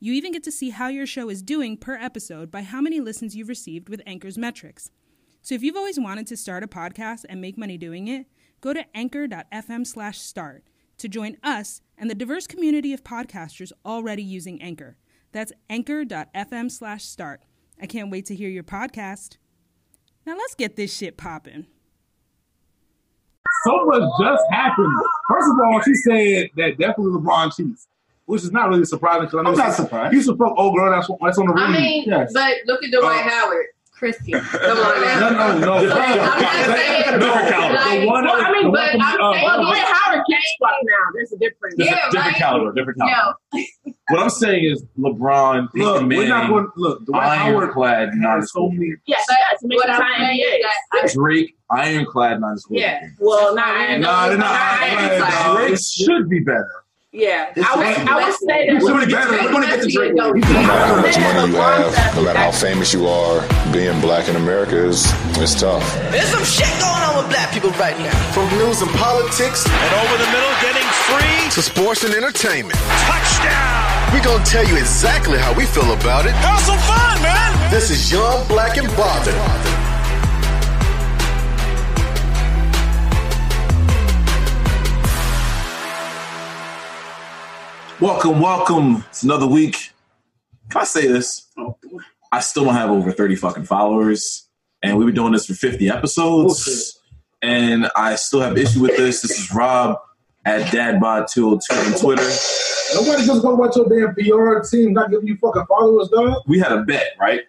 You even get to see how your show is doing per episode by how many listens you've received with Anchor's metrics. So if you've always wanted to start a podcast and make money doing it, go to anchor.fm/start to join us and the diverse community of podcasters already using Anchor. That's anchor.fm/start. I can't wait to hear your podcast. Now let's get this shit poppin'. so much just happened. First of all, she said that definitely LeBron cheats, which is not really surprising because I know I'm not she- surprised. He's a fuck old girl that's, that's on the I ring. mean, yes. but look at Dwight Uh, Howard, Christie. Come on no, now. no, no. Like, I'm not saying No, like, no, the one- well, I the mean, one but from, uh, I'm saying one Well, from- Dwight like, Howard can't fuck now. There's a difference. Yeah, Different- different right? caliber. Different caliber. no, What I'm saying is LeBron, Peyton Look, we're Manning, not going. Look, Dwight Howard ironclad has so non-school. many. year. yeah, Yes, but yes, make what the I'm time saying is NBA. that Drake, ironclad non-school. Yeah. year. I, Well, not, I Nah, they're not ironclad, dog. Drake should be better. Yeah, It's I would, Drake. I would say that. We're gonna get to- we're gonna get to Drake. We're gonna No matter how much Yeah, money you LeBron's have, no matter how actually- famous you are, being black in America is it's tough. There's some shit going on with black people right now. From news and politics And over the middle, getting free. to sports and entertainment, Touchdown. we're gonna tell you exactly how we feel about it. Have some fun, man. This is Young Black and Bothered. Welcome, welcome. It's another week. Can I say this? I still don't have over 30 fucking followers. And we've been doing this for 50 episodes. And I still have issue with this. This is Rob at DadBod202 on Twitter. Nobody gives a fuck about your damn your team not giving you fucking followers, dog. We had a bet, right?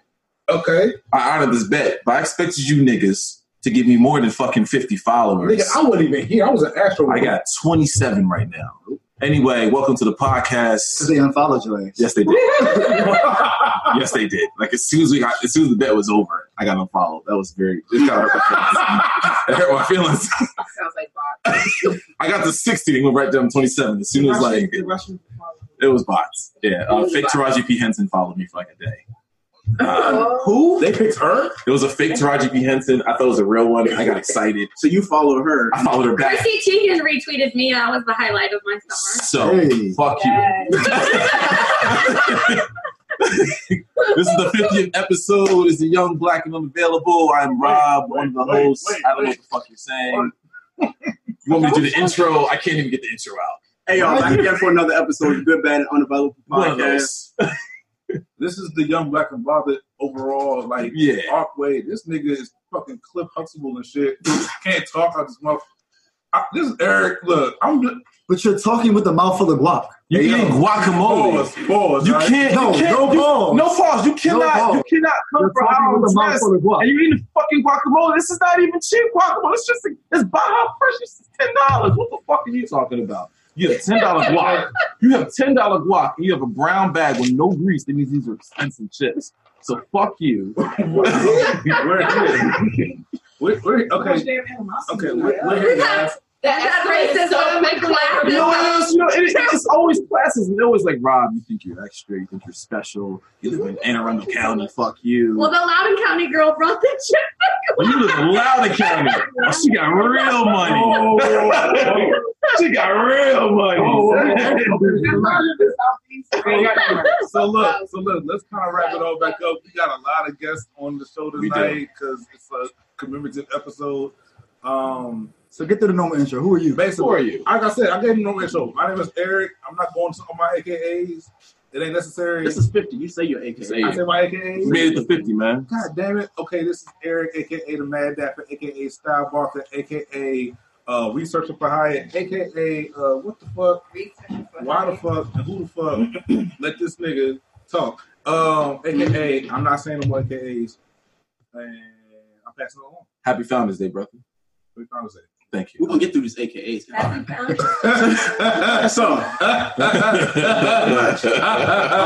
Okay, I honored this bet, but I expected you niggas to give me more than fucking 50 followers. nigga, I wasn't even here. I was an Astro. I got 27 right now. Anyway, welcome to the Because podcast. they unfollowed your ass. Yes, they did. yes, they did. Like as soon as we got, as soon as the bet was over, I got unfollowed. That was very. It kind of hurt my feelings. it hurt my feelings. sounds like Bob. I got to sixty and went right down twenty seven. As soon as like it, was bots. Yeah, uh, fake Taraji P Henson followed me for like a day. Uh, Who? They picked her. it was a fake Taraji P Henson. I thought it was a real one. I got excited. So you follow her. I followed her back. Chrissy Teigen retweeted me. That was the highlight of my summer. So Hey. fuck you. this is the 50th episode. It's the Young Black and Unavailable. I'm Rob, one of the wait, hosts. wait, I don't know what the fuck you're saying. You want me to do the intro? I can't even get the intro out. Hey, y'all, back again for another episode of Good, Bad, and Unavailable One of podcast. those. This is the young black and bothered overall. Like Yeah. Parkway. This nigga is fucking Cliff Huxtable and shit. Can't talk out this motherfucker. I- This is Eric. Look, I'm just But you're talking with a mouthful of guac. You Hey, eating yo. pause, guacamole. pause. You right? can't. No, you can't, no you- balls. No pause. You cannot. balls. You cannot come You're for talking with hours a rest. mouthful of And guac. you eating fucking guacamole. This is not even cheap guacamole. It's just it's Baja Fresh. It's ten dollars. What the fuck are you talking about? You have ten dollar guac. You have ten dollar guac, and you have a brown bag with no grease. That means these are expensive chips. So fuck you. we're here. We're, we're, okay, okay, we're, we're here, guys. That- That That's racism, racist. classism. You know what else? You know, it, it's always classes. And they're always like, Rob, you think you're extra. You think you're special. You live in Anne Arundel County. Fuck you. Well, the Loudoun County girl brought that shit. Well, you live in Loudoun County. Oh, she got real money. she got real money. Oh, So look, so look, let's kind of wrap it all back up. We got a lot of guests on the show We do. tonight because it's a commemorative episode. Um, So get to the normal intro. Who are you? basically, Who are you? like I said, I gave him no intro. My name is Eric. I'm not going to all my AKAs. It ain't necessary. This is 50. You say your AK. Say I say my AKA. You made it to 50, man. God damn it. Okay, this is Eric, aka the Mad Dapper, aka Style Barker, aka uh, Researcher for Hire, aka uh, what the fuck? Why the fuck? And who the fuck? Let this nigga talk. Um, aka, I'm not saying no more AKAs. And I'm passing it on. Happy Founders Day, brother. What you trying to say? Thank you. We're gonna get through these AKAs. so, all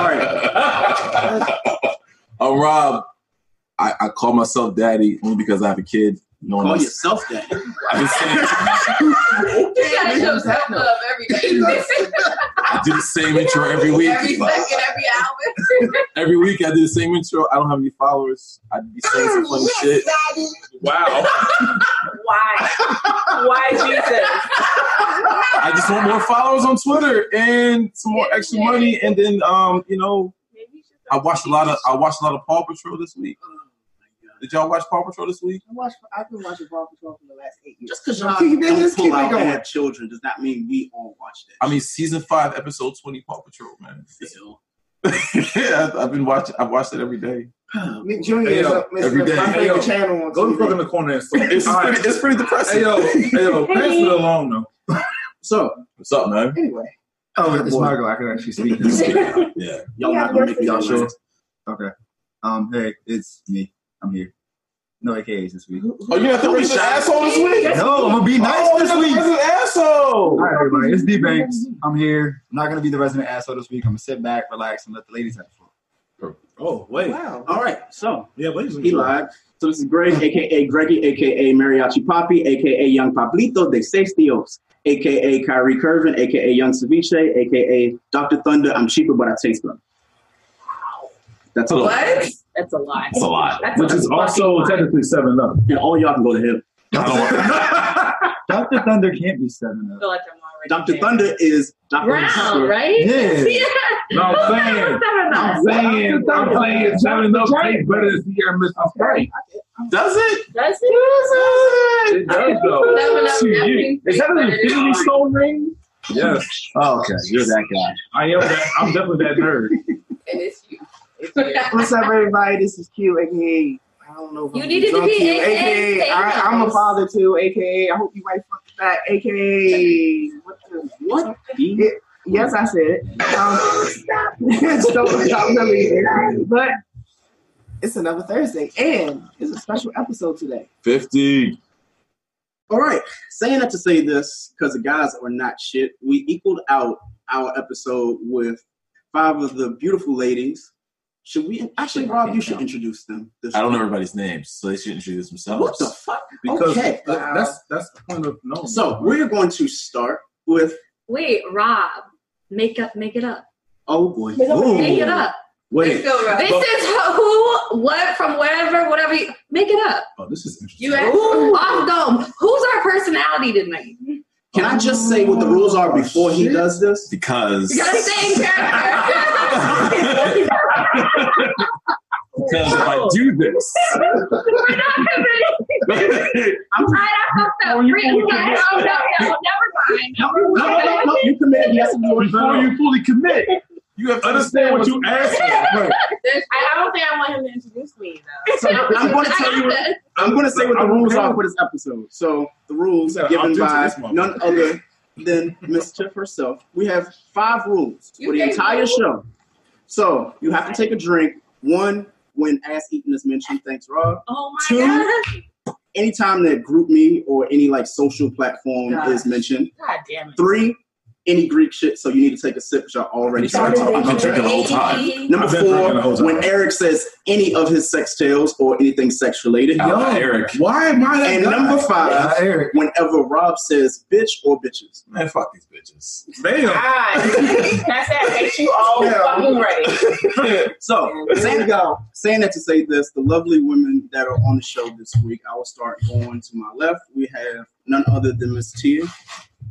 right. Uh, Rob, I, I call myself daddy only because I have a kid. No one Call else. yourself that. I've been saying, You gotta show self love every day. I do the same intro every week. Every second, every hour. Every week I do the same intro. I don't have any followers. I be saying some funny shit. wow. Why? Why Jesus? I just want more followers on Twitter and some more extra money. And then, um, you know, I watched a lot of I watched a lot of Paw Patrol this week. Oh, Did y'all watch Paw Patrol this week? I've been watching Paw Patrol for the last eight years. Just because Nah, y'all don't man, just pull keep it out going. and have children does not mean we all watch that. I mean, season five, episode twenty, Paw Patrol. Man, Still. yeah, I've, I've been watching. I've watched it every day. Nick Jr. Hey, is yo, up, it's every my day. favorite Hey, yo, channel on Go the TV. fuck in the corner and stop. It's, All right. pretty, it's pretty depressing. Hey yo, hey yo, pass it along though. So, What's up, man? Anyway, Oh, it's Boy. my go. I can actually speak. This is good. Yeah, y'all Yeah, not gonna make it you're y'all free. sure. Okay. Um. Hey, it's me. I'm here. No AKAs this week. Oh, you're not the racist asshole this week? No, I'm gonna be nice Oh, you're this not the week. racist asshole. All right, everybody. It's D Banks. I'm here. I'm not gonna be the resident asshole this week. I'm gonna sit back, relax, and let the ladies have the floor. Oh wait, wow. All right. So, yeah, ladies and He lied. So this is Greg, aka Greggy, aka Mariachi Poppy, aka Young Pablito de Sextios, aka Kyrie Curvin, aka Young Ceviche, aka Dr. Thunder. I'm cheaper, but I taste them. That's all. What? That's a lot. That's a lot. That's which a is fucking also lot. technically seven up. And all y'all can go to him. Dr. Thunder can't be seven I up. feel like I'm already Dr. there. Thunder is Dr. Brown, Lucifer. right? Yeah. No, I'm saying, I'm saying, I'm saying, seven up tastes better than Sierra Mr. Sprite. Does it? That's it. It does though. Seven Up Shit. definitely Is that tastes better an than infinity stone ring? Yes, Oh, okay, you're that guy. I am. That, I'm definitely that nerd. And it's you. It's What's up, everybody? This is Q, aka I don't know. If I'm You needed to drunk be Q, AKA. aka I, I'm a father too, aka I hope you right fuck that, aka what the What? Yeah, Yes, I said it. Um, stop. Stop really. But it's another Thursday, and it's a special episode today. Fifty. All right. Saying that to say this, because the guys are not shit, we equaled out our episode with five of the beautiful ladies. Should we actually, Rob? You should introduce them. This I don't know everybody's names, so they should introduce themselves. What the fuck? Because okay. that- that's that's the point of no. So we're going to start with Wait, Rob, make up, make it up, oh boy, make it Ooh. up. Wait, go right. This Well- is Uh, who, what, from wherever, whatever. You, make it up. oh, this is interesting. You asked Ooh, off dome. Who's our personality tonight? can I just say what the rules are before Oh, he does this? Because. You gotta stay in character. Because if I do this, We're not committing. I'm tired. I fucked up. Re- oh, no, no, never mind. No, no, no, no, you committed. Yes, and no. Before you fully commit, you have to understand what you asked for. There's- I I don't think I want him to introduce me though. So I'm going to tell you. I I'm going to say what the I'm rules down. are for this episode. So the rules Yeah, I'm given due to by this motherfucker. none other than Miss Tiff herself. We have five rules You for the gave entire me- show. So you have to take a drink. One, when ass eating is mentioned. Thanks, Rob. Oh my Two. god. Anytime that group me or any like social platform Gosh. is mentioned. God damn it. Three, any Greek shit. So you need to take a sip. 'cause Y'all already I've started been talking. drinking the whole time. Number I've been drinking the whole four, time. when Eric says any of his sex tales or anything sex related. Yo, Eric. Why am I that And guy? number five, Uh, Eric. whenever Rob says bitch or bitches. Man, fuck these bitches. Damn. God, that's that makes you Oh, all fucking ready. So, saying, saying that to say this, the lovely women that are on the show this week, I will start going to my left. We have none other than Miss Tia.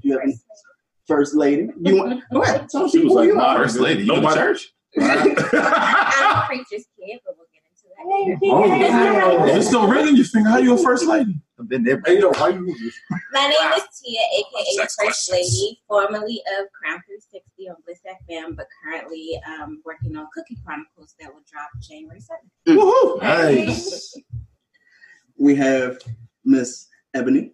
You have First Lady. You want, go ahead. Tell us She was who like, you my are. first lady. You in Nobody- church? I'm a preacher's kid, but we'll get into that. later. Oh, there's no ring in your finger. How you a first lady? I've been there. Hey yo, why you? My name is Tia, aka Sex First questions. Lady, formerly of Crown 360 on Bliss FM, but currently um, working on Cookie Chronicles that will drop January 7th. Mm. Woohoo! Nice. We have Miss Ebony.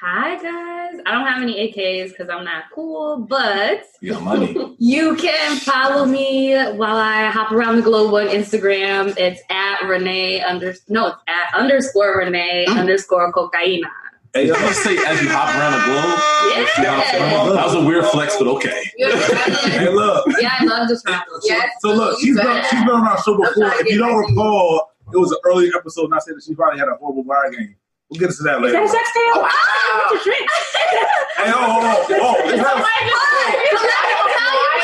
Hi guys. I don't have any AKs because I'm not cool, but You got money. you can follow me while I hop around the globe on Instagram. It's at Renee under no, it's at underscore Renee underscore cocaina. Hey, I was gonna say as you hop around the globe. Yeah. That was a weird flex, but okay. hey, look. Yeah, I love to travel. Yes. So look, she's been, she's been on our show before. If you don't recall, it was an earlier episode, and I said that she probably had a horrible wire game. We'll get into that Is later. that a sex tape? Ah! Oh, it's a drink. Hey, oh, oh, oh, it's not-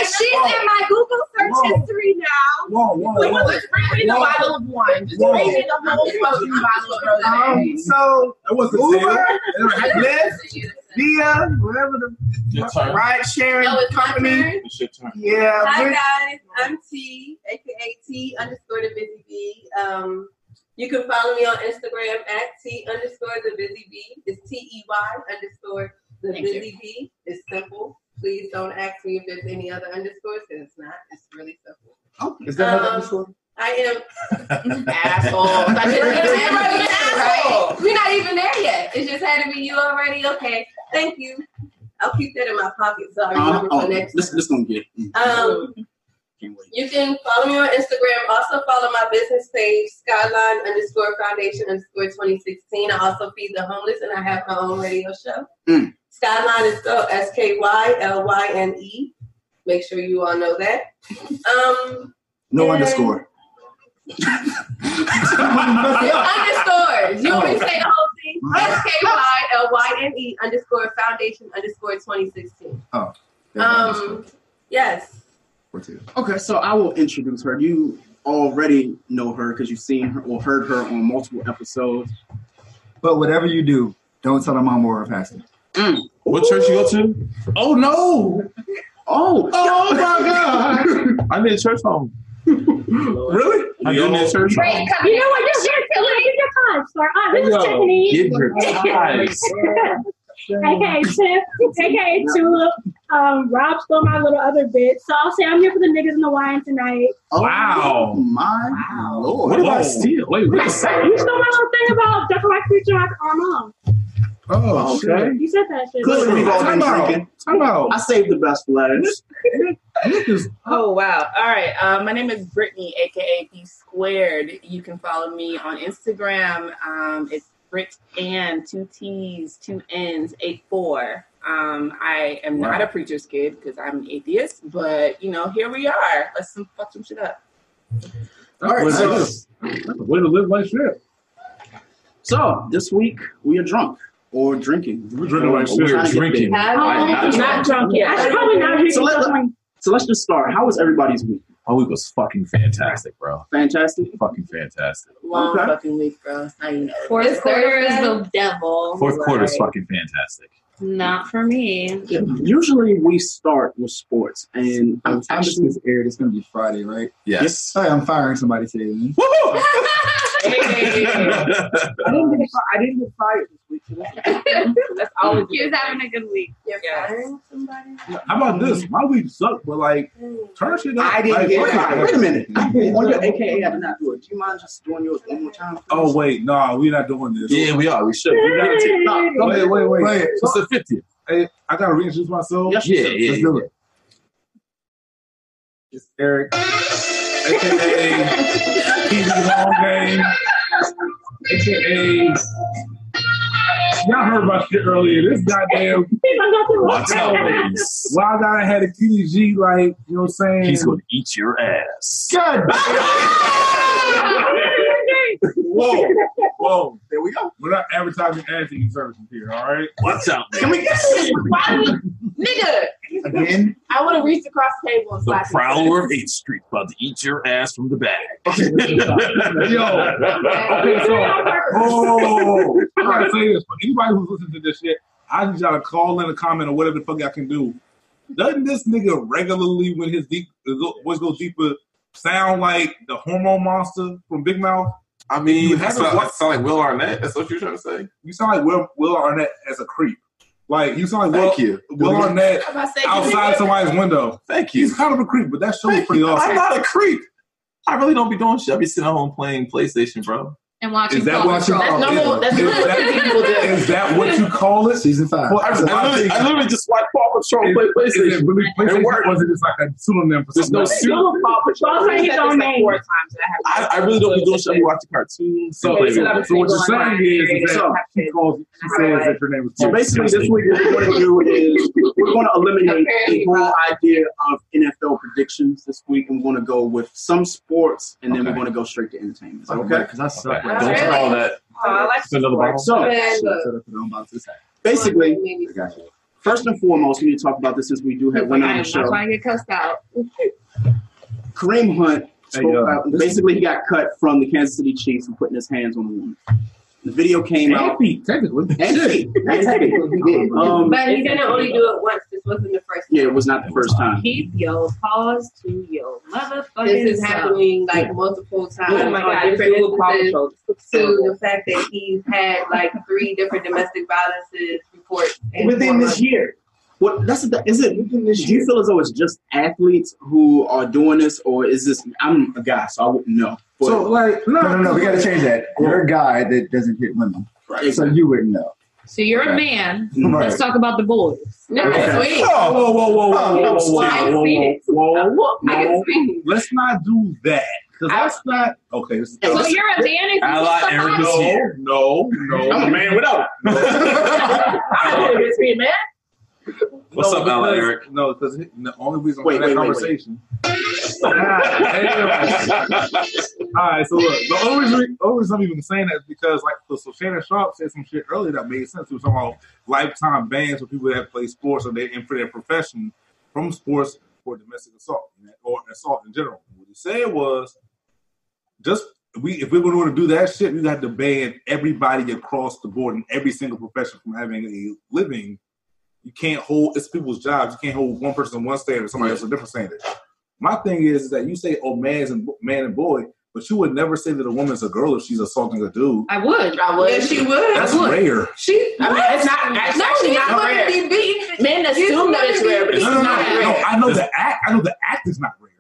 She's in my Google search history now. Whoa, whoa, Like, look, just bring me the bottle of wine. Just Whoa. bring me the whole fucking bottle of Um, wine. so That wasn't Uber, Taylor. Lyft, Via, whatever Your the turn. ride sharing No, it's my company. It's your turn. Yeah, Hi we- guys, I'm T, aka T underscore the busy bee. Um, you can follow me on Instagram at T underscore the busy bee. It's T E Y underscore the Thank busy bee. It's simple. Please don't ask me if there's any other underscores because it's not. It's really simple. Is that another Um, underscore? I am Asshole. I just- Right? We're not even there yet. It just had to be you already. Okay, thank you. I'll keep that in my pocket so Uh-huh. I Uh, remember oh, for next. this this gonna get. mm. Um, you can follow me on Instagram. Also follow my business page, Skyline underscore Foundation underscore 2016. I also feed the homeless, and I have my own radio show. Mm. Skyline is spelled S K Y L Y N E. Make sure you all know that. Um, No underscore. it's underscores. You want me to say the whole thing? S K Y L Y N E underscore Foundation underscore 2016. Oh. Um, yes. Okay, so I will introduce her. You already know her because you've seen her or heard her on multiple episodes. But whatever you do, don't tell her mom or her pastor. Mm. What church you go to? Oh no! Oh! Oh my god! I need a church home. really? I do need a church home. Wait, come you know what? Just here, Tilly. Leave your cards for us. This is Yo, Tiffany. get your cards. AKA Tiff, AKA Tulip. Um, Rob stole my little other bit. So I'll say I'm here for the niggas and the wine tonight. Oh Wow. My lord. Oh, What did I steal? Wait, wait a second. You stole my little thing about Jekyll White Creature and Armand. Oh, okay. You said that shit. Clearly, we've all been Time out. drinking. Time out. I saved the best for last. Oh wow! All right, uh, my name is Brittany, aka B Squared. You can follow me on Instagram. Um, it's Brit and two T's, two N's, eight four. Um, I am Wow. not a preacher's kid because I'm an atheist, but you know, here we are. Let's some, fuck some shit up. All right, so way to live my shit. So this week we are drunk or drinking. We're drinking like shit. Drinking. I'm not Not drunk. drunk yet. I should probably not drink So, at let, this point. so let's just start. How was everybody's week? My week was fucking fantastic, bro. Fantastic. Fucking fantastic. Long Okay. fucking week, bro. Now you know. Fourth It's quarter is Thursday. the devil. Fourth quarter is Like, fucking fantastic. Not for me. Usually we start with sports, and I'm, I'm just gonna aired. It's gonna be Friday, right? Yes. All right, I'm firing somebody today. Man. Oh. I didn't get fi- I didn't get fired this week. so that's- That's always- He was having a good week. How about this? Mm-hmm. My week sucked, but like, Mm. turn shit up. I didn't Like, get fuck it. fired. Wait a minute. On your AKA, I did not do it. Do you mind just doing yours one more time? Oh wait, no, nah, we're not doing this. Yeah, we are. We should. We got to. No, wait, wait, wait. Play it. It's the 50th. Hey, I gotta reintroduce myself. Yes, you Yeah, should. yeah, Let's do it. It's Eric, aka TV Long Game, aka y'all heard my shit earlier. This goddamn Watch out, ladies. Why I had a TDG like you know what I'm saying? He's gonna eat your ass. God. whoa, whoa. There we go. We're not advertising ads eating services here, all right? Watch out. Can we Why we- nigga? Again? I would have reached across the table and The slapped. his prowler ass. of 8th Street about to eat your ass from the back. Okay, so, oh, I'm gonna say this for anybody who's listening to this shit. I need y'all to call in a comment or whatever the fuck y'all can do. Doesn't this nigga regularly, when his deep his go- voice goes deeper, sound like the hormone monster from Big Mouth? I mean, that sound- that sound like Will Arnett. That's what you're trying to say. You sound like Will, Will Arnett as a creep. Like you sound like Will, you. Will Arnett I'm about to say, outside somebody's window. Thank you. He's kind of a creep, but that show was pretty awesome. I'm not a creep. I really don't be doing shit. I be sitting at home playing PlayStation, bro. And watching Is that Paw what you Patrol. call is, is that- is that what you call it? Season five. I, literally, I literally just watch Paw Patrol Is- play is it PlayStation. really It PlayStation? worked. Or is it just like a pseudonym for There's something? no else? pseudonym. Paw Patrol is on like name. four times. and I, I, have I really don't be doing shit. I be watching cartoons. So, play so video games. what you're saying is, is that she calls, she says that your name is So basically, this week what we're going to do is we're going to eliminate the whole idea of NFL predictions this week. I'm going to go with some sports, and then we're going to go straight to entertainment. Okay, because I suck. Don't call that. Oh, I like It's another bottle. So basically, first and foremost, we need to talk about this since we do have one on the I'm not show. trying to get cussed out. Kareem Hunt spoke yo. out. Basically, he got cut from the Kansas City Chiefs for putting his hands on a woman. The video came out. technically. And feet. And feet. Um, But he didn't only do it once. This wasn't the first. Yeah, it was not the first time. Keep your paws to your motherfucking Oh, This is self. happening like multiple times. Oh my on God, different it's Paw instances Patrol. To the fact that he's had like three different domestic violences reports in four Within months. this year. What that's the is it? Do you feel as though it's just athletes who are doing this, or is this? I'm a guy, so I wouldn't know. But- So like No, no, no. We got to change that. You're a guy that doesn't hit women, Right. so you wouldn't know. So you're a Right. man. Right. Let's talk about the boys. No, Okay. it's sweet. Whoa, whoa, whoa, whoa, whoa, whoa, whoa, I can whoa, see whoa, it. whoa, whoa, I can whoa. see it. Let's not do that. Cause that's not okay. this- So you're a man if you Ally suck Eric on- is No, here. no, no. I'm a man without. I'm not gonna be a man. What's up, Ally because- Eric? No, because the only reason Wait, for that wait, wait, wait. conversation. All right, so look, the only reason, only reason I'm even saying that is because, like, so, so Shannon Sharp said some shit earlier that made sense. It was talking about lifetime bans for people that play sports or they in for their profession from sports for domestic assault or assault in general. What he said was, just we if we were going to do that shit, we had to ban everybody across the board in every single profession from having a living. You can't hold it's people's jobs. You can't hold one person to one standard, somebody else to a different standard. My thing is, is that you say, "Oh, man's and man and boy," but you would never say that a woman's a girl if she's assaulting a dude. I would. I would. Yeah, she would. That's would. rare. She. I mean, it's not. It's no, actually she's not gonna rare. be beaten. Men assume that it's rare, but No, it's no, no, no, not no. rare. I know the act. I know the act is not rare.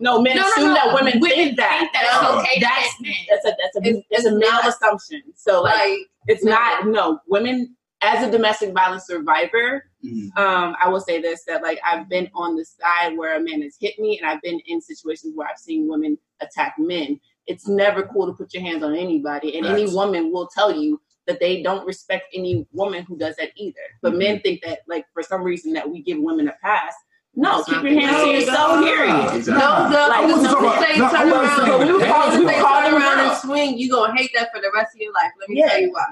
No, men No, no, assume no. that women, Women think that. think that No. it's okay to that's hit men. that's a that's a It's- that's a male assumption. So like, Like it's no. not no women as a domestic violence survivor. Mhm. Um, I will say this that like I've been on the side where a man has hit me, and I've been in situations where I've seen women attack men. It's never cool to put your hands on anybody, and any Facts. woman will tell you that they don't respect any woman who does that either. But Mm-hmm. men think that like for some reason that we give women a pass. No, That's keep not your the hands to case. yourself. Nah, Period. nah. No, Like, like, what's no, up about- say no, I turn wasn't around. saying But we were that. calling say We were turn calling around around. and swing. You gonna hate that for the rest of your life. Let me Yeah. tell you why.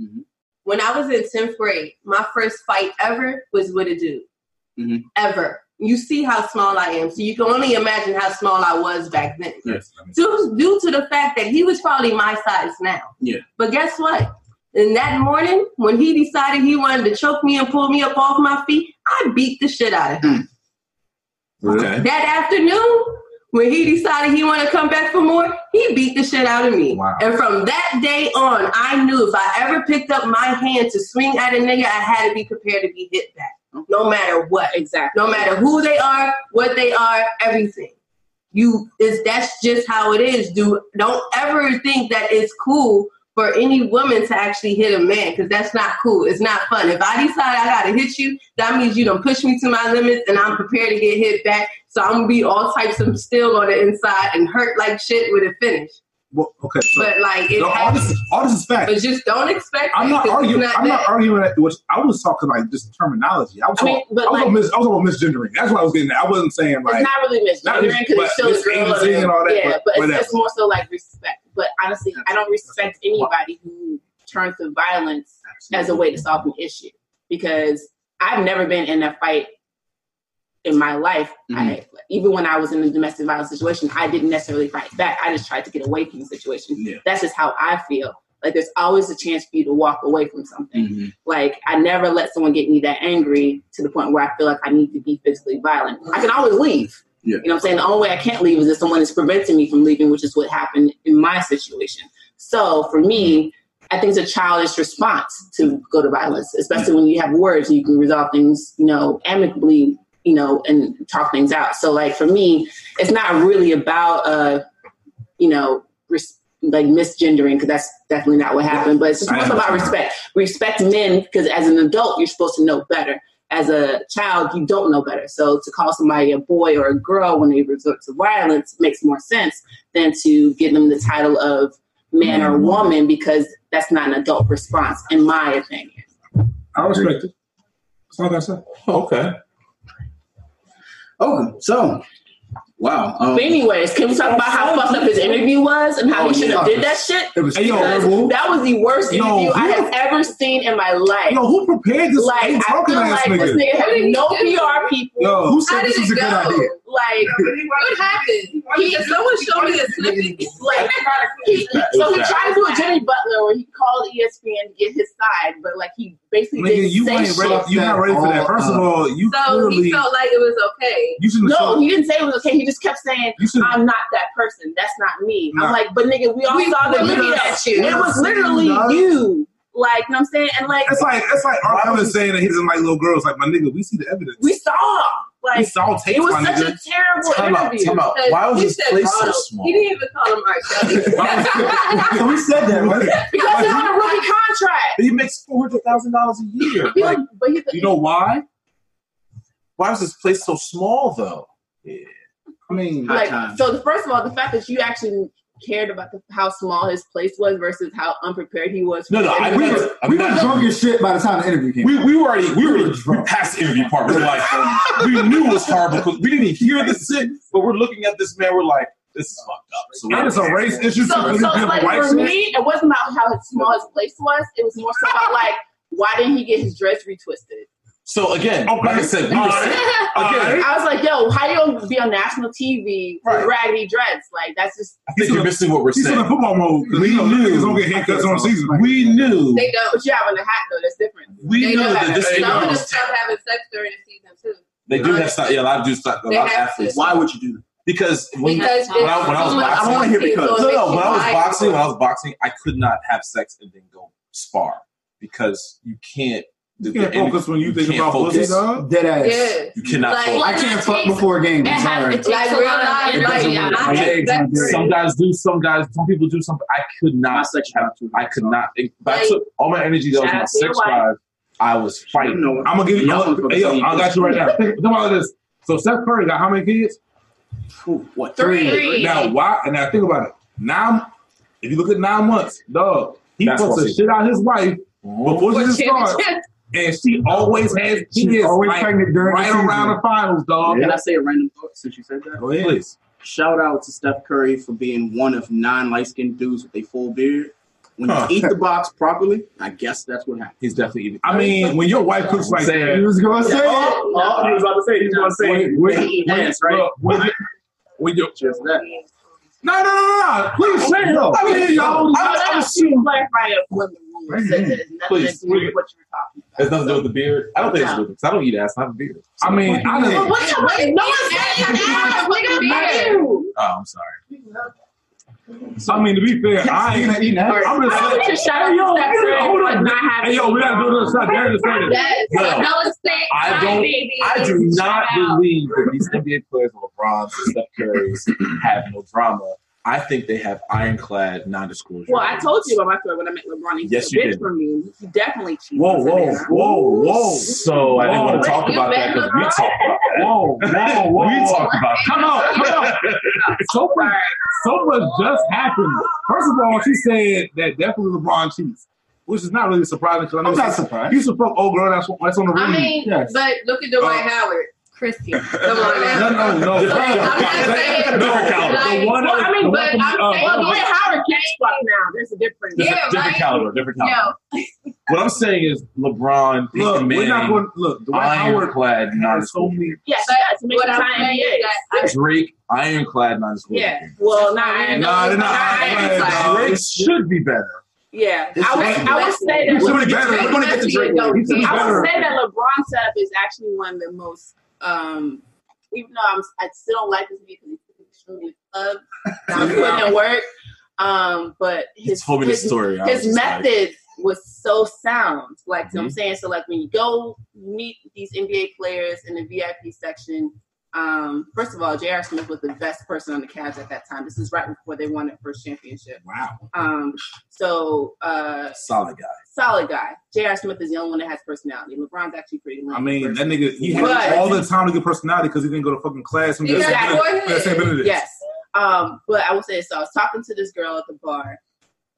Mhm. When I was in tenth grade, my first fight ever was with a dude. Mhm. Ever. You see how small I am, so you can only imagine how small I was back then. Yes, I mean, Due, due to the fact that he was probably my size now. Yeah. But guess what? And that morning, when he decided he wanted to choke me and pull me up off my feet, I beat the shit out of him. Okay. That afternoon, when he decided he wanted to come back for more, he beat the shit out of me. Wow. And from that day on, I knew if I ever picked up my hand to swing at a nigga, I had to be prepared to be hit back, no matter what. Exactly. No matter who they are, what they are, everything. You is that's just how it is. Do don't ever think that it's cool for any woman to actually hit a man because that's not cool. It's not fun. If I decide I gotta hit you, that means you don't push me to my limits and I'm prepared to get hit back. So I'm gonna be all types of still on the inside and hurt like shit with a finish. well, okay. So, But like it no, all happens. this, all this is fact. But just don't expect. I'm it, not 'cause it's arguing. I'm that. not arguing that. Which I was talking like just terminology. I was I talking. mean, but I, was like, about mis- I was about misgendering. That's what I was getting. At. I wasn't saying like it's not really not misgendering because it's still mis- but a girl. misagency and all that, yeah, but but, it's, whatever. it's more so like respect. But honestly, I don't respect anybody who turns to violence as a way to solve an issue because I've never been in a fight in my life. I, Mm-hmm. even when I was in a domestic violence situation, I didn't necessarily fight back. I just tried to get away from the situation. Yeah. That's just how I feel. Like there's always a chance for you to walk away from something. Mhm. Like I never let someone get me that angry to the point where I feel like I need to be physically violent. I can always leave. Yeah. You know what I'm saying? The only way I can't leave is if someone is preventing me from leaving, which is what happened in my situation. So for me, I think it's a childish response to go to violence, especially when you have words and you can resolve things, you know, amicably, you know, and talk things out. So like for me, it's not really about uh, you know, res- like misgendering because that's definitely not what happened. But it's just I also about understand. respect. Respect men because as an adult you're supposed to know better. As a child, you don't know better. So to call somebody a boy or a girl when they resort to violence makes more sense than to give them the title of man or Mm-hmm. woman because that's not an adult response, in my opinion. I respect it. That's all I gotta say. Okay. Oh, so wow. Um, Oh. But anyways, can we talk about how fucked up his interview was and how Oh, he should have yeah. did that shit? It was Because terrible. That was the worst No, interview I who- have ever seen in my life. Yo, who prepared this? Like, Who I talking feel to this like this nigga nigga? What did had he no do? PR people. Yo, who said How this did was a it good go? idea? Like, what happened? He, someone showed me a snippet. Like, he, so he tried to do a Jimmy Butler where he called E ESPN to get his side, but like he basically Nigga, didn't you say ain't shit. ready. You not ready for that. First of all, you So he clearly felt like it was okay. You shouldn't have no, said- he didn't say it was okay. He just kept saying, "I'm not that person. That's not me." Nah. I'm like, "But nigga, we all We- saw the we video. looked at you. It was We literally seen you, you." Like, you know what I'm saying? And like, It's like it's like R. Kelly saying that he doesn't like little girls. Like my nigga, we see the evidence. we saw. Like, We saw tapes, it was my such nigga. a terrible Time out, interview. time out. Because Why was he his said place so Ronald. small? He didn't even call him R. Kelly. So he said that, right? because he's on a rookie contract. He makes four hundred thousand dollars a year. He- Like, but he's a, you know why? Why was this place so small though? Yeah. I mean, like so the first of all the fact that you actually cared about the, how small his place was versus how unprepared he was for No, no, the I interview. were, we were drunk as shit by the time the interview came. We, we were already we were already we past the interview part. We're like we knew it was horrible because we didn't even hear the shit, but we're looking at this man. We're like, this is fucked up. So And it's a race issue, so, so like for me it wasn't about how small his place was it was more so about like why didn't he get his dress retwisted So again, Oh, like I said, we were again. I was like, yo, how you gonna be on national TV with raggedy dreads? Like, that's just. I think you're missing what we're He's saying. in a football mode. We knew niggas don't get handcuts on season. We knew They don't. But you having a hat, though, that's different. We they know don't that have this sex. thing Some of them goes- stop having sex during the season too. they do have style. Yeah, a lot of dudes stop. A They lot of have athletes. to. Why would you do that? Because when, Because when, I, when I was it's- boxing, I don't wanna hear because. No, no. When I was It's boxing, like- when I was boxing, I could not have sex and then go spar because you can't. You can't focus when you think can't about pussy, focus. dog. Dead ass. Yeah. You cannot. Like, focus. I can't fuck before a game. I'm It has- sorry. it takes Like, a real lot of life, It doesn't like, work. I can't Yeah. separate. Some guys do. Some guys. Some people do. Some. I could not. Have, I could not. If I Like, took all my energy that was in shout my out to your sex wife. drive. I was fighting. I'm gonna give you. I'm gonna- Hey, yo, I got you right now. Think, think about this. So Seth Curry got how many kids? What Three. Three. Now why? And now think about it. Nine. If you look at nine months, dog, he That's puts what the she- shit out his wife before she starts, and she always has kids. She's always like, pregnant during the right season. around the finals, dog. Can I say a random thought since you said that? Go ahead. Please. Shout out to Steph Curry for being one of nine light skinned dudes with a full beard. When you Huh. eat the box properly, I guess that's what happened. He's definitely eating. I mean, when your wife cooks like that, He was gonna say it. Oh, oh, he was about to say it. He was about to say it. When- They eat when- ass, right? look, when- when your- No, no, no, no, no. Please, Wait, no. I mean, y'all. I'm assuming. Clarify it when the rules said that it's nothing Please. to do with what you're talking It has nothing to do with the beard. I don't think it's No. with it because I don't eat ass. I have a beard. I mean, I Well, didn't. what the- what- No one's saying that. Look at you. Oh, I'm sorry. I mean, to be fair, I ain't eating that. I'm just I saying. want to shout out to Steph Curry hold for on. not having. Hey, yo, we gotta do this. I dare to say this. Yes. No. No, it's fake. I Bye, don't. baby. I do not Shout out. believe that these NBA players, LeBron, Steph Curry's, have no drama. I think they have ironclad non-disclosure. Well, I told you about my story when I met LeBron. He yes, a Yes, you bitch did. for me. He definitely cheated. Whoa, whoa, whoa, whoa! So I didn't Whoa. want to talk Wait, you about that met because we LeBron? talked about that. Whoa, whoa, whoa. We talked about Come on, come on. So much, so much just happened. First of all, she said that definitely LeBron cheats, which is not really surprising. 'cause I know I'm not she- surprised. You should fuck old girl that's, that's on the ring. I mean, Yes. but look at Dwight Howard. Christy. Come on No, now. no, no. I'm not saying- No, Different caliber. The one Well, I mean, but I'm uh, saying, well, Dwight Howard can't fuck now. There's a difference. Different- Yeah, different right? caliber, different caliber. What I'm saying is LeBron, Peyton Look, Manning, we're not going. Look, Dwight Howard ironclad has so non-disclosure. many. Yes, yes, make What the I'm time saying is yes. that I- Drake, ironclad non-disclosure. Yeah. Well, not I Nah, they're not ironclad. ironclad. Drake should be better. Yeah, It's I would, Drake. I would say that. He's gonna get- LeBron- he's gonna get the Drake I one. would He's say gonna get better. that LeBron setup is actually one of the most. Um, even though I'm, I still don't like this because he's extremely club. I'm putting in work. Um, but his told me the his- story. I His was just like- method was so sound. Like you know what I'm Mhm. saying. So like when you go meet these NBA players in the VIP section, um, first of all, J.R. Smith was the best person on the Cavs at that time. This is right before they won their first championship. Wow. Um, so uh, Solid guy. solid guy. J.R. Smith is the only one that has personality. LeBron's actually pretty. lame. I mean, that nigga, he had But- all the time to get personality because he didn't go to fucking class. and get- Exactly. St. Benedict's. Yes. Um, but I will say this. So I was talking to this girl at the bar.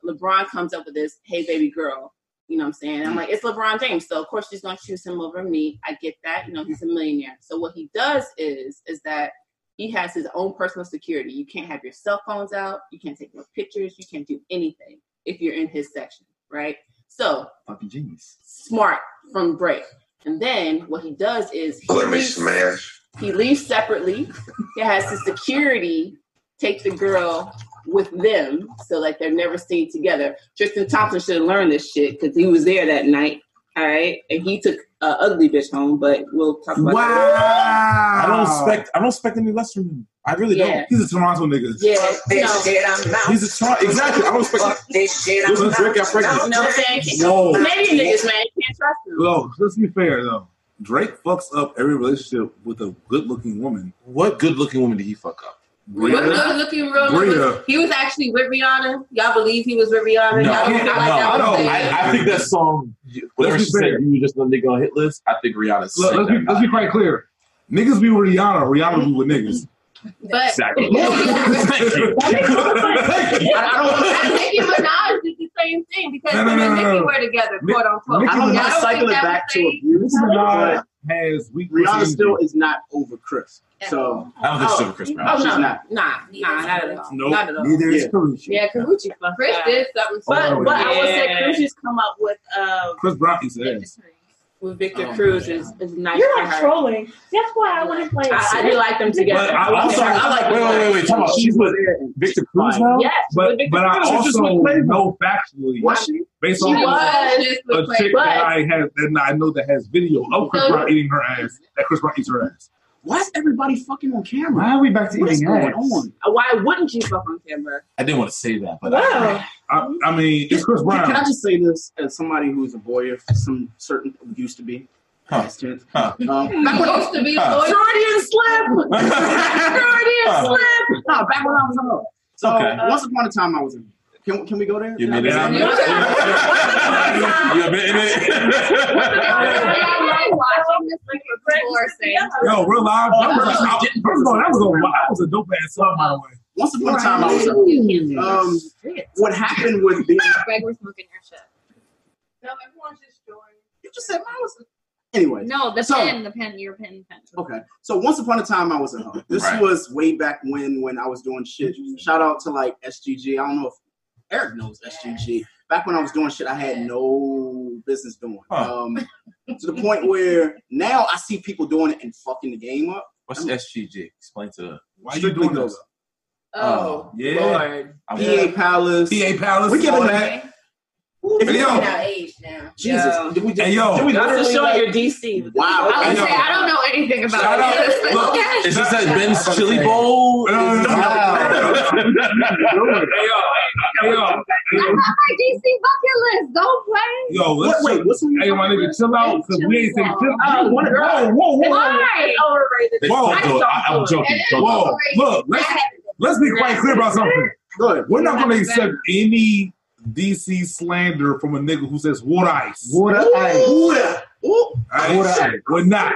LeBron comes up with this, hey, baby girl. You know what I'm saying? I'm like, it's LeBron James. So of course she's going to choose him over me. I get that. You know, he's a millionaire. So what he does is, is that he has his own personal security. You can't have your cell phones out. You can't take no pictures. You can't do anything if you're in his section, right? So Fucking genius. smart from break. And then what he does is he Let me leaves- smash. he leaves separately. He has his security take the girl with them so like they're never seen together. Tristan Thompson should have learned this shit because he was there that night. All right. And he took a ugly bitch home, but we'll talk about that. I don't expect. I don't expect any less from him. I really Yeah. don't. He's a Toronto nigga. Yeah. He's a Toronto. Exactly. I don't expect. Listen, Drake got pregnant. No, man. No. Canadian niggas, man. You can't trust them. Yo, let's be fair though. Drake fucks up every relationship with a good-looking woman. What good-looking woman did he fuck up? What good looking real uh, nigga. Rhea. He was actually with Rihanna. Y'all believe he was with Rihanna? Y'all No, I, don't feel like that was no, a- I, I think that song, whatever she Let's be said, fair. you were just a nigga on hit list. I think Rihanna Look, said let's, be, that. let's be quite clear. Niggas be with Rihanna. Rihanna be with niggas. But Exactly. Thank you. I think Nicki Minaj did the same thing because No, no, him and no, no, Nicki no. were together, quote unquote. Nicki Y'all Minaj- think Cycle it that was back to the- abuse. Minaj but has weak. Rihanna pussy. still is not over Chris. So I don't think she's over Chris Brown. Oh, She's no. not. Nah, nah, not at all. Nope. Not at all. Neither is Karuchi. Yeah, Karuchi fucked Chris up. did something Oh, But, stupid. but I would say Yeah. Karuchi's come up with uh, Chris Brown eats ass. with Victor Oh, Cruz is, is nice. You're for not her. trolling. That's why I want to play. I, I do like them together. But I also, I like wait, them wait, wait, wait. Talk about together. she's with Victor Cruz now. Yes, she's but with Victor but I Cruz. She's also just with Playboy. know factually Was she? based She on was just with a chick Playboy. that I have that I know that has video of Chris So- Brown eating her ass. That Chris Brown eats her ass. why is everybody fucking on camera? Why are we back to What is eating going ass? on? Why wouldn't you fuck on camera? I didn't want to say that, but Wow. I, I mean, it's Chris Brown. Can I just say this as somebody who is a voyeur, some certain used to be. Past tense. Um, back when I Used to be a Huh. lawyer. Freudian slip. Freudian Huh. slip. No, back when I was up. So Okay. once upon a time I was in. Can, can we go there? You mean it? You admitting it? I like watching this nigga tour thing. Yo, real live. Oh, That was a, I, first of all, that was a that was a dope ass song by the way. Once upon a time I was Right. a. Um, what happened with being Greg, we're smoking your shit. No, everyone's just joining. You just said mine was. Anyway. No, the so, pen, the pen, your pen, pen. Okay. So once upon a time I was a hoe. This Right. was way back when when I was doing shit. Shout out to like SGG. I don't know if Eric knows SGG. Back when I was doing shit I had no business doing. Huh. Um, to the point where now I see people doing it and fucking the game up. What's SGG? Explain to the. Why you doing this? Oh, yeah. Lord. PA Palace. PA Palace. We giving all that. If you don't- Now age now. Jesus. Did we just, Hey, yo. did we That's literally, showing like- your DC. Wow. I would Hey, yo. say I don't know anything about Shout out. it. Look, Okay. Is this that Ben's Okay. Chili Bowl? No, no, no, no, no, no. Hey, yo. Hey, yo. Hey, I'm yo. not my DC bucket list. Don't play. Yo, let's What- wait, what's the Hey, my nigga, chill out because we ain't taking chill out. Oh, Whoa, what- whoa, whoa, whoa. Why? Overrated. Whoa, I whoa. don't- I- I'm joking. Whoa, look, let's, let's be quite clear about something. Go ahead. We're not going to accept any DC slander from a nigga who says water ice. Water ice. Ooh, ooh. All Water right? ice. We're not.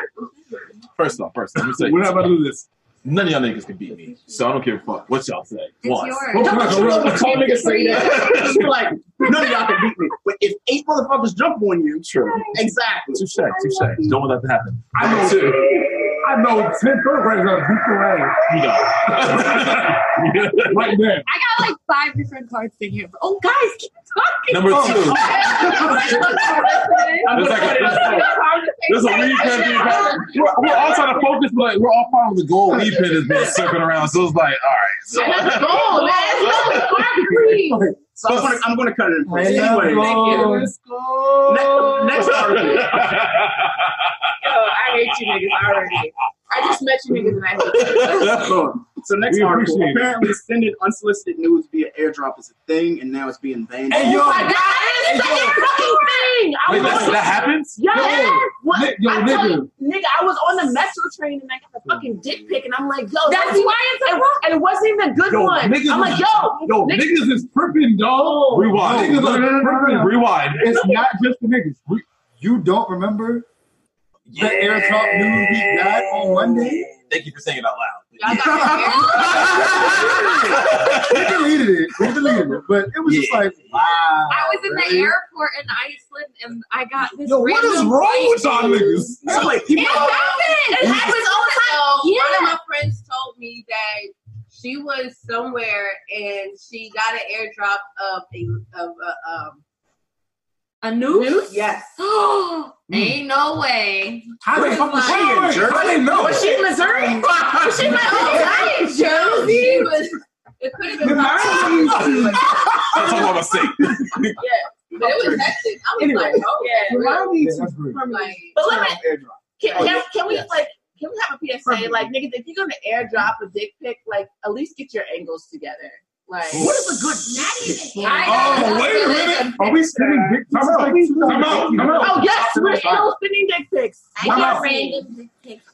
First off, first, let me say We're not about to do this. none of y'all niggas can beat me, so I don't give a fuck what y'all say. Once. yours. Don't let your other tall niggas say that. Just be like, none of y'all can beat me. But if eight motherfuckers jump on you, True. exactly. Touche, touche. Don't want that to happen. I know, I know 10 third graders are beat your ass. You know. Right I there. got like five different cards in here. but- Oh, guys, keep talking. Number two. There's Oh. like a, there's a weed pen being passed. We're, we're all trying to focus, but like, we're all following the goal. Weed pen is being circled around, so it's like, all right. So, Let's go, let's go, concrete. So I'm gonna, I'm gonna cut it in place. Let's Anyway, go. next, next argument. Yo, I hate you niggas already. I just met you niggas and I hate you. Look, So next We article. appreciate it. Apparently, sending unsolicited nudes via airdrop is a thing, and now it's being banned. Hey, yo. Oh my God, Hey, it's yo. the airdrop thing! I Wait, was that's- on- that happens? Yes. Yo. What? Ni- yo, I tell nigga. you, nigga, I was on the metro train and I got a fucking dick pic, and I'm like, yo, That's wasn't- why it's a and, and it wasn't even a good Yo, one. niggas I'm like, is- yo, Yo, niggas is pripping, dog. Rewind. Niggas are No, no, no, no, pripping. no, no. Rewind. It's not just the niggas. We- you don't remember the airdrop news we got on Monday? Thank you for saying it out loud. we deleted it. We deleted it. But it was just like, wow. I was in the really? airport in Iceland and I got this. Yo, what is random wrong with tweet. y'all niggas? It's like people- It happened! It happens all the time. So, One of Yeah. my friends told me that she was somewhere and she got an airdrop of a of a um A noose? Yes. Ain't no way. How the fuck was she in Jersey? How they know? Was she in Missouri? Was she in my own state? She was. It could have been I'm talking about a sink. Yeah, but it was hectic. I was Anyway, like, oh yeah. remind me to Like, But let me, can, Oh, can, yes, can we yes. like? Can we have a PSA? Like, niggas, if you're gonna airdrop a dick pic, like at least get your angles together. Like, What is a good? Not even. Oh, wait a minute. Are we sending dick pics? Come out. Come out. Come out. Oh yes, we're still sending dick pics. I get Yes. random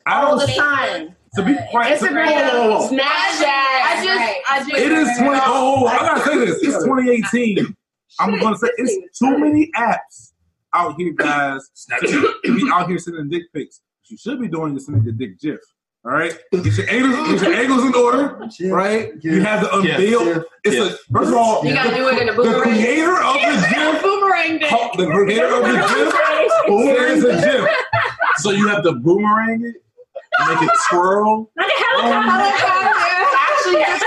I all don't the time. To be quite Instagram, Whoa, whoa, whoa. Snapchat. I just- I just- It is 20. Oh, I gotta say this. It's 2018. I'm gonna say it's too many apps out here, guys. to be out here sending dick pics. What you should be doing is sending the dick GIF. All right, get your angles, get your angles in order. Right, you have to GIF, unveil. GIF, It's a first of all, You gotta do it in a the boomerang. creator of the GIF boomerang dick. Oh, the creator of the Boomerang gym. Boomerang the gym. So you have to boomerang it, make it twirl. Like a helicopter. Oh, Actually, there's,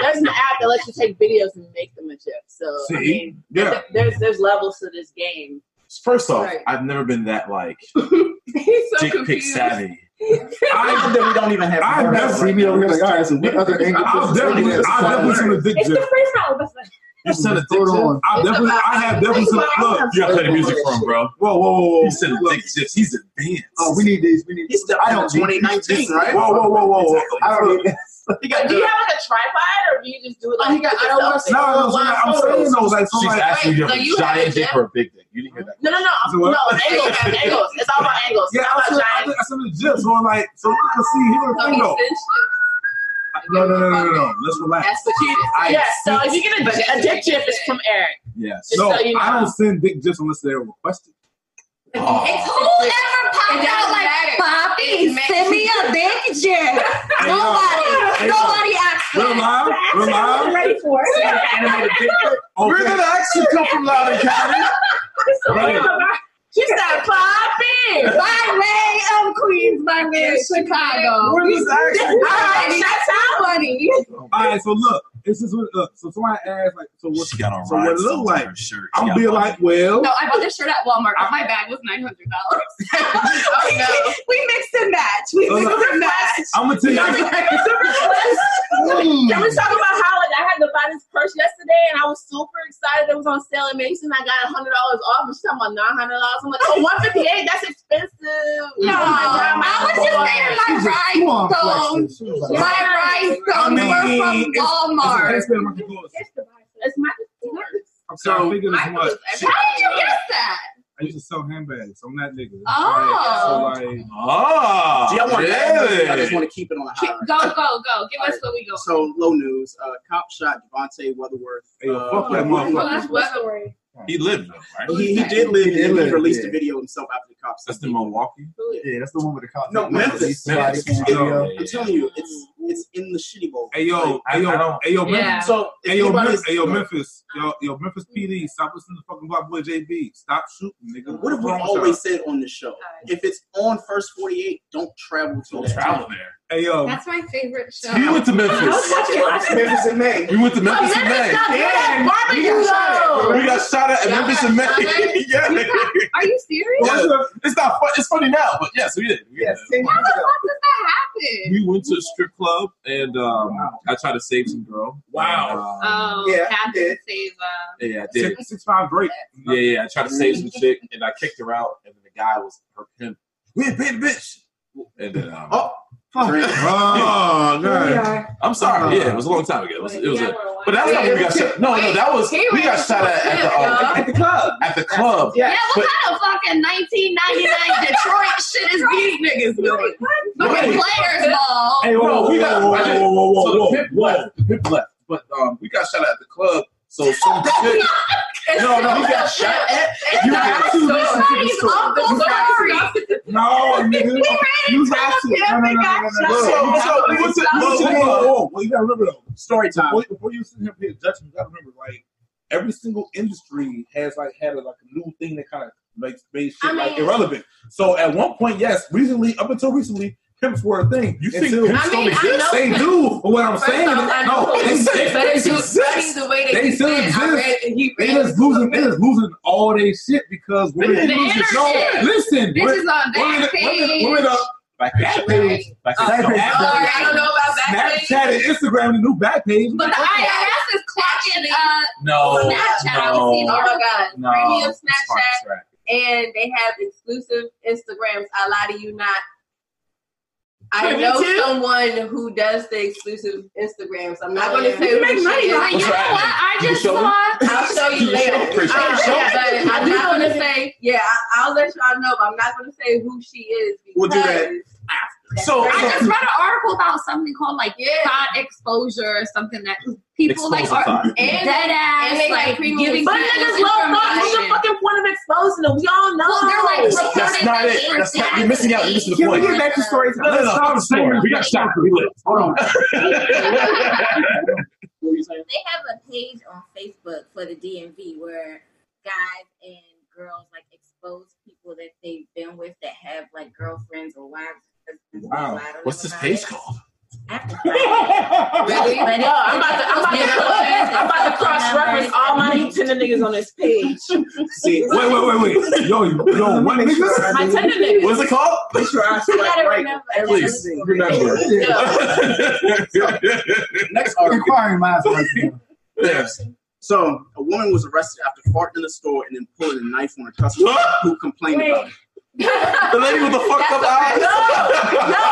there's an app that lets you take videos and make them a GIF. So I See? mean, Yeah. th- there's there's levels to this game. First off, Right. I've never been that like He's dick pic savvy. I that we don't even have. I definitely be over here like, all right, so what other angle? I'll definitely, I'll definitely send a dick It's gif. the freestyle episode. You sent a dick Hold gif? on. I It's definitely, about- I have definitely sent a look. You gotta play the music for him, bro. Whoa, whoa, whoa, whoa. He sent a dick gifs. He's advanced. Oh, we need these. We need. It's the I don't need- 2019, right? Whoa, whoa, whoa, whoa, whoa. I don't need. do you have like a tripod or do you just do it like? he got- I don't yourself? No, no, wanna no, I'm saying those like She's somebody. asking you if you have a giant dick or a big dick. You didn't hear that. No, no, no, So no. what? Angles, angles. It's all about angles. Yeah, I it's all about sent, I think I sent a gif. So I'm like, so you can see here the Oh, thing he though. sent No, no, no, no, no, no. Let's relax. That's what you I- Yes, so if you get a, a dick chip, it's from Eric. Yes. Just no, so you know. I don't send dick gifs unless they're requested. Oh. Oh. It's whoever popped out like, Bobby, send me a big gif. Nobody, Hey, yo. nobody asked We're live. We're live. ready for Animated dick pic. We're Okay. gonna actually come from Loudoun County. Right. She said, Poppy! By way of Queens, by way of Chicago. Where is this actually- Alright, that's how money. All right, so look, this is what. Look, so somebody asked, like, so what? She got on so what it Ryan's look like? shirt. She I'm got be on- like, well, No, I bought this shirt at Walmart, but my bag was nine hundred dollars. We mixed and matched. We Hold mixed up. and matched. I'm gonna tell Can we you. can we talk about how like, I had to buy this purse yesterday and I was super excited. It was on sale at Mason. I got hundred dollars off. And she's talking about nine hundred dollars. I'm like, oh, one fifty eight. That's expensive. Oh No, I was just saying my rhinestones. My rhinestones were from Walmart. It's, it's, it's, it's, It's my it's I'm sorry, I figured as much. How did you get that? I used to sell handbags. I'm that nigga. Oh. Like, so like, Oh, See, I want yeah. I just want to keep it on the high. Go, go, go. Give us what we go. So low news. Uh, cop shot Devontae Weatherworth. uh, Hey, yo, fuck that Well, motherfucker. that's what He lived though, right? He, he did live. He He, lived, released yeah. a video himself after the cops. That's the Milwaukee. Yeah, that's the one with the cop. No, Memphis. Memphis. Memphis. Yeah, Yo. yeah, I'm telling you, it's it's in the shitty bowl. Hey yo, I- hey I yo, don't- hey yo, Memphis. Yeah. So if Hey yo, Memphis, anybody's- hey yo, Memphis, yo, yo, Memphis PD, stop listening to fucking Black Boy JB. Stop shooting, nigga. What have we Wrong shot. always said on the show? If it's on first 48, don't travel to Don't that travel town. there. Hey yo, That's my favorite show. We went to Memphis. Memphis in May. We went Oh, to Memphis in May. we got shot at. We got shot at in Memphis in May. yeah. Are you serious? Yeah. It's not fun. It's funny now, but yes, we did. We, Yes, did. How the fuck does that happen? we went to a strip club and um, I tried to save some girl. Wow. Um, Oh, Yeah, yeah. Captain Save. uh, yeah, I did. six, six five break. Yeah, yeah. I tried to save Mm-hmm. some chick, and I kicked her out, and then the guy was her pimp. We ain't paid the bitch. And then um, Oh, Oh, God. I'm Uh-huh. sorry. Yeah, it was a long time ago. It was, it was a, but that's not when we got shot. No, no, that was we got shot at, at the uh, at the club. At the club. Yeah, But- what kind of fucking 1999 Detroit shit is these niggas doing? Fucking players ball. Hey, whoa, whoa, we got, whoa, whoa, whoa, whoa, so the pimp left. The pimp left. But um, we got shot at the club. So some chick. No, no, we got shot at. You have to listen to the Somebody's story. uncle You have to- No, nigga. You have to. No, no, no, no, no, no. So- so, what's it- what's it- Whoa, whoa, whoa, whoa, you gotta remember though. Story time. Before, before you sit here and pay judgment, you gotta remember, like, every single industry has, like, had, like, a new thing that kind of makes, made shit, I like, mean- irrelevant. So at one point, yes, recently, up until recently, pimps were a thing. You think pimps I don't mean, I exist? know- They do, but what I'm First saying is, off, I know no, who they, it is, they, but they it's who- exist. that is the way they They still exist. I read- exist. he They read just losing, they just losing all their shit because women. The internet. No, listen, Bitches women- on women, Backpage. women, women are. Backpage. Backpage. Sorry, I don't know about Backpage. Snapchat and Instagram, the new Backpage. But the IRS is clocking uh, No, Snapchat. no. I Oh was my God. No, Premium it's hard Snapchat. track. And they have exclusive Instagrams. I lie to you not. I Wait, know me too? someone who does the exclusive Instagrams. I'm not Oh, going to yeah. say You who make she money, is. right? You What's know happening? what? I Can you just show me? saw- I'll show Can you you later. show me? Appreciate it. Uh, Show me. but I'm You not know going to what? say. Yeah, I, I'll let y'all know. But I'm not going to say who she is. We'll do that. because- So- I just read an article about something called like Yeah. thought exposure or something that people like Exposure are thought. dead ass and they like like premium giving but people niggas love money. What's the information. fucking point of exposing them? We all know. Well, they're like That's, that's not it. That's not, you're missing out. You're missing the Can we point. get back to story time? No, no, no. Let's Stop the story. We got shot. We lit. Hold on. They have a page on Facebook for the DMV where guys and girls like expose people that they've been with that have like girlfriends or wives. husbands, Wow. I don't What's know this about page it. called? Really? But No, uh, I'm about to, I'm about to, I'm about to cross reference all my Nintendo niggas on this page. See, wait, wait, wait, wait. Yo, yo, what niggas? My Tinder niggas. What's it called? Make sure I I gotta remember. Please remember. Next article. Inquiring minds. Yes. So, a woman was arrested after farting in the store and then pulling a knife on a customer who complained Wait. about it. The lady with the fucked up eyes. No, no.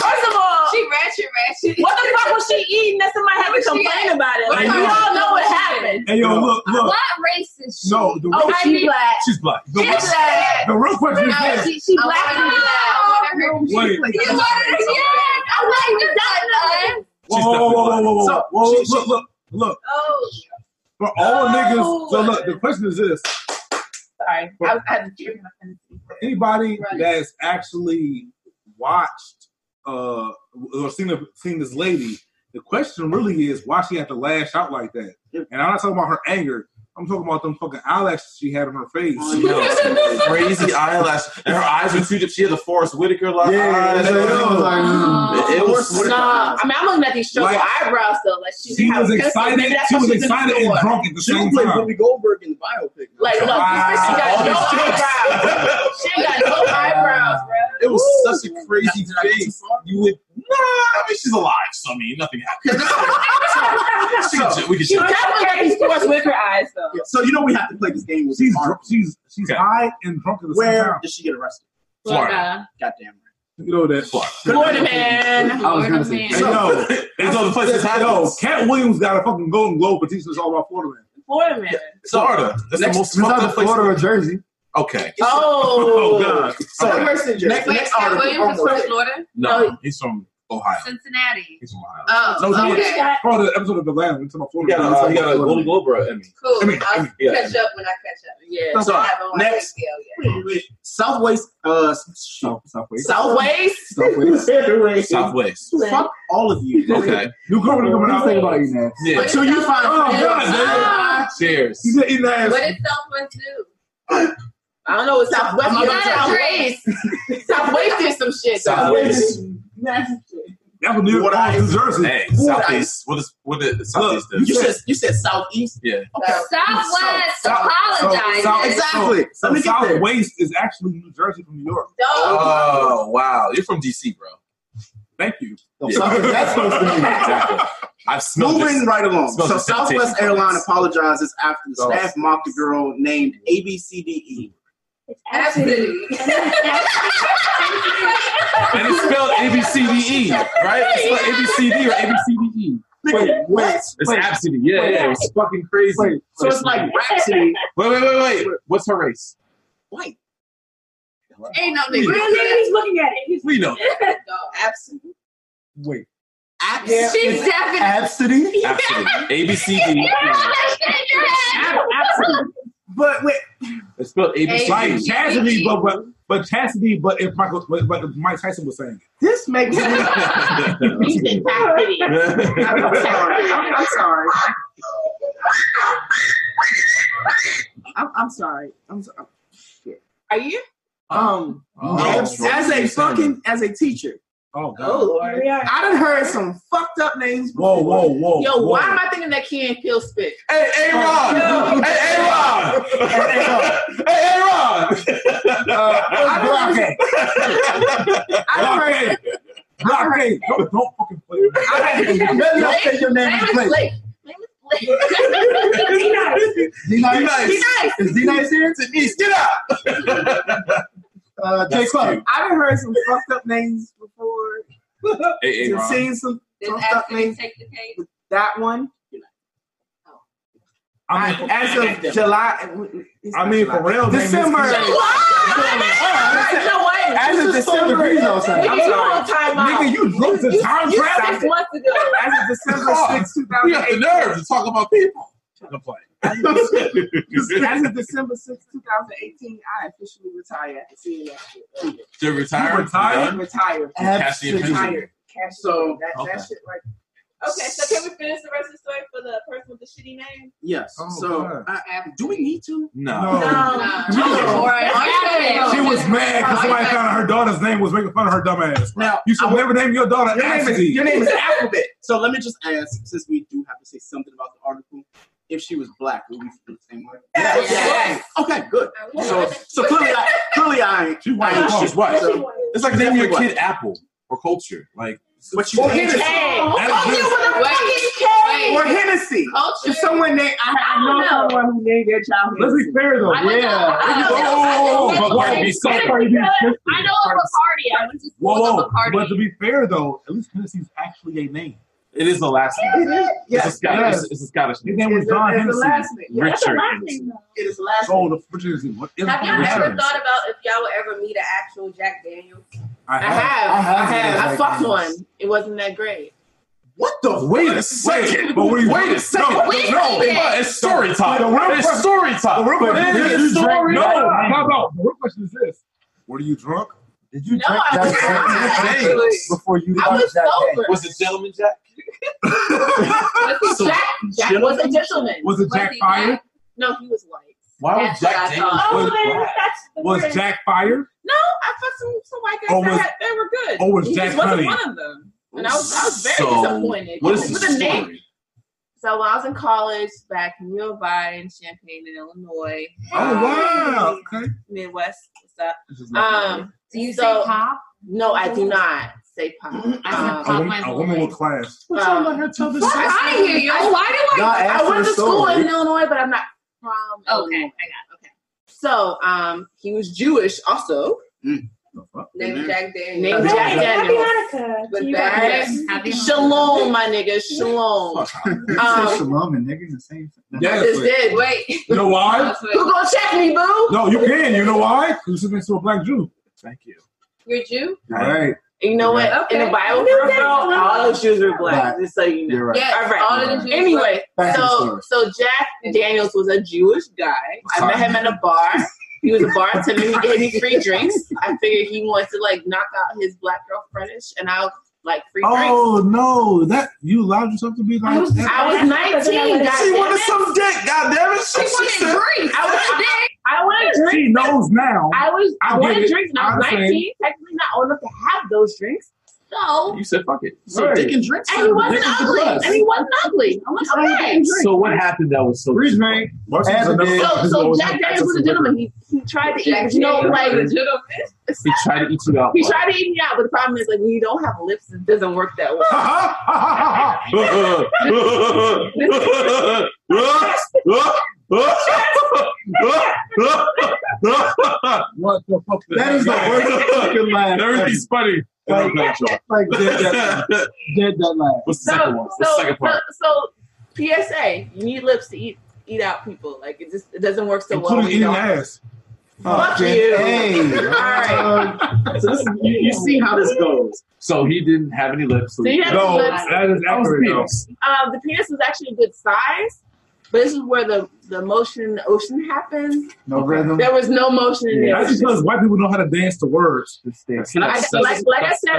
First of all, she ratchet ratchet. What the fuck was she eating that somebody had to What was she complain at? about it? Like, Hey, we yo. all know what happened. Hey, yo, look, look. What racist? No, the Oh, real she black. She's black. The real- She's black. The real question is No, this. she, she black and black. Wait. You wanted to hear it? I like this idea. Whoa, whoa, whoa, whoa, whoa, whoa. So, Whoa, she- she- Look, look, look. Oh, For all No. niggas, so look, the question is this. sorry. I, I had to anybody Right. that's actually watched uh or seen the, seen this lady, the question really is why she had to lash out like that. And I'm not talking about her anger. I'm talking about them fucking eyelashes she had on her face. Yo, Oh, crazy eyelash, and her eyes were too. She had the Forrest Whitaker like eyes. yeah, yeah. It- it was No, I mean, I'm looking at these struggle Like, eyebrows though. Like, she, She have was pencils. Maybe excited. that's She why was she's in the excited and store. drunk at the She same played time. Whoopi Goldberg in the biopic. Like, look, this bitch, she got no eyebrows. She got no eyebrows, bro. It was such a crazy thing. You would nah. I mean, she's alive, so I mean, nothing happened. She can ju- we can She ju- definitely got these sports with her eyes though. So you know we have to play this game with she's drunk, she's she's high and drunk at the Where same time. did she get arrested? Florida. Goddamn right. You know that. Florida man. I was gonna say- Hey, yo, it's all the places. Yo, Cat Williams got a fucking Golden Globe for teaching us all about Florida man. Florida man. Florida. That's Next- the most fucked up place. Florida or Jersey. Okay. Oh. Oh, God. So Okay. next, next, Wait, Cat article, Williams is almost from there. Florida? No, he's from Ohio. Cincinnati. He's from Ohio. Oh, No, okay. it's not- Florida episode of Atlanta. It's about He Florida. got a, uh, he got a Golden Globe or an Emmy. Cool. I mean, I'll I mean, yeah. catch up when I catch up. Yeah. So, I haven't watched next. HBO yet. Southwest, uh, South, Southwest, Southways. Southwest, Southwest. Fuck all of you. Okay. New governor coming out. Think about you now. Yeah. Until you find Oh God, Ah. man. Cheers. He's eating ass. What did Southwest do? I don't know what Southwest You did. got a Southwest. dress. Southwest did some shit though. Southwest. That was New What I- Orleans, New Jersey. Hey, What Southeast. What is what is Southeast? Look, do? You said you said Southeast. Yeah. Southwest apologizes. Exactly. So, Let me get there. Southwest is actually New Jersey from New York. Oh wow, you're from DC, bro. Thank you. So Southwest- that's supposed to mean. exactly. I've smelled Moving this. right along. Smells So like sanitation Southwest Airline products. apologizes after the Oh. E. staff mocked a girl named ABCDE It's absolutely. And it's spelled A B C D E, right? It's spelled A B C D or A B C D E. Wait, wait, it's wait. Absidy. Yeah, Wait. yeah, it's fucking crazy. Wait, so it's like Rhapsody. Wait, wait, wait, wait. What's her race? White. Ain't no nigga. Really? He's looking at it. He's We know. Absolutely. Wait. She's definitely. Absidy. Absidy. A B C D. E. Absolutely. But wait, It's spelled A B C D. like E. chastity, but but but chastity, but if Michael, but, but if Mike Tyson was saying it, this makes me. You said chastity. I'm sorry. I'm, I'm sorry. I'm, I'm sorry. I'm oh, sorry. Shit. Are you? Um, Oh, as, that's right. as a fucking as a teacher. Oh God. Oh, Lord. I done heard some fucked up names. Whoa, whoa, whoa. Yo, why am I thinking that Key and Peele spit? Oh, Hey, hey, Rod. Yo. Hey, hey, Rod. Hey, hey, Uh, Rod. Block A. Block A. Block A. Don't, don't fucking play. with me. Let me not say your name is Blake. D-Nice. D-Nice. Is D-Nice here? Denise, get out. Uh, That's J-Club. cute. I done heard some fucked up names before. Hey, hey, Done Ron. seen some fucked up names. That one. I mean, As of July, I mean, Pharrell. December. You know what? As of December, I'm Nigga, you on sorry. timeout. Nigga, you drunk to time You six travel. months ago. As of December Fuck. 6, We got the 2018. nerve to talk about people. I'm As of playing. December 6, 2018, I officially retire after seeing that shit. To retire. You retired? done? Retire. Cash in your pension. Retire. Cash so, that, that Okay. shit right Okay, so can we finish the rest of the story for the person with the shitty name? Yes. Oh, so, I, I- do we need to? No. She was mad because somebody found out her daughter's name was making fun of her dumb ass. Now, You should never name your daughter Oh, Your name, is, Absidy. your name is Alphabet. So let me just ask, since we do have to say something about the article, if she was black, would we feel the same way? Okay, good. So, so clearly, I, clearly, I ain't. She's white. I- She's white. so- It's like naming your Definitely kid Apple or Culture. Like, But you- Or Hennessy. Or Hennessy. If someone named, I, I know I don't know. someone who named their child Let's be Hennessy. fair though. I don't know. I don't Oh, know. but why be so Because funny? I know of Bacardi. I went to school Whoa, with whoa. Bacardi. But to be fair though, at least Tennessee's actually a name. It is the last name. It's a Yes. Scottish. Yes. It's, it's a Scottish His name. name was It's a- John it's a Hennessy. last name. Yeah, that's a last Richard. name, It is last Oh, the Richard is what? is Have y'all Richard. ever thought about if y'all would ever meet an actual Jack Daniels? I I have. I have. I, Jack fucked Daniels. one. It wasn't that great. What the? Wait a second. But we, Wait a second. No, Wait a no, second. no. But it's story time. The real It's question- story time. The real question It is, is did you drink? story No, time. no, no. The real question is this: Were you drunk? Did you No, drink I was that not. Jack Daniels before you I drank was that sober. Was it Gentleman Jack? Was he Jack, Jack was a gentleman. Was it Was Jack he fired? Jack? No, he was white. Why was That's what Jack I Daniels? thought. Was, was Jack fired? No, I fucked some some white guys Or that Oh, was- had, they were good. or was he Jack just wasn't Honey? one of them. And I was, I was very So, disappointed. What is the With a name story? So when I was in college back in Novi in Champaign in Illinois, Oh um, wow! Okay. Midwest, what's up? Um, Um, Do you So- say pop? no, I do not say pop. I A, said Um, woman, a woman with class. What's Um, wrong with her tell the Fuck story? out of here, yo. Why do I? I went to school in Illinois, but I'm not from Okay, I got Illinois. it. So um, he was Jewish also. Mm. Amen. Mm-hmm. Name Jack Daniels. Named Hey, Jack Daniels. Hanukkah. With to you that, guys. Happy Hanukkah. shalom, my nigga, shalom. You Um, said shalom and nigga in the same sentence. I Yes. just did. Wait. You know why? Who gonna check me, boo? No, you can. You know why? Because she's next to a black Jew. Thank you. You're Jew? All right. And you know what? In the Bible, Okay. bro, all the Jews were black. Just so you know. You're right. Yes. All right. All of the Jews. Anyway, Back to the so story. so Jack Daniels was a Jewish guy. I met him at a bar. He was a bartender. He gave me free drinks. I figured he wanted to like knock out his black girl friendish, and I was like free drinks. Oh no! That you allowed yourself to be like I was- that? I was nineteen. She goddamn wanted it. some dick. God damn it! She She, wanted drinks. I was- Dick. I wanted She drinks. knows now. I was I I get wanted it. drinks, and I was I'm saying- nineteen. Technically not old enough to have those drinks. So You said fuck it. So dick and drinks. and he wasn't This is the ugly. plus. And he wasn't ugly. I'm like, okay. So what happened that was so? Breeze man. Martin's Adam another- did. So, he's so always- Jack Daniels was a gentleman. He, he tried to eat, Jack but you know, Daniels like was a gentleman. He tried to eat you out. he tried to eat me out. But the problem is, like, when you don't have lips, it doesn't work that well. Ha, ha, ha, ha, ha. What the fuck? That is the worst fucking laugh. Everything's funny. Like, like dead that laugh. Dead that laugh. What's So, so, so, so, PSA: You need lips to eat eat out people. Like it just it doesn't work so well. when Including you eating Oh, don't. ass. Fuck Jen- you. Hey. All right. So this is, you, you see how this goes. So he didn't have any lips. So you have no, lips. that is accurate. though. Uh, the penis is actually a good size, but this is where the the motion in the ocean happens. No rhythm. There was no motion in the That's ocean. because white people know how to dance to words. I, like, like I said, I,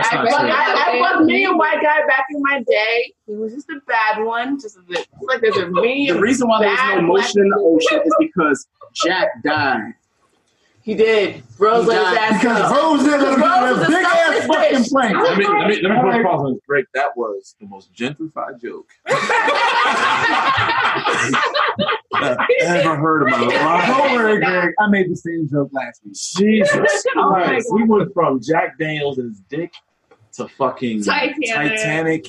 fucked- I, I fucked me a white guy back in my day. He was just a bad one. Just a bit- it's like there's a The reason why there was no motion in the ocean is because Jack died. He did. Rose let his ass Because up. Rose did let him get a Because Rose was big ass selfish fucking bitch. plane. Let me, let me, let me All put a right. pause on this break. That was the most gentrified joke that I've ever heard in my Don't life. worry, Greg. I made the same joke last week. Jesus Oh my Christ. God. We went from Jack Daniels and his dick to fucking Titanic. Titanic.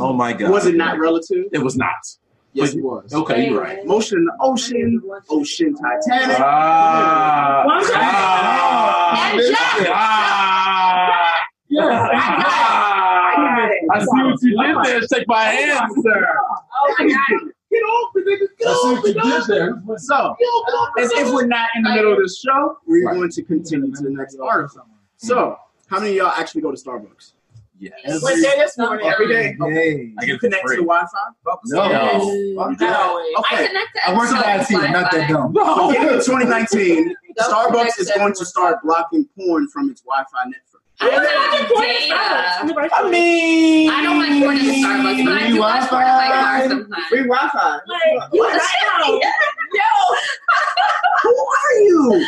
Oh my God. Was it not relative? It was not. Yes, But- it was. Okay, you're right. Motion in the ocean, ocean Titanic. Ah. One time. Ah. Listen. Ah. Yes, I got it. I see what you did there. Shake my hand, sir. Oh my god. Get off the nigga. Get I see what off the you did there. So, as if we're not in the middle of the show, we're going to continue to the next article. So, how many of y'all actually go to Starbucks? Yeah. Went there this morning. Every day. Okay. I You get connect to free. the Wi Fi? No. Okay. I okay. connect to I work Xbox at IT. I'm not that Wi-Fi. dumb. No. In 2019, Don't Starbucks connect is to going to start blocking porn from its Wi Fi network. I don't have data. I mean, I don't like porn at Starbucks, but I do watch porn at my car sometimes. Free Wi Fi. Like, What? what? I know. Who are you?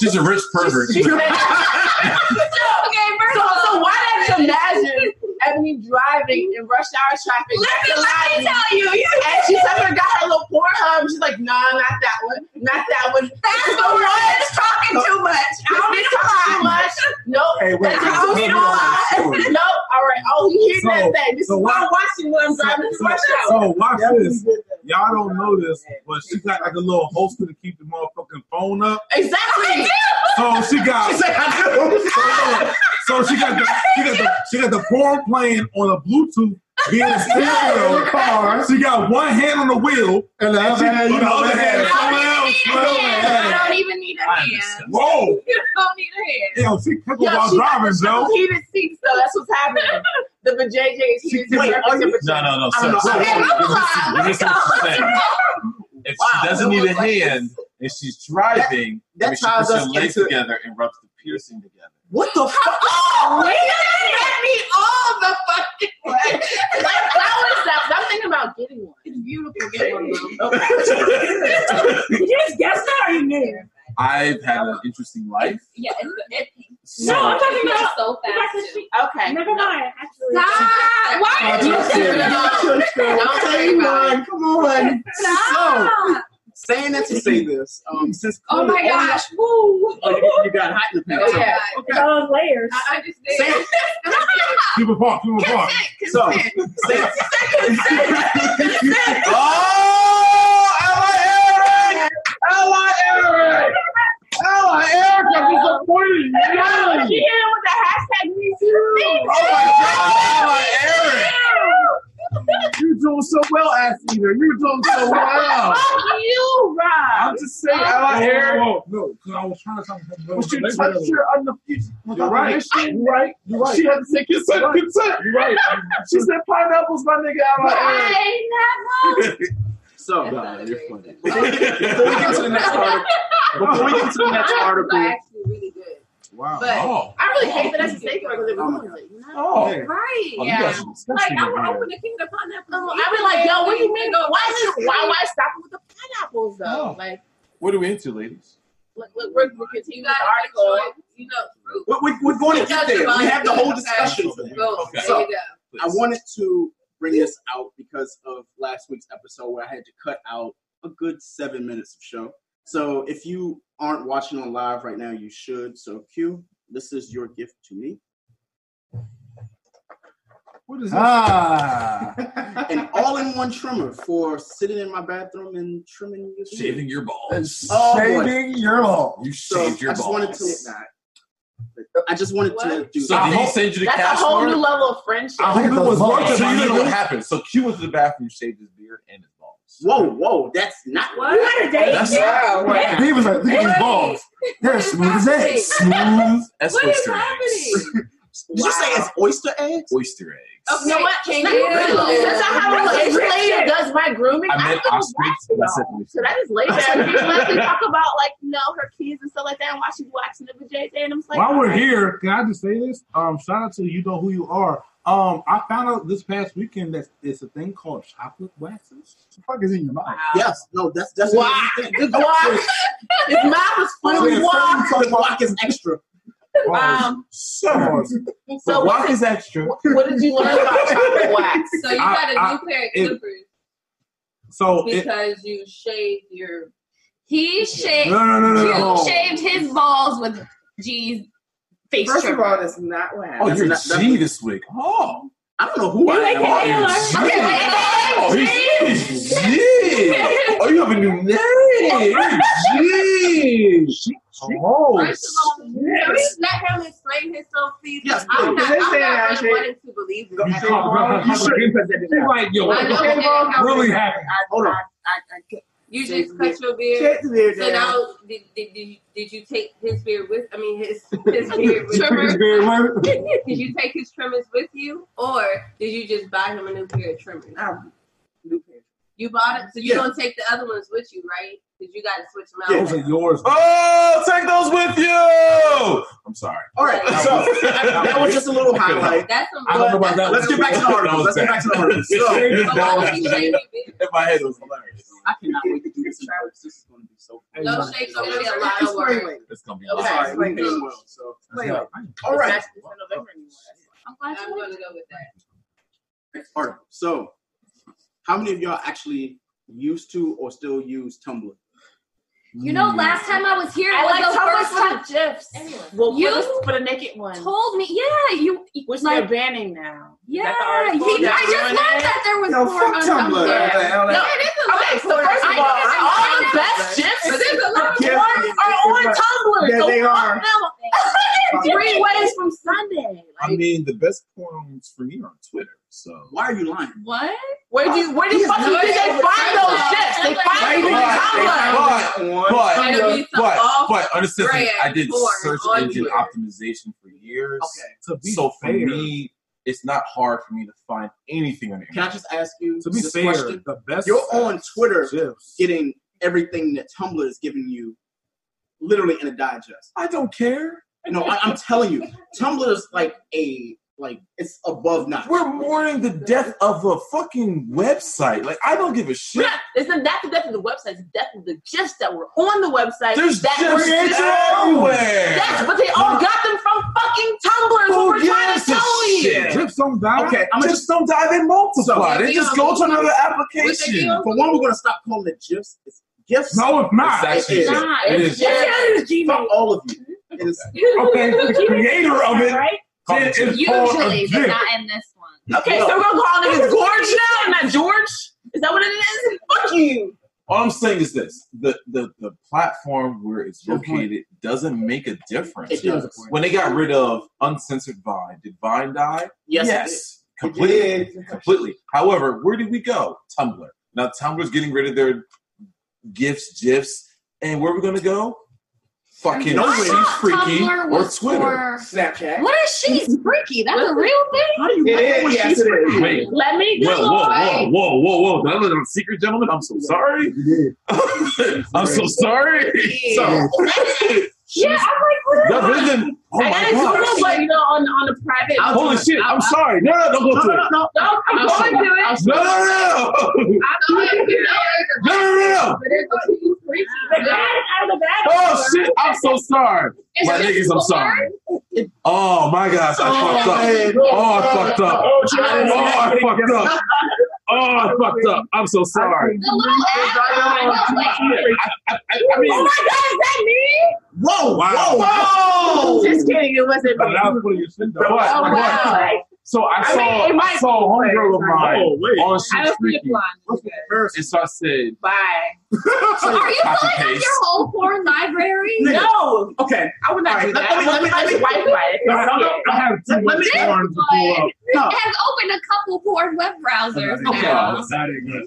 She's a rich pervert. She said, Okay, first so, of all, so why not imagine Ebony driving in rush hour traffic? Listen, let me tell you, you And she's like, got her little porn hub. She's like, no, nah, not that one. Not that one. That's the one that's talking too much. I I don't don't need be to talking lie. much. Nope. Hey, wait. That's I don't just- need to lie. nope. All right. Oh, you hear that thing? This So is why- why I'm watching when I'm driving this rush hour. So watch this. Y'all don't know this, but she got like a little holster to keep the motherfucking phone up. Exactly. So she got. So she got the she got the she got the porn playing on a Bluetooth via stereo car. She got one hand on the wheel And the she other hand, put you the know, other hand. that- Someone else, I someone else. don't even need a I hand. understand. Whoa! You don't need a hand. Yo, she tickled Yo, while she driving, got Joe. the heated seats, so that's what's happening. The vajayjay is heated to Wait, perfect are you- temperature. No, no, no. I Sir, don't sir, sir, know. Okay, let me see- let me see what she's saying. If Wow, she doesn't that need a looks like- hand and she's driving, that I mean, she ties puts her us legs into- together and rubs the piercing together. What the fuck? Oh, wait a minute. Let me all the fucking way. Like flowers that I'm thinking about getting one. It's beautiful getting one. Bro. Did you just guess that or you knew? I've had an interesting life. Yeah, it's, it's, So No, I'm talking it's about- so fast. too. Okay. Never mind. Actually, Stop. Why did you say that? Don't worry about Come on. So, Stop. saying that to say this, um, since Oh my clearly all gosh. y'all- Woo. oh, you, you got hot in the past. Oh, yeah. Okay. layers. I understand. Saying, Keep it parked, keep it parked. so, saying, Oh, Ella Eric! Ella Eric! Ella, Eric, I'm disappointed. in No, she hit you. him with the hashtag me too. Ella Oh my God, Eric! Ella, you're doing so well, ass eater. You're doing so well. Fuck you, Rob. Oh, I'm just saying, Ella, Eric. Whoa, whoa, whoa, No, because I was trying to talk to But you touched her on the future. You're right. You're right. You're right. She had to say consent, You're right. consent. You're right. She said pineapples, my nigga. I'm like, eh. So, Nah, you're funny. before we get before we get to the next article, before we get to the next article, actually really good. Wow. But Oh, I really hate that that's a safeguard because it was ruins it. You know? oh. Right. Oh, you Yeah. guys are disgusting I over want to here. open the can of pineapple. Oh, I was like, yo, what do you mean? Why is this? Why why stop it with the pineapples though? Oh. Like, What are we into, ladies? look, look, we're, we're continuing the article. article? You know, fruit. we- we- we're going to get there. We have the whole Okay. discussion. for that. Go. Okay. There you go. I wanted to bring this out because of last week's episode where I had to cut out a good seven minutes of show. So if you aren't watching on live right now, you should. So Q, this is your gift to me. What is this? Ah, an all-in-one trimmer for sitting in my bathroom and trimming your Shaving your balls. Oh, boy. Shaving your balls. You shaved your I just balls. wanted to. I just wanted to do. So did he send you the That's a cash whole order? new level of friendship. I hope it was balls. worth it. So you know Really? what happened. So Q went to the bathroom, shaved his beard, and his balls. Whoa, whoa, that's not What? You had a date? That's Yeah, what? He was like, look at these balls. They're smooth as eggs. Smooth as What is oyster eggs. Did you say it's oyster eggs? Oyster eggs. Okay, you know what? Can Not you- really. That's not how That's this encryption. lady does my grooming. I I meant feel ostrich. and I said oyster. So that is later. She lets me talk about like you know her kids and stuff like that, and why she's watching it with JJ. And I'm just like, While we're alright. here, can I just say this? Um, shout out to you know who you are. Um, I found out this past weekend that it's a thing called chocolate waxes. What the fuck is in your mouth? Yes, no, that's that's Why? Good Why? His mouth was full Finally, of why? water. Block is extra. Um, Sir. so Why is extra? What did you learn about chocolate wax? So you got a new pair of it- clippers So it, because you shaved your. He shaved. No, no, no, no, no. Q shaved his balls with G's face First trimmer. of all, that's not what Oh, happened. you're G this week. Oh, I don't know who You I like am. it, Taylor? Oh, Okay, you're G. Oh, he's G. Oh, you have a new name. You're G. Oh, First of all, can we let him explain himself, please? Yes, I'm please. not, I'm Listen, I not said- really wanting to believe this. You at should- all. you should- you like, yo, what I the know fuck it didn't happen. really happened? I- Hold on. I- I- I can't- You Shave just the cut your beard. Shave the beard So down. now, did, did, did, you, did you take his beard with? I mean, his his beard with His beard with- did you take his trimmers with you, or did you just buy him a new pair of trimmers? You bought it, so you Yeah. don't take the other ones with you, right? Because you got to switch them out. those are yours. Oh, take those with you. I'm sorry. All right, so that was just a little highlight. That's some. I don't know about that. Let's get back to the article. Let's get back to the article. So, But why would you shave your beard? In my head, it was hilarious. I cannot wait to do this. Travis. This is going to be so fun. No shape's gonna be a lot of Explain work. later. It's gonna be I'm live. sorry, we did well. So, Explain later. all right, I'm gonna go with that. all right. So, how many of y'all actually used to or still use Tumblr? You know, last time I was here, I it was like the first time Thomas gifs. Well, You- for the, for the naked one, told me. Yeah, you. which like- they're banning now. Is Yeah, that the article? he- I That's just ruining learned it? that there was Yo, more fuck on Tumblr. Tumblr. Yeah, No, like- it is a okay, so first of all, all the best gifs But there's a lot of Yeah. porn are on Tumblr. Yeah, so they fuck are. them. Three ways from Sunday. I mean, the best porns for me are on Twitter. So Why are you lying? What? Where do you, where do He's you fucking not think they able to find find those them. gifs? They Right, find them on they Tumblr. found But- that one. but- Gotta be some But but off understand something. brand I did porn search on engine Twitter. optimization for years. Okay. To be So for fair, me, it's not hard for me to find anything on the Can I internet. just ask you to be this fair, question? the best You're on Twitter gifs. getting everything that Tumblr is giving you, literally in a digest. I don't care. No, I, I'm telling you, Tumblr is like a like it's above notch. We're mourning the death of a fucking website. Like I don't give a shit. Yeah, it's not that's the death of the website. It's the death of the gifs that were on the website. There's that just were shit everywhere. Yes, but they all got them from fucking Tumblr. is what Who we're trying gives to a tell you. shit? Drips don't die. Okay, I'm I'm gonna just just don't die. They multiply. So- they just go to another application. for one, we're gonna stop calling it gifs. It's gifts. No, it's not. It's actually- It is. Nah, It it's is. just- Fuck all of you. It is Okay, the creator of it. Right? Comment It is called a Usually, but gift. not in this one. Okay, so we're gonna call niggas Gorge now and not George? Is that what it is? Fuck you. All I'm saying is this: the the, the platform where it's Good point. located doesn't make a difference. It does. When they got rid of uncensored Vine, did Vine die? Yes, it did. completely, It did. completely. However, where did we go? Tumblr. Now Tumblr's getting rid of their gifs, gifs, and where are we gonna go? Fucking No, I wait, she's thought Tumblr freaking or was Twitter. for- Snapchat. What is she's freaky? That's a real thing. How do you It know is, when yes, she's it is. pregnant? Wait, Let me Whoa, whoa, whoa, Google. whoa, whoa, whoa. That was on secret, gentlemen. I'm so sorry. I'm so sorry. So Yeah, I'm like, Y'all what? is that? vision. Oh I my gotta Google, god. but you know, on, on the private. I'll- Holy shit. I'm sorry. No, no, don't go no, to no, it. no, no. no, I'm going to it. No, no, no. I'm going to it. No, no, no, no. The bad out of the bad. Oh shit. I'm so sorry. My niggas, I'm sorry. Oh my gosh. I fucked up. Oh, I fucked up. Oh, Oh, I fucked up. Oh, I fucked up. I'm so sorry. The little app. I, I, I mean, Oh my god, is that me? Whoa, Wow. whoa, whoa. Just kidding, it wasn't me. But that was one of your shit, though. But what? Oh But what? wow. So I, I saw mean, it I might saw a be- homegirl of mine Oh, wait. on I She's don't see a Freaky. blonde. And so I said, Bye. Are you filling Copy up your paste. whole porn library? No. Okay. I would not All do right, that. I would let- let let me- me wipe my No, I don't- I have too much This porn to pull up. boy has opened a couple porn web browsers Okay.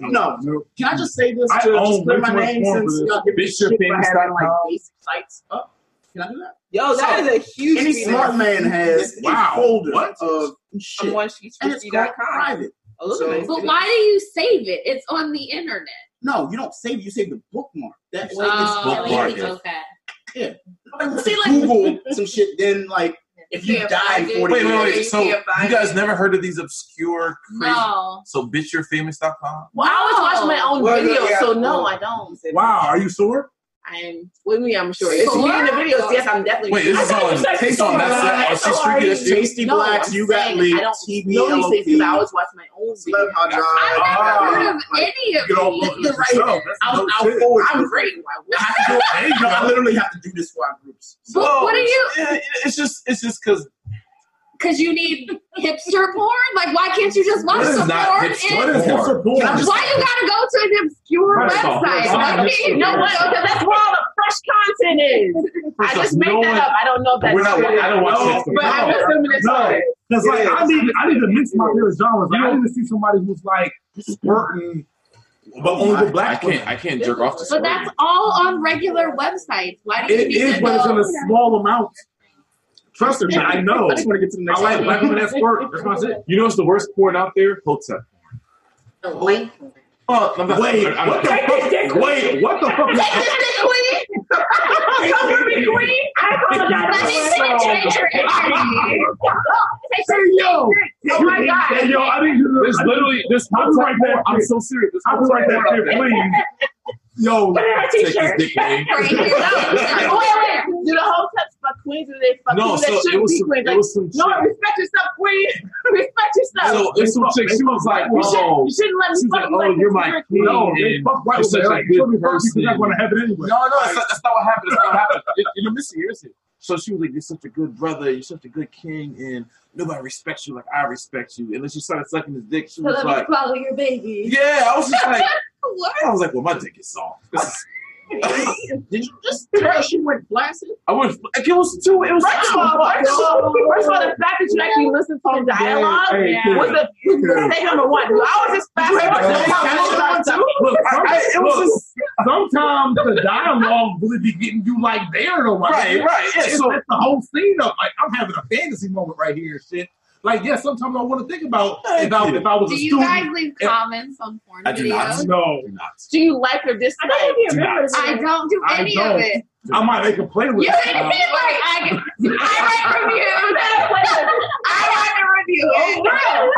now. No. Can I just say this I to own just way put my too much name porn since for y'all give me this. shit for having like BishopPings.com. basic sites up? Can I do that? Yo, that that is is a huge Any feature. smart man has Wow. a folder What? of shit. I'm on and it's sheetsfreaky.com. called private. Oh, look at this. But why do you save it? It's on the internet. No, you don't save it. You save the bookmark. That way Oh, it's bookmark it. okay. Yeah. Like, see, like Google some shit. Then, like, if you can't die in find it. forty Wait, wait, years, wait. So you guys never heard of these obscure crazy? No. So bitchyourfamous.com? Well, I always watch my own Well, yeah, videos, yeah, so no, well. I don't. Wow, are you sure? I'm with me. I'm sure. Oh, If you Sure? me in the videos, yes, I'm definitely. Wait, sure. this is I thought on- you said this is on Tasty That's That- Blacks. on Sixth Street, that's you? Tasty No, Blacks, I'm you got saying, Lee, I don't TV, know these LOP. things 'cause I always watch my own videos. I've never heard of any of Get all these. look at right. I'm out forward. I'm great. I, I literally have to do this for our groups. But what are you- Yeah, it's just it's just because Because you need hipster porn? Like, why can't you just watch This is some not porn? hipster and- What is hipster porn? Why you gotta go to an obscure First of all, website? first of all, Like, hipster you porn. know what? Okay, Because that's where all the fresh content is. I First just off, made no that one- up. I don't know if But that's we're not- true. I don't watch No, Netflix. But I'm assuming it's No, true. because like Yeah. I need I need to mix my favorite genres. I need to see somebody who's like squirting, but Oh on my- the black. I can't I can't jerk off to But squirting. that's all on regular websites. Why do you It need is, to but it's in go? a small amount. Trust me, I know. I just wanna get to the next I like one. black women that squirt. That's my shit. You know what's the worst porn out there? Hope so. Wait, Oh, I'm not- Wait, I'm- I'm- what the Take fuck? this dick, Wait, queen. what the fuck? Take this Is, Come for me, queen. I apologize. Let me see the change your energy. Take hey your yo, Oh my God. hey yo, I need you to. There's literally there's I'll be right contact back. porn. I'm so serious. There's I'll be right contact back, porn out there. please. Yo, Put it in our Take this t-shirt. dick, man. Right here. Wait, wait. Do the whole text fuck queens and they fuck No, queens so that it shouldn't was be some- queens? it Like, was some no, chick. respect yourself, queen. respect yourself. So it's some chick. She was like, You should- oh, you shouldn't let me she's fuck like, you oh, like you're this, my you're a queen. queen. and No, they fuck white you're such a women. They good kill me first person. because that's gonna happen anyway. No, no, that's not, that's not what happened. That's not what happened. You- You're missing. You're missing. So she was like, "You're such a good brother. You're such a good king, and nobody respects you like I respect you." And then she started sucking his dick. She was Let me like, swallow your baby. "Yeah." I was just like, What? I was like, "Well, my dick is soft." This is- Did you just tell she went blasted? I was. Oh. It was too. It was. First of all, first of all, first of all, the fact that you actually listened to the dialogue Hey, hey, was a Karen. mistake number one. I was just Look, I- I- it was look, sometimes the dialogue really be getting you like there though. my Right, nigga. right, yeah, It so- sets the whole scene up. Like I'm having a fantasy moment right here and shit. Like, yeah, sometimes I want to think about if I, if I was a Do you student. guys leave and- comments on porn I do not. videos? No. Do not. Do you like or dislike? Do not. I don't do I any don't. of it. I might make a Uh, play with You it. made me like I, I write reviews. I write a review. I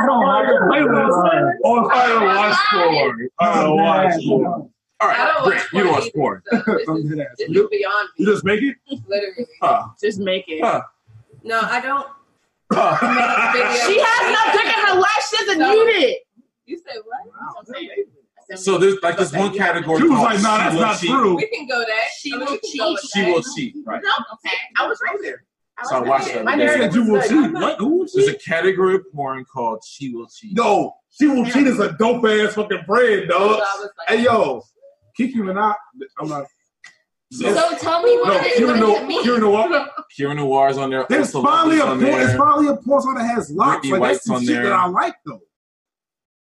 don't like to play with it. Or if I don't watch porn. I don't watch porn. I All right, don't great. watch You don't watch porn. porn I'm dead ass. You're beyond You just make it? me, literally. Huh. Just make it. Huh. No, I don't. She has no dick in her life. She doesn't need it. You said what? So there's like this one category. She was called like, nah, she that's will not cheat. true. We can go that. She will cheat. She will cheat. Right. No, okay. I was right there. was So I right watched there. that. My They narrative said you was will good. cheat. What? Who will There's cheat? a category of porn called Oh, she will cheat. Yo, she will cheat is a dope ass fucking bread, dog. Hey, yo, Kiki Minaj. I'm not. So So tell me No, what it is. Kira What does it no, mean? Kira Noir. Kieran Noir's on there. There's Ursula finally a Levy's on porn. There's there. finally a porn song that has locks. Britney Like that's White's some on shit there. that I like though.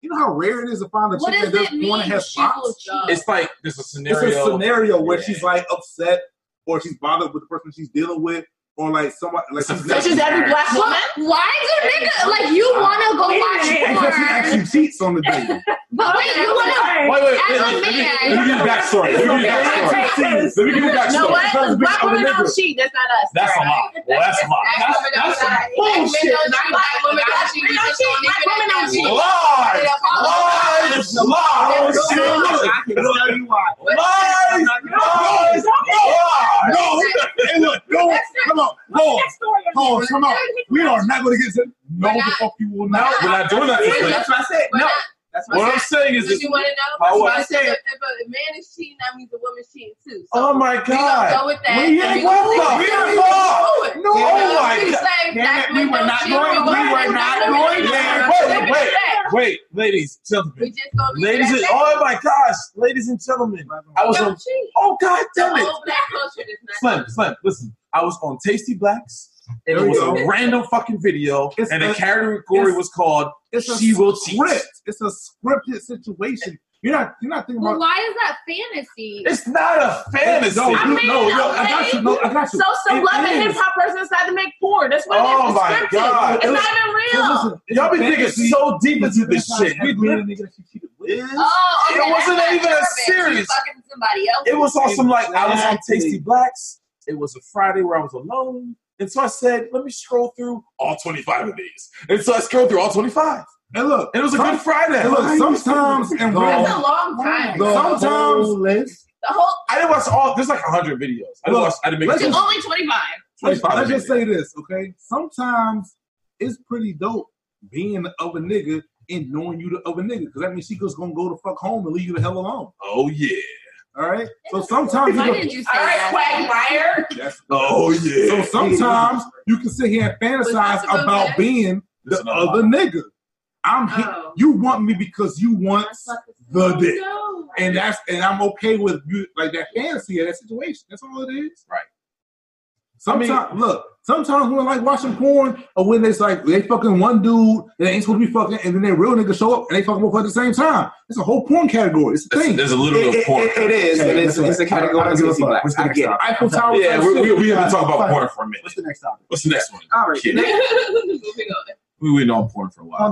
You know how rare it is to find a What chick does that does it porn that mean? has She will locks. cheat. It's like there's a It's scenario. a scenario where Yeah. she's like upset or she's bothered with the person she's dealing with or like somebody like It's a she's fetish. Such as every black Well, woman. why do nigga like you want to go watch Except she porn? actually cheats on the dude. But wait, you Wait, want wait, wait. As a Let me, let me, man. let me give you backstory. Let me give you backstory. Let me give you backstory. You know what? Because black women don't cheat. That's not us. That's a Alright. lot. Well, that's a lot. That's, that's some bullshit. Black women don't cheat. Black women don't cheat. Lies! Lies! Lies! That's a lot. Look, I can tell you why. Lies! Lies! Lies! No, hey, look, no, come on, pause, pause, come on. We are not going to get to no, the fuck you will No, not. we're not doing that. Yeah, this That's what I said. No. That's way. what What I I'm said. saying is, Because this, you want to know? How That's what? why I said if if a man is cheating, that means a woman's cheating too. So oh my we gonna go god, with that. we ain't and we gonna see what what the fuck? we gonna do. No, Oh my my God. God. We were not going- we were not going there. Wait, wait, wait, ladies, gentlemen. Ladies and oh my gosh, ladies and gentlemen. I was on Oh god damn it. Slim, Slim, listen. I was on Tasty Blacks. And There it was you a go. random fucking video, It's and a- the category it's- was called It's a "She Will Cheat." script. It's a scripted situation. You're not. You're not thinking Well, about. why is that fantasy? It's not a fantasy. No, I no, mean, no, no, I got you. No, I got you. So some It love and is. hip hop person decided to make porn. That's what it Oh is. It's my scripted. God. It's It was- not even real. Y'all be thinking so deep into this That's shit. not We every live- Oh, okay, It wasn't that's not even a your bitch. series. You fucking somebody else. It was on some like I was on Tasty Blacks. It was a Friday where I was alone, and so I said, "Let me scroll through all 25 of these." And so I scrolled through all 25. And look, it was a good Friday. And look, sometimes and That's a long time. sometimes The whole. I didn't watch all. There's like 100 videos. I didn't watch. I didn't make. let's It's just- only 25. Let's, 25 let's just say this, okay? Sometimes it's pretty dope being the other nigga and knowing you the other nigga, because that means she just gonna go the fuck home and leave you the hell alone. Oh yeah. All right. So sometimes Why you did you say All right, that? Quagmire. That's- Oh yeah. So sometimes you can sit here and fantasize Listen to about that. being the Listen to other nigga. I'm he- Oh. you want me because you want the dick, No. and that's and I'm okay with you like that fantasy of that situation. That's all it is. Right. Sometimes look, sometimes when like watching porn or when it's like they fucking one dude that ain't supposed to be fucking, and then their real nigga show up and they fucking both at the same time. It's a whole porn category. It's a There's- thing. There's a little bit of porn. It is. Okay, It is. that's It's a right. I category don't of give a Tasty fuck. Blacks. What's the I next get it. topic? Eiffel Tower. Yeah, we we we have to talk about Fine. porn for a minute. What's the next topic? What's the next one? All right. Shit. We went on porn for a while.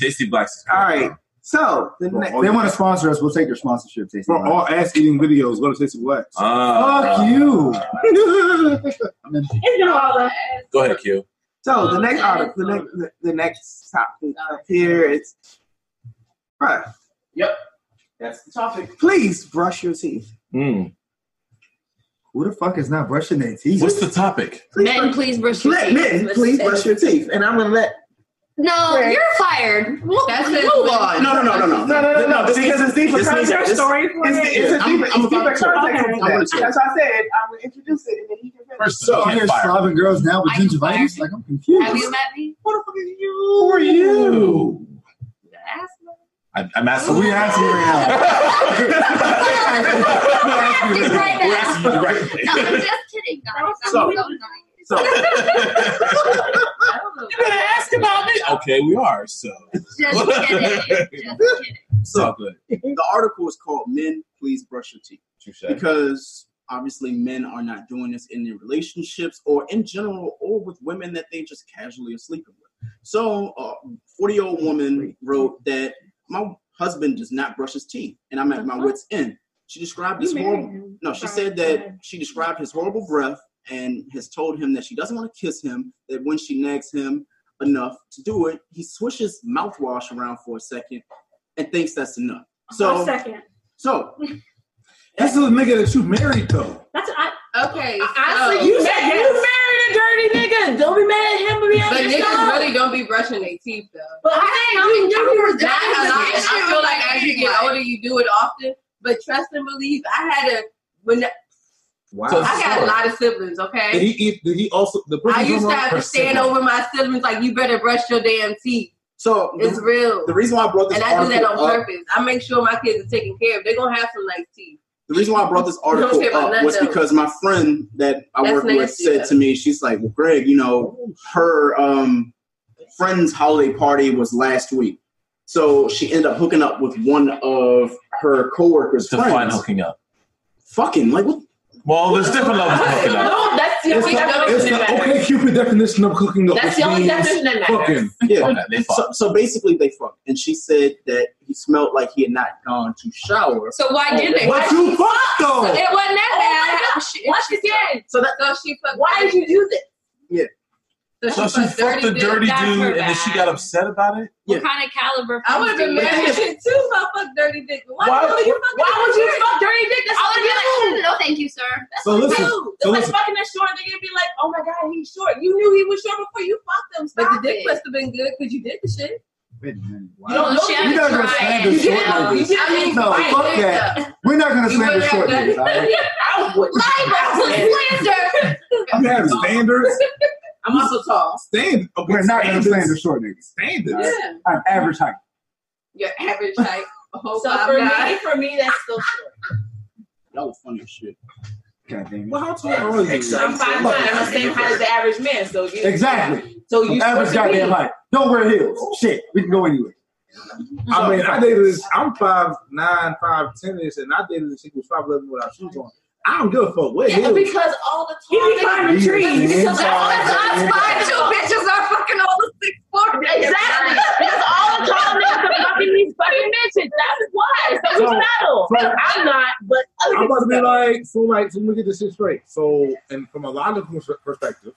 Tasty Blacks. Is All right. So the Well, next. all They you- want to sponsor us. We'll take your sponsorship, Tasty. For Blacks. all ass eating videos, go to Tasty Blacks. Uh, Fuck you. It's been a while, though. Go ahead, Q. so the next article, the next, the, the next topic up here is, bruh. Yep. That's the topic. Please brush your teeth. Hmm. Mm. Who the fuck is not brushing their teeth? What's the topic? Men, please brush your Let teeth. men please brush your teeth, and I'm gonna let. No, you're fired. That's Move it. on. No, no, no, no, no, no, no, no. This because it's deeper context. It's, it's a deeper, it's deeper context. than that. That's why I said I'm gonna introduce it, and then he can finish. First, So I'm you here can't fire. slobbing girls now with gingivitis. Like I'm confused. Have you met me? Who the fuck is you? Who are you? I, I'm asking. we asking right now. We're asking you right now. We're asking you directly. No, I'm just kidding, guys. I'm so So- nice. So you better ask about me. Okay, we are. So Just kidding. Just kidding. it's all good. the article is called "Men Please Brush Your Teeth." Touche. because obviously men are not doing this in their relationships or in general or with women that they just casually are sleeping with. So, a 40 year old woman wrote that my husband does not brush his teeth and I'm at my wits' end. She described his horrible. No, she said that she described his horrible breath and has told him that she doesn't want to kiss him, that when she nags him enough to do it, he swishes mouthwash around for a second and thinks that's enough. So, So, second. so This is a nigga that you married though. That's I, Okay. Honestly, so- you Ma- said you married a dirty nigga. Don't be mad at him for being But on your niggas side. really don't be brushing their teeth though. but I You didn't do know you were that, and I, dying. I feel like as you get older, you do it often. But trust and believe, I had a when Wow. I got a lot of siblings. Did Okay, he eat? Did he also? The person I used to who- have to stand Percent. over my siblings like, "You better brush your damn teeth." so It's real, The reason why I brought this and I do that on article up, purpose. I make sure my kids are taken care of. They're gonna have some nice teeth. the reason why I brought this don't article care about up none was of those. because my friend that I That's work with nasty, said though. to me, she's like, "Well, Greg, you know, her um, friend's holiday party was last week, so she ended up hooking up with one of her coworkers' It's fun friends. hooking up. Fucking like, what? Well, there's different levels of hooking up. No, that's the It's only the, it's definition that the matters. okay cupid definition of cooking up. That's which the only means definition that matters. Fucking. Yeah, Okay, they so, fuck. so basically they fucked, and she said that he smelled like he had not gone to shower. So why did they? But you fucked though. It wasn't Oh that bad. She- Once again, So that So she fucked. why did you do this? So she fucked a dirty dude, and then she got upset about it. Yeah. What kind of caliber? I would have been friends do mad you at you too if I fucked dirty dick. Why, Why- the hell you fucking Why would you fuck dirty dick? have? That's I would all have been you like, do. no, thank you, sir. So listen. Dude, So it's like listen. fucking that short nigga and be like, oh my god, he's short. You knew he was short before you fucked him. But Stop the dick it. must have been good because you did the shit. Wait a minute. Wow. You don't know she that. had We're to not gonna slander try it. short Yeah, you niggas. No, fuck that. We're not gonna slander short niggas. All You wouldn't have done it. did. I mean, right. right? I would. Libel to slander. You have standards. I'm also tall. Stand. okay, We're not going to plan the standards. short niggas. Standards. Yeah. I'm average height. Your average height. so five for guy. me, for me, that's still short. That was funny as shit. God damn it. Well, how tall are you? I'm five nine. I'm the same height as the average man. So you, Exactly. So you I'm average supposed to goddamn be- height. Don't wear heels. Shit, we can go anywhere. I mean, I dated this. I'm five nine, five ten ish, and I dated this chick who was five eleven without shoes on. I don't give a fuck what Yeah, heels. because all the tall be climbing niggas- trees. Because all the Yeah. tall Why two bitches are fucking all the six foot? Exactly. Because all the tall niggas are fucking these fucking bitches. That's why. So we So- settle. so- I'm not, but other I'm about to niggas be settle. like, so like, so let me get this shit straight. So, and from a logical pers- perspective,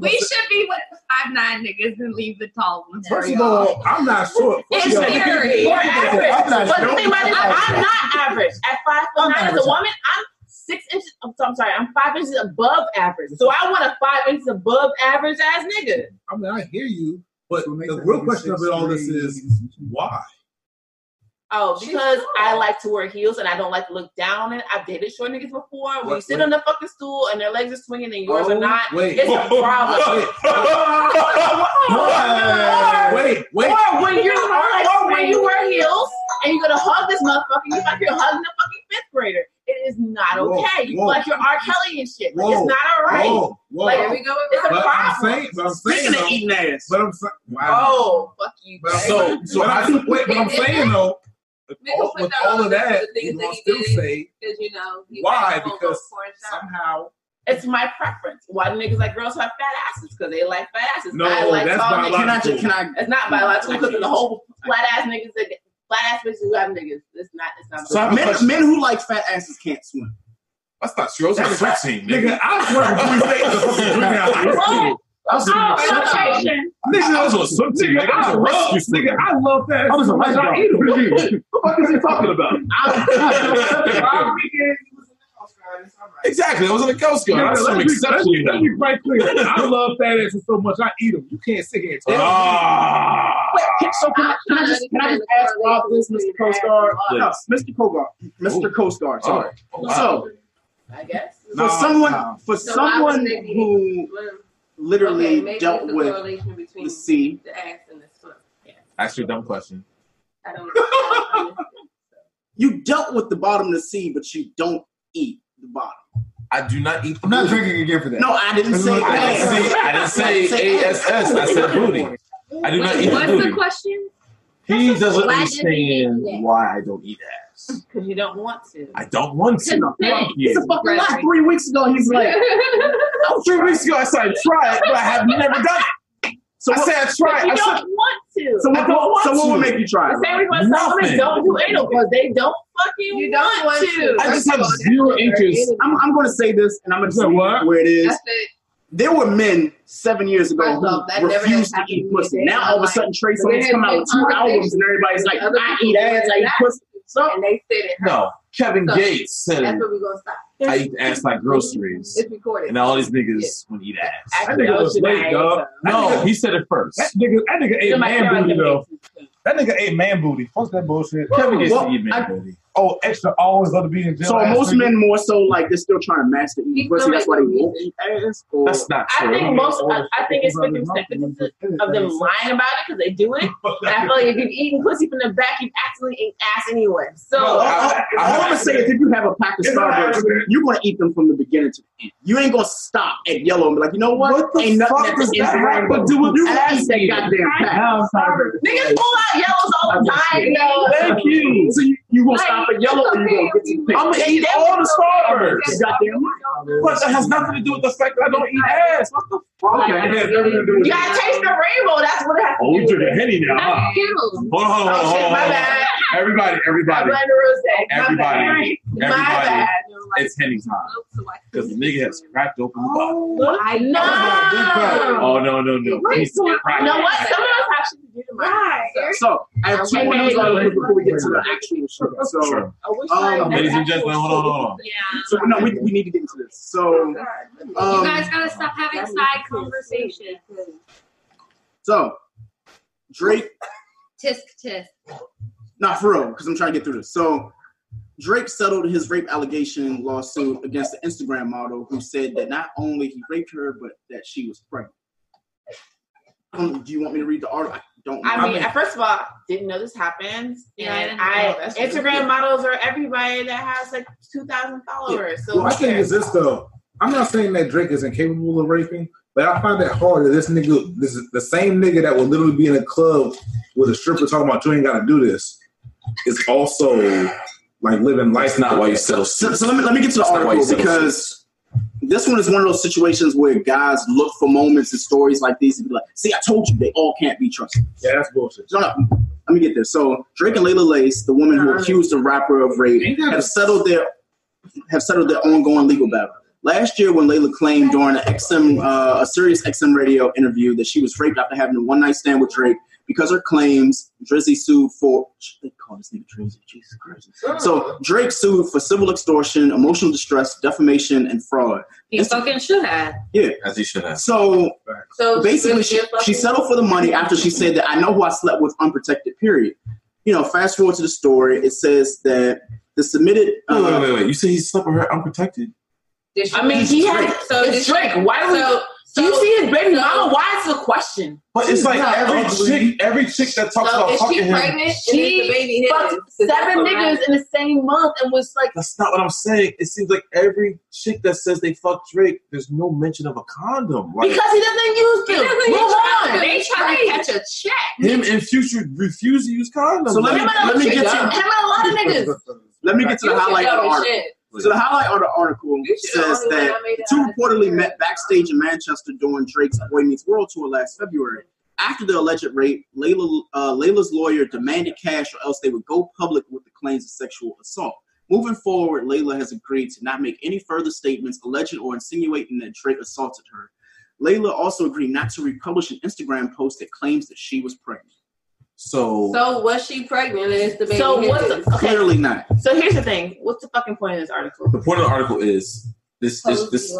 We should be with the five nine niggas and leave the tall ones. first for of y'all. all, I'm not short. First It's of all, theory. You're I'm not average. But the thing about it, I'm short. not average. At five foot I'm nine as a average. woman, I'm six inches. I'm, so- I'm sorry, I'm five inches above average. So I want a five inches above average ass nigga. I mean, I hear you, but the real question of it all this is why? Oh, because I like to wear heels and I don't like to look down. And I've dated short niggas before. When you What- sit wait. on the fucking stool and their legs are swinging and yours Oh, are not, wait. it's a problem. Why? Wait, wait. Or when you or, or when you wear heels and you're gonna hug this motherfucker, you like you're hugging a fucking fifth grader. It is not Whoa, okay. You whoa. feel like you're R. Kelly and shit. Like, Whoa, it's not alright. whoa, whoa. Like it's a but I'm problem. saying, but I'm saying, Speaking of though- eating ass. But I'm saying, Oh, fuck you. But I'm, So- so, so but I'm, I- wait, but I'm saying though, with Nigga all, put with that all on of the list that, of you things gonna that he still did. say Because you know he why had a whole because porn shop. somehow It's my preference. Why do niggas like girls who have fat asses? Because they like fat asses. No, I like that's tall niggas. biological. Can I, I ju- can it's not biological because of the whole flat ass niggas that flat ass bitches who have niggas. It's not. It's not. So men, men who like fat asses can't swim. That's not true. Those are That's the right. team, nigga, I swear to you, say the fucking drink Oh, out. I Nigga, was on swim team. Nigga, I was a I love, rescue swimmer. nigga, I love that. I was a lifeguard. I eat them. What the fuck is he talking about? Exactly. I was in a Coast Guard. I Nigga, was some let's be- exceptionally Let's be quite clear. I love fat asses so much, I eat them. You can't sit here and tell me. Ah, Wait, can, so can I, can I just can I just ask Rob this, Mr. Coast Guard? No, Mr. Coast Mr. Coast Guard. Sorry. Oh, wow. So I guess. for someone for someone who literally dealt with the sea. The ass and the foot. Actually, dumb question. I don't. You dealt with the bottom of the sea, but you don't eat the bottom. I do not eat. I'm not drinking again for that. No, I didn't say I didn't say, I didn't say ass. ASS. I said booty. I do not eat What's booty. the question? He doesn't Why does he eat understand that? why I don't eat ass. Because you don't want to. I don't want to. Because Fuck you. It's a fucking lie. Three weeks ago, he's like, Oh, three weeks ago, I said I tried, but I have never done it. So I what- said I tried. You I don't said, want to. So what- I don't want so what to. would make you try? The same reason why some women Nothing. "Oh, don't do anal because they don't fucking You don't want to. I just have zero interest. I'm, I'm going to say this, and I'm going to say what? where it is. That's it. There were men seven years ago First off, that who never has refused to happened eat to me pussy. in my Now all of a life. sudden, Trey But Songz it come has out been with two albums, and everybody's like, "Ah." other "I people eat ass, I eat that, pussy." So and they said it. hurt. no. Kevin So, Gates said That's where we're gonna stop. I eat ass like groceries, It's recorded. and all these niggas want to eat ass. That nigga was late, dog. No, he said it first. That nigga, that nigga ate Somebody man found booty the though. That nigga ate man booty. Fuck that bullshit. Kevin Gates Well, to eat man I- booty. Oh, extra always love to be in jail. So ass most nigga. men more so like they're still trying to master eating pussy. That's why they won't eat ass. Or That's not I true. think most. I, I think it's circumstances of them lying about it because they do it. And I feel like if you've eaten pussy from the back, you've actually ate ass anyway. So all, I'm gonna say is if you have a pack of Starbursts, you're gonna eat them from the beginning to the end. You ain't gonna stop at yellow and be like, you know what? What the ain't nothing fuck at the does end of that the have rainbow." to do with you gonna ass eat that eating? goddamn pack. niggas pull out yellows all the time. yo. Thank you. So you, you gonna stop at yellow and you gonna get to the pink. I'm gonna eat all the Starbursts, Goddamn right. but that has nothing to do with the fact that I don't eat ass. What the fuck? Okay. You gotta taste the rainbow. That's what it has to do. Oh, we with drinking it. henny now. Huh? you. Hold on, hold on, Oh, hold shit, on, my hold on. bad. Everybody, I everybody, blend rose. My bad. everybody, My everybody. bad. It's henny time because the nigga has cracked open the bottle. I know. Oh no, no, no! He's cracked. You know what? Some of us have shit to do tomorrow. So I have two Okay. things before we get to the actual show. So. Sure. I wish Um, I- Ladies and gentlemen, hold on, hold on. So no, we, we need to get into this. So, you Oh, um, guys gotta stop having side conversations. so Drake, Tisk tisk. not for real, because I'm trying to get through this. So Drake settled his rape allegation lawsuit against the Instagram model who said that not only he raped her, but that she was pregnant. Um, do you want me to read the article? I don't know. I mean, at first of all, didn't know this happened, Yeah, I and didn't know. I That's Instagram ridiculous. models are everybody that has like two thousand followers. So well, my thing is this though. I'm not saying that Drake is incapable of raping, but I find that hard that this nigga, this is the same nigga that will literally be in a club with a stripper talking about you ain't got to do this, is also like living life. That's not why you settle. So, so let me let me get to the That's not why you article settle because this one is one of those situations where guys look for moments and stories like these and be like, "See, I told you, they all can't be trusted." Yeah, that's bullshit. So, no, let me get this. So Drake and Layla Lace, the woman who accused the rapper of rape, have settled their have settled their ongoing legal battle. Last year, when Layla claimed during an XM, uh, a serious XM radio interview that she was raped after having a one night stand with Drake, because her claims, Drizzy sued for. They call this nigga Drizzy. Jesus Christ. So Drake sued for civil extortion, emotional distress, defamation, and fraud. He fucking should have. Yeah. As he should have. So, So basically, she, she settled for the money after she said that I know who I slept with unprotected, period. You know, fast forward to the story, it says that the submitted. uh, Wait, wait, wait, wait. You say he slept with her unprotected? I mean, he had so it's Drake. Why do we? do you see his baby mama? Why is the question? But it's like every chick, every chick that talks So about is she fucking him. pregnant? That's She the baby his. fucked So that's seven what matters. niggas in the same month and was like, not what I'm saying. It seems like every chick that says they fuck Drake, there's no mention of a condom. Like, because he doesn't use He them. doesn't Move use on. them. They trying to Right. catch a check. him and Future refuse to use condoms. So let me- him and let me a- get to- him and a lot of niggas. Let me get to the You should highlight of the know article. shit. So the highlight of the article says only that one I made the two reportedly met backstage in Manchester during Drake's Boy Meets World tour last February. After the alleged rape, Layla, uh, Layla's lawyer demanded cash or else they would go public with the claims of sexual assault. Moving forward, Layla has agreed to not make any further statements alleging or insinuating that Drake assaulted her. Layla also agreed not to republish an Instagram post that claims that she was pregnant. So, So was she pregnant? And it's the baby. So what's his. the, okay. clearly not. So here's the thing. What's the fucking point of this article? The point of the article is this is this.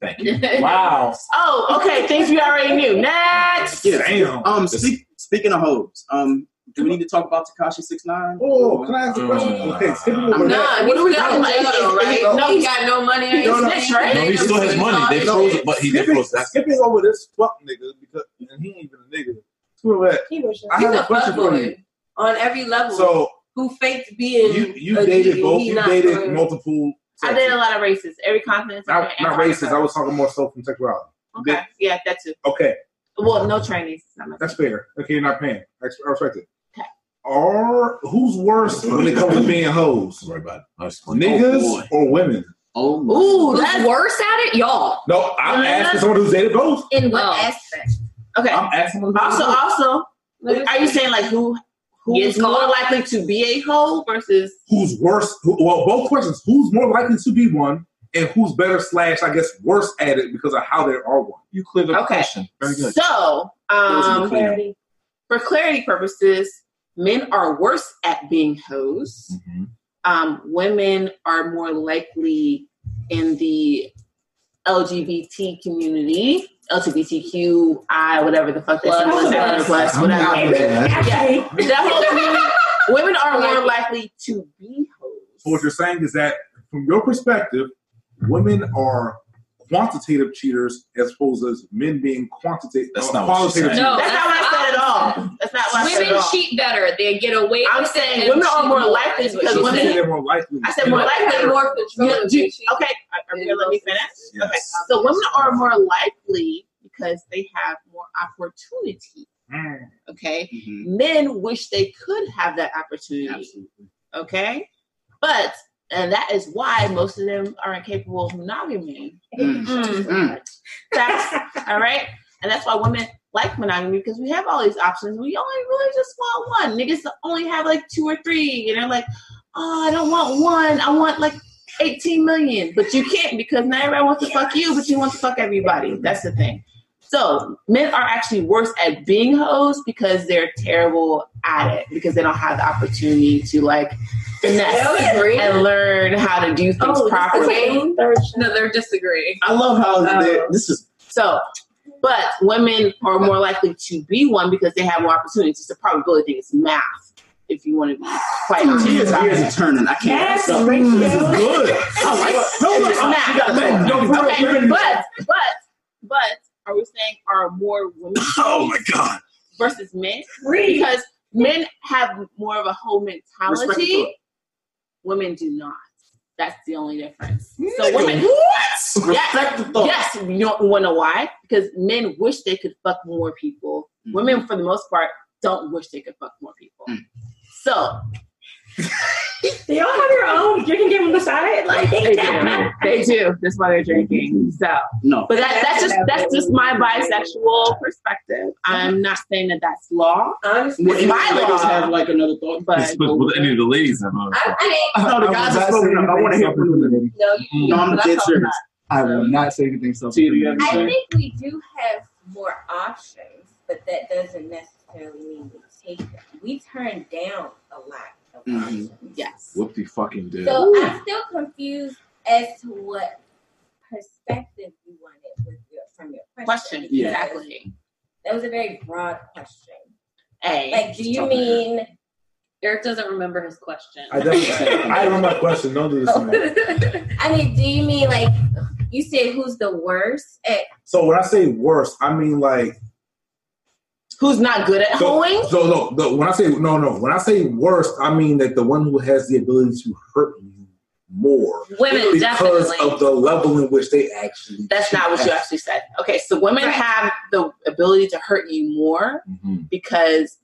Thank you. Wow. Oh, okay. Things we already knew. Next. Yeah. Um. Speak, speaking of hoes, um, do we need to talk about Takashi Six Nine? Oh, can I ask a question? Okay, skipping over that. what do we got? No, he got no money. or No, no. anything, right? No, he still has money. They No, froze, it, but he did skipping, froze that. skipping over this fuck nigga because and he ain't even a nigga. Screw that. I He's have a a question for you. on every level. So who faked being you you a dated G, both. he You not dated good. multiple. I did a lot of races. Every continent. Not, not racist. I was talking more so from sexuality. Okay. Yeah, that's it. Okay, Well, no Chinese. that's fair. Okay, you're not paying. I ex- I respect it. Are who's worse when it comes to being hoes? Don't worry about Niggas Oh, boy. or women? Oh, Ooh, that's worse at it, y'all. no! I'm asking someone who's dated both. In what aspect? Oh. Okay. I'm asking. Also, also, are you saying like who who's Yes, more God. likely to be a hoe versus who's worse? Who, well, both questions: who's more likely to be one, and who's better slash I guess worse at it because of how they are one. You cleared up the Okay. question. So, um, Clarity. for clarity purposes, men are worse at being hoes. Um, women are more likely in the LGBT community, LGBTQI, whatever the fuck that symbol is, Plus. plus, I'm whatever. out there. Yeah. That whole community, women are more likely to be So what you're saying is that from your perspective, women are quantitative cheaters as opposed as men being quantitative. uh, That's not what she said. No, That's not what I said at all. That's not what I said Women at all. cheat better. They get away. I'm with it saying and women are cheat more likely because You're saying women. they're more likely. I said more likely. You- do- Okay, are are you gonna let me finish? Okay, so women are more likely because they have more opportunity. Okay, Mm-hmm. men wish they could have that opportunity. Okay, but and that is why most of them are incapable of monogamy. Mm. Mm. Mm. Facts. all right, and that's why women like monogamy because we have all these options. We only really just want one. Niggas only have like two or three, and they're like, oh, I don't want one. I want like 18 million. But you can't because not everybody wants to fuck you, but you want to fuck everybody. That's the thing. So men are actually worse at being hoes because they're terrible at it because they don't have the opportunity to like finesse Disagree. and learn how to do Oh, things properly. No, Oh, they're disagreeing. Um, I love how Oh. they- this is So, but women are more likely to be one because they have more opportunities. It's a probability thing. It's math. if you want to fight. Tears are turning. I can't. Yes, stop. Rachel. This is good. Oh I like it. No, And no, it's no, not. you gotta let it go. You Okay, gotta let it go. but but but are we saying are more women? Oh my god! Versus men, Free. because men have more of a whole Respect the mentality. thought. Women do not. That's the only difference. So Nigga, women, what? Yes. Respect the thought. Yes, you don't want to know why? Because men wish they could fuck more people. Women, for the most part, don't wish they could fuck more people. So They all have their own drinking game on the side. Like they do. They do. That's why they're drinking. So no. But that, that's just that's just my bisexual perspective. I'm not saying that that's law. Honestly, Would it's any my ladies law. have like another thought? But But with any of the ladies, I'm not. no, the guys are spoken up. I want to hear from you. No, you, No, I'm but dead talking serious. I will not say anything selfish. about- I think we do have more options, but that doesn't necessarily mean we take them. We turn down a lot of options. Yes. Whoop the fucking dude. So I'm still confused as to what perspective you wanted with your, from your question. Question, because exactly. That was a very broad question. Hey, like, do you stop it. mean Eric doesn't remember his question. I definitely. I remember my question. Don't do this to me. I mean, do you mean like you said who's the worst Eh, at So when I say worse, I mean like who's not good at so, hoeing? So no, no, when I say no, no, when I say worst, I mean that the one who has the ability to hurt you more. Women, because definitely. of the level in which they actually. That's not what you actually said. Okay, so women have the ability to hurt you more Mm-hmm. because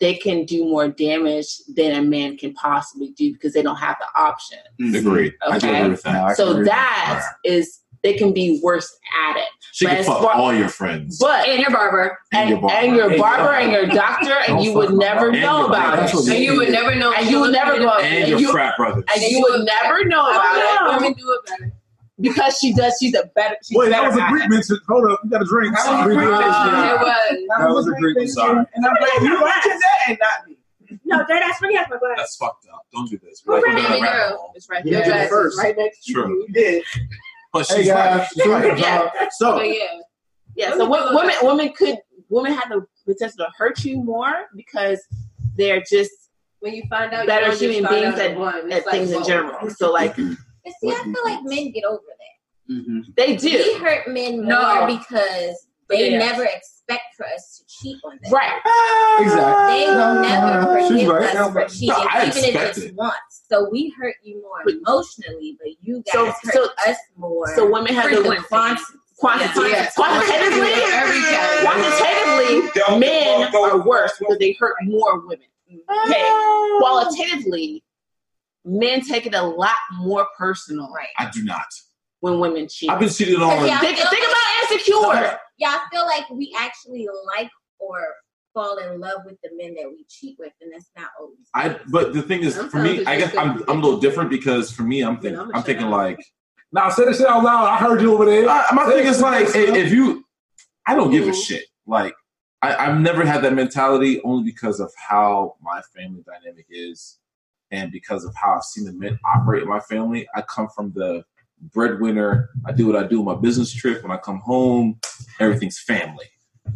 they can do more damage than a man can possibly do because they don't have the option. Agreed. I do Mm-hmm. agree Okay, with that. so that is they can be worse at it. she But can as fuck far- all your friends. But and your barber And your barber. and your And barber your- and your doctor, and Don't you would fuck my never barber. And know your about barber. it. That's what we do. And you would never go out and your you, frat brothers. and you would never know I about would it. do it better because she does. She's a better. She's Wait, better that was a at great it. mention. Hold up, you got a drink. That was a great mention. It was. That was a great mention. Sorry. And I'm glad you're watching that and not me. No, dead ass funny ass my glass. That's fucked up. Don't do this. Who We're ran not gonna it, wrap girl? it all. Oh, It's right You there. did it Guys, it's first. Right next to True. you. You did. But Hey, she's guys, right. She's right. Uh, Yeah. So, But yeah, yeah. So wo- women, women could, women have the potential to hurt you more because they're just when you find out better you don't human just find beings out at, at one. at It's like, things in whoa. general. So like But see, I feel like men get over that. Mm-hmm. they do. We hurt men more No. because they Yeah. never expect for us to cheat on them. Right. Ah. Exactly. They No, never no, no, she's forgive right. us No, for but- cheating, No, I even if expect it's it. once. So we hurt you more emotionally, but you guys So- hurt so- us more. Mm-hmm. so women have the- frequently. Quantitatively, Yeah. quantitatively, quantitatively, men are worse because they hurt more women. Okay, Oh. qualitatively, men take it a lot more personal. Right. I do not. When women cheat, I've been cheated on. Because y'all Think, feel- think about insecure. Yeah, I feel like we actually like or fall in love with the men that we cheat with, and that's not always. I but the thing is, for me, I guess I'm I'm a little different because for me, I'm thinking I'm thinking like Now say this shit out loud. I heard you over there. I, my thing is like if, if you, I don't give a shit. Like I, I've never had that mentality only because of how my family dynamic is, and because of how I've seen the men operate in my family. I come from the breadwinner. I do what I do on my business trip. When I come home, everything's family.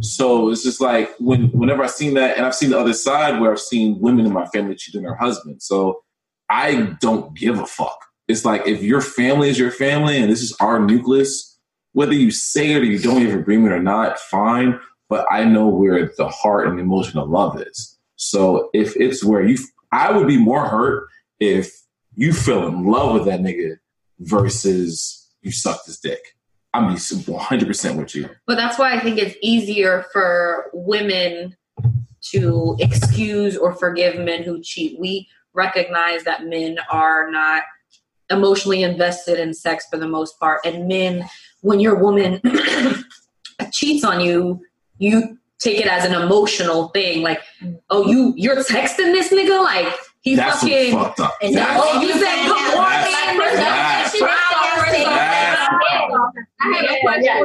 So it's just like when whenever I've seen that, and I've seen the other side where I've seen women in my family cheating their husband. So I don't give a fuck. It's like if your family is your family and this is our nucleus, whether you say it or you don't have agreement or not, fine. But I know where the heart and emotion of love is. So if it's where you, I would be more hurt if you fell in love with that nigga versus you sucked his dick. I'm 100% with you. But that's why I think it's easier for women to excuse or forgive men who cheat. We recognize that men are not emotionally invested in sex for the most part. And men, when your woman cheats on you, you take it as an emotional thing. Like, oh, you you're texting this nigga? Like he That's what fucking fucked up. And That's- oh, you said good That's- morning. that's- She was that's- sorry. that's- I have a question. I have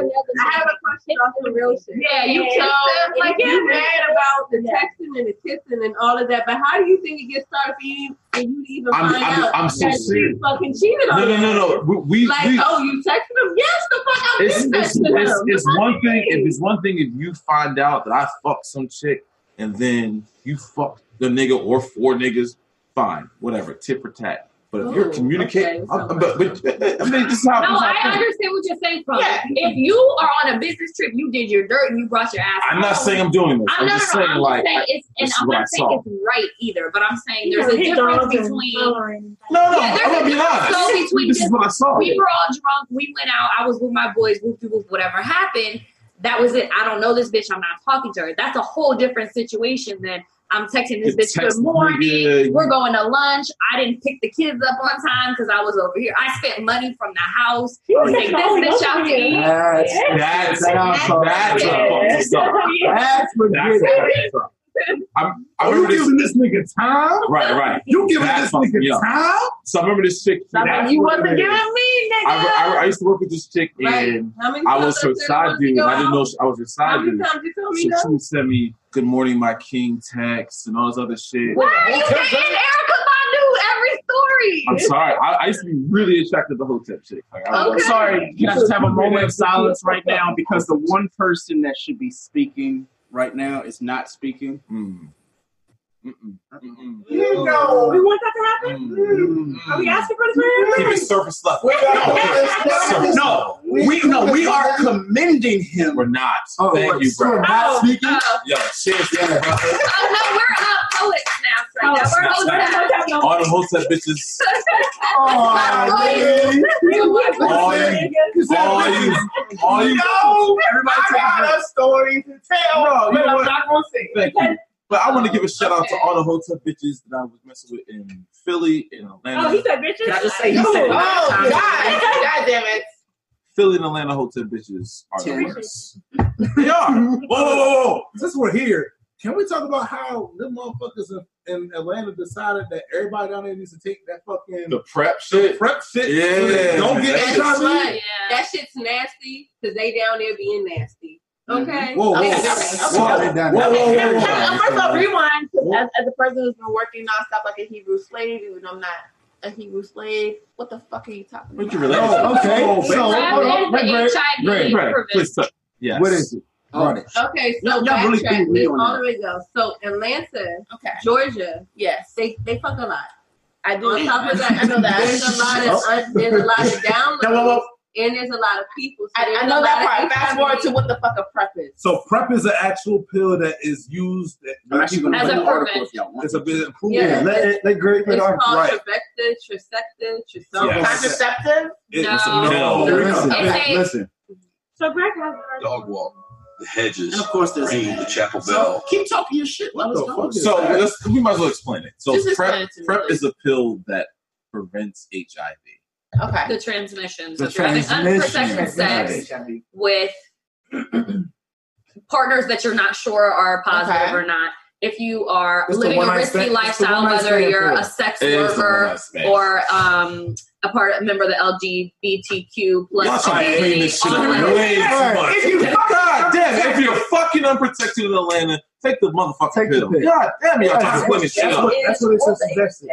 a question on some real shit. Yeah, you And chose. stuff, Like Yeah, you man. mad about the texting and the kissing and all of that, but how do you think it gets started for you for you to even I'm- find I'm- out I'm so that serious. she fucking cheated on No, you? no, no, no. We, we, like, we- oh, you texted him? Yes, the fuck I it's, did it's, text him. it's, it's one thing if it's one thing if you find out that I fucked some chick and then you fucked the nigga or four niggas, fine, whatever, tit for tat. But if you're Ooh, communicating, but, but, I mean, this is how. No, this is how I things- understand what you're saying. From Yeah. if you are on a business trip, you did your dirt and you brought your ass. I'm not home. saying I'm doing this. I'm, I'm not, just no, no, saying, I'm like, saying it's, this and is I'm what I not saying saw. it's right either, but I'm saying You there's know, a he difference dogs and between. No, no, yeah, there's a I'm gonna be difference honest. though between This is what I saw. We were all drunk. We went out. I was with my boys. Whoop de whoop. Whatever happened, that was it. I don't know this bitch. I'm not talking to her. That's a whole different situation than. I'm texting this You bitch. text Good morning. nigga, We're going to lunch. I didn't pick the kids up on time because I was over here. I spent money from the house. You Oh, to Take was all this bitch out to over eat. here. That's- that's- that's- that's a fucking suck. That's what That's a gets- fucking suck. I'm, I Are you remember this- giving this nigga time? Right, right. You giving That this fucked nigga me up. time? So I remember this chick. Something That's you what wasn't it giving me, is. nigga. I, I, I used to work with this chick Right. and How many I times was I her said I side wanted to dude. go I didn't know out? she- I was her How side many dude. times you told me So no? she would send me "Good morning, my king" text and all this other shit. Why are you dating Erica Badu every story? I'm sorry. I, I used to be really attracted to whole tip chick. Like, I was- I'm sorry. Can I just have a moment of silence right now because the one person that should be speaking right now is not speaking. You know, we want that to happen. Are we asking for Keep it this? surface level. No, No, we no, we are commending him. We're not. Oh, Thank you, bro. Oh, not speaking. Yo, seriously, bro. Oh no, we're uh, poets now. Right Oh, now. We're All poets. the whole tip bitches. All you, all you, all you. Everybody I got a story to tell. No, but you know I'm what? not gonna say Thank you. But I want to give a shout out to all the hotel bitches that I was messing with in Philly and Atlanta. Oh, he said bitches. Can I just say he said Oh, it last God. time? God damn it. Philly and Atlanta hotel bitches are the Terry. worst. they are. Whoa, whoa, whoa, whoa. Since we're here, can we talk about how them motherfuckers in, in Atlanta decided that everybody down there needs to take that fucking The prep shit. prep shit? Yeah. Don't get That's HIV. right. That shit's nasty because they down there being nasty. Okay. Whoa, whoa. Okay. Whoa, whoa, whoa, Okay, whoa, now, whoa. now, First of all, rewind. 'cause As, as a person who's been working nonstop like a Hebrew slave, even though I'm not a Hebrew slave, what the fuck are you talking about? What you relate to? okay, Oh, so- baby. Hold on, wait, wait, Great, HIV great. Please, sir. Yes. What is it? Run it. Oh, Okay, so Y'all- y'all really backtrack threw me this on all that. the way go. So Atlanta, okay. Georgia, yes, they they fuck a lot. I do. On top of that, I know that. there's a lot of un- there's a lot of downloads and there's a lot of people. So I, I know that part. Fast forward to what the fuck a prep is. So prep is an actual pill that is used. That I'm actually gonna As put a an article if prevention. y'all want. It's a bit Yeah, Yeah, let- it's- let Greg put it's on- called right. Trevecta, Trisecta, Trisoma. Yes. Contraceptive? It- No. No, no. listen, It's listen, a- listen. So Greg has Dog walk, the hedges, And of course there's- ring, the chapel So bell. keep talking your shit. Let us go. So let's, we might as well explain it. So Just explain prep, it to me, prep please. is a pill that prevents HIV. Okay. The transmission. The So there's an transmission. unprotected sex with partners that you're not sure are positive Okay. or not. If you are It's the living a one-night risky stand- it's the lifestyle, one-night whether stand you're pill. a sex It is the worker one-night stand. or um, a part a member of the LGBTQ Y'all plus trying to clean community, this shit all up that- way too much. God damn, if you're fucking unprotected in Atlanta, take the motherfucking pill. pill. God damn, y'all That's trying to clean this shit what- up. That's what it says. That's it.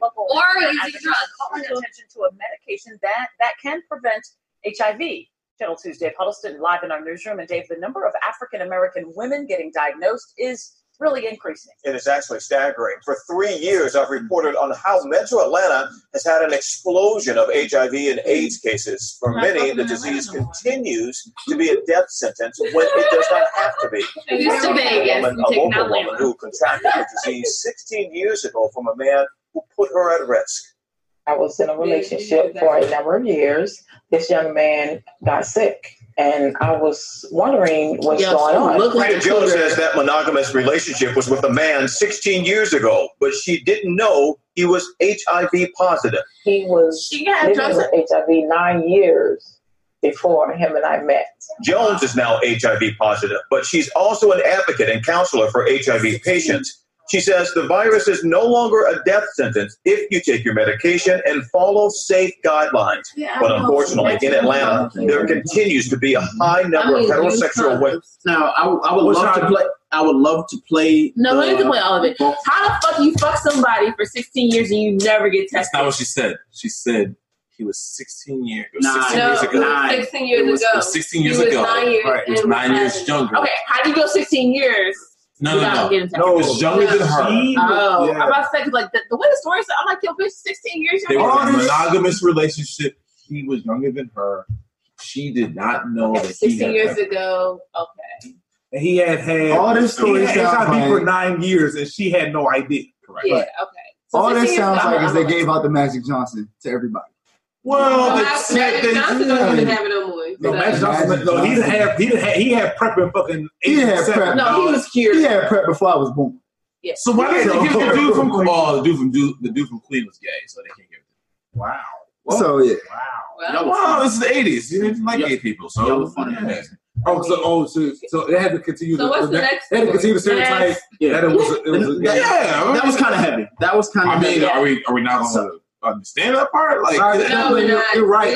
Or using drugs. Calling attention to a medication that, that can prevent HIV. Channel 2's Dave Huddleston live in our newsroom. And Dave, the number of African American women getting diagnosed is really increasing. It is actually staggering. For three years, I've reported on how Metro Atlanta has had an explosion of HIV and AIDS cases. For many, the disease continues to be a death sentence when it does not have to be. It used to be, yes, woman, you a take local Nalane. woman who contracted the disease 16 years ago from a man who put her at risk. I was in a relationship for a number of years. This young man got sick, and I was wondering what's going on. Rita Joe says that monogamous relationship was with a man 16 years ago, but she didn't know he was HIV positive. He was living with HIV nine years before him and I met. Jones is now HIV positive, but she's also an advocate and counselor for HIV patients. She says the virus is no longer a death sentence if you take your medication and follow safe guidelines. Yeah, But I know. unfortunately, in Atlanta, there continues to be a high number of heterosexual women. Now I, w- I would What's love our- to play. I would love to play. No, the, let me play all of it. How the fuck you fuck somebody for 16 years and you never get tested? That's not what she said. She said he was 16 years. It was Nine. 16 No, years it ago. was 16 years It was, ago. It was 16 years He was ago. nine years right. It was and nine was years younger. Okay, how do you go 16 years No, no, without no. getting No, it's younger than her. Oh, Yeah. I'm about to say 'cause, like the, the way the story said, I'm like, yo, bitch, 16 years. They younger were in a than me. monogamous relationship. He was younger than her. She did not know Okay, that he 16 had years her. ago. Okay. And he had had All this story he had sounds HIV for like- nine years, and she had no idea. Correct. Yeah. Okay. So All that 16 years sounds ago, like is I'm they like- gave out the Magic Johnson to everybody. Well, the Magic fact that- Johnson don't even have it no more. No, Magic Johnson. No, he didn't have. He didn't have. He had prep and fucking. He had prep. No, he was cured. He had prep before I was born. Yeah. So why did they give the dude from oh the dude from dude, the dude from Queen was gay, so they can't give it. Wow. So yeah. Wow. Wow, this is the eighties. You didn't like gay people, so it was funny. Oh, so oh, so, so it had to continue. So what's the that- next It had to continue the story? stereotype. Next. Yeah, that it was. It was Yeah, that was kinda heavy. That was kinda I mean, heavy. are we are we not gonna understand that part? Like Sorry, No, we're not. you're right.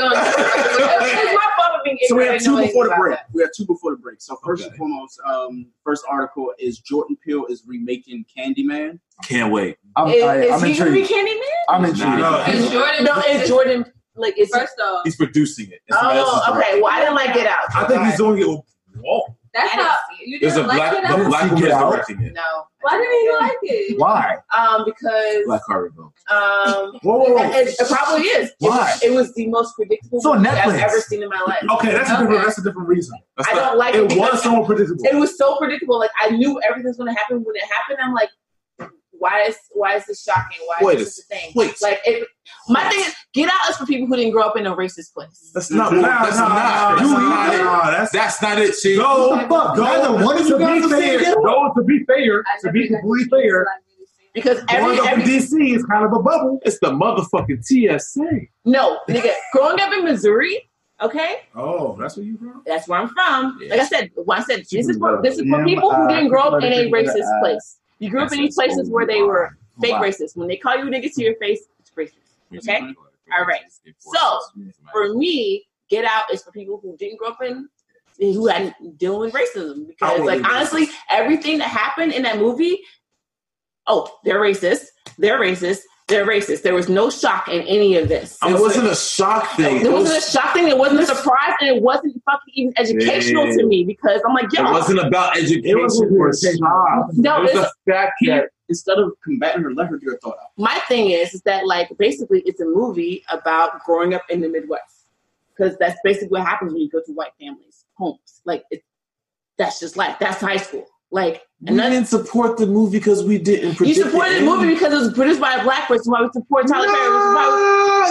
It's my fault for being So we have ignorant two and before the knowing break. about We have two before the break. So first and foremost, um, first article is Jordan Peele is remaking Candyman. Can't wait. that. Is, is he gonna be Candyman? I'm intrigued. Nah. Is Jordan? No, is Jordan like? Is first off? He's producing it. It's somebody else's Oh, okay. direction. Well, I didn't like Get Out. I think he's doing it with oh, Walt. That's how you There's a didn't like black Get the Out? black woman is directing it. No. Why didn't you like it? Why? Um, because Black Harvey Milk. um, Whoa, whoa, whoa. It, it probably is. Why? It, was the most predictable So movie I've Netflix. ever seen in my life. Okay, that's a different. That's a different reason. I don't like it It because- was so unpredictable. It was so predictable. Like I knew everything's gonna happen when it happened. I'm like, why is why is this shocking? Why Wait is this a thing? wait. Like it, my thing is, get out is for people who didn't grow up in a racist place. That's not. that's not. that's not it. that's, not it. She. No, fuck. No, Neither one of you to guys be have seen fair. Get Out? No, to be fair. To be completely fair. Because every, Growing up in every DC is kind of a bubble. It's the motherfucking TSA. no nigga, growing up in Missouri, okay, Oh, that's where you from? that's where I'm from. Like I said, well, I said this is for this is for Yeah, people who uh, didn't grow up in a people that, racist uh, oh place. You grew up in these places where they were fake racist. When they call you niggas to your face, it's racist. Okay, all right. So for me, Get Out is for people who didn't grow up in who had dealing with racism because, wouldn't like, be honestly, everything that happened in that movie, oh, they're racist. They're racist. They're racist. There was no shock in any of this. It There was- wasn't a shock thing. it wasn't a shock thing. It wasn't a surprise, and it wasn't fucking even educational Yeah. to me because I'm like, It yo, wasn't about education or shock. No, it was it's- the fact that Instead of combating her, let her get her thought out. my thing is, is that like basically it's a movie about growing up in the Midwest because that's basically what happens when you go to white families' homes. Like it, that's just life. That's high school. Like we didn't support the movie because we didn't. you predict supported the end. movie because it was produced by a black person. Why we support Tyler Perry? Which is why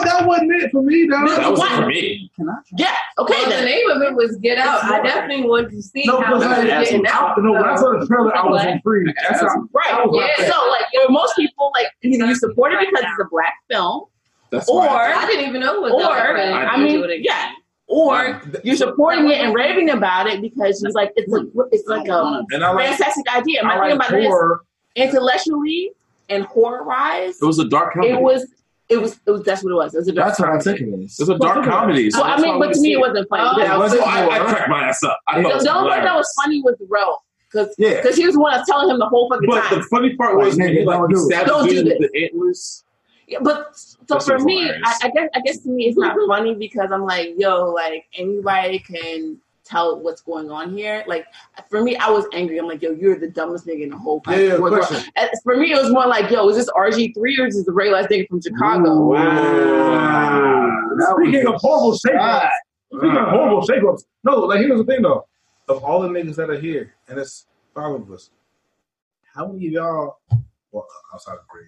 we- that wasn't it for me, though. This is That was why- for me. Yeah. Okay. Well, then. the name of it was Get Out. I definitely wanted to see No, how because it I was getting out. No, when I saw the trailer, I was What? intrigued. That's how. Right. that was my Yeah. thing. So like for most people, like either you support it because it's a black film, That's or why I didn't even know it was or black film. I, I didn't do mean, it again. yeah. Or you're supporting it and raving about it because she's like it's like it's like a And I like- fantastic idea. My I thing like about it is horror. intellectually and horror wise, It was a dark comedy. it was it was it was that's what it was. It was a dark That's what I'm comedy. taking this. It's a dark comedy. Well, I that's why mean, we but to didn't me, see it wasn't funny. Oh, It But I was- wasn't I, I cracked my ass up. I The thought it was the only part that hilarious. was funny was the row. Cause, Yeah. cause he was the one that's telling him the whole fucking But time. the funny part was when he like he stabbed Don't the do dude with this. the antlers. Yeah, but so That shit for was me, hilarious. I, I guess I guess to me it's not funny because I'm like, yo, like anybody can tell what's going on here. Like for me, I was angry. I'm like, yo, you're the dumbest nigga in the whole Yeah, yeah, of What's course. wrong? And For me, it was more like, yo, is this RG three or is this the regular ass nigga from Chicago? Speaking of horrible shakeups, speaking of horrible shakeups, no, like here's the thing though. Of all the niggas that are here, and it's five of us, how many of y'all, well, outside of grade,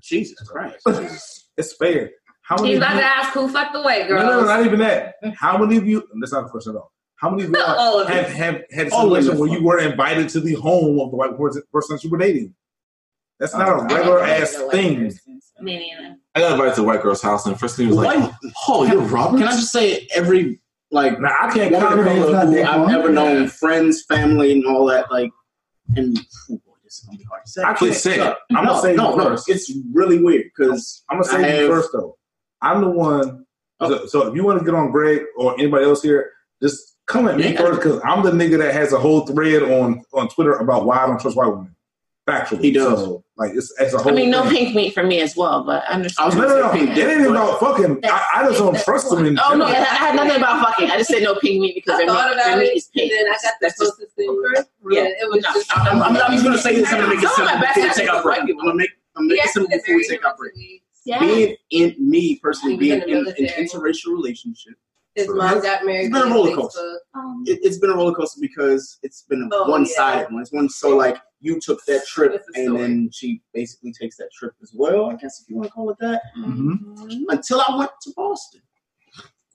Jesus Christ, it's fair. How many? He's of about you- to ask who fucked the white no, girls. no, no, not even that. How many of you? And that's not a question at all. How many of Not all y'all of have, you. have had a All of situation us. where you were invited to the home of the white person person that you were dating? That's not a regular ass thing. Me neither. I got invited to a white girl's house and the first thing was like, White- "Oh, you're Robert." Can I just say every like nah, I can't woman of comment color on who that I've one. ever known, friends, family, and all that, like, and oh boy, this is gonna be hard to say. I can't say it. I'm no, gonna say it no, no, first. it's really weird because I'm gonna say you first though. I'm the one. So, so if you want to get on Greg or anybody else here, just come at me Yeah. first because I'm the nigga that has a whole thread on on Twitter about why I don't trust white women. Factually, he does. So, like it's as a I whole. mean, no thing. pink meat for me as well, but I I understand. was no, no, no. It ain't about fucking. I, I just don't trust them. In Oh no, I, I general. had nothing about fucking. I just said no pink meat because I their thought meat, about their meat it, is pink. and then I got the closest thing. Yeah, it was just. I'm, I'm, I'm just gonna say this. I'm gonna make it simple before we take our break. I'm gonna make. I'm making Yes, simple before we take our break. Being in me personally, being in an interracial relationship. His mom got married. It's been a via roller coaster. Facebook. It, it's been a roller coaster because it's been a Oh, one-sided yeah. one. It's one. So like you took that trip, and then she basically takes that trip as well. I guess if you want to call it that. Until I went to Boston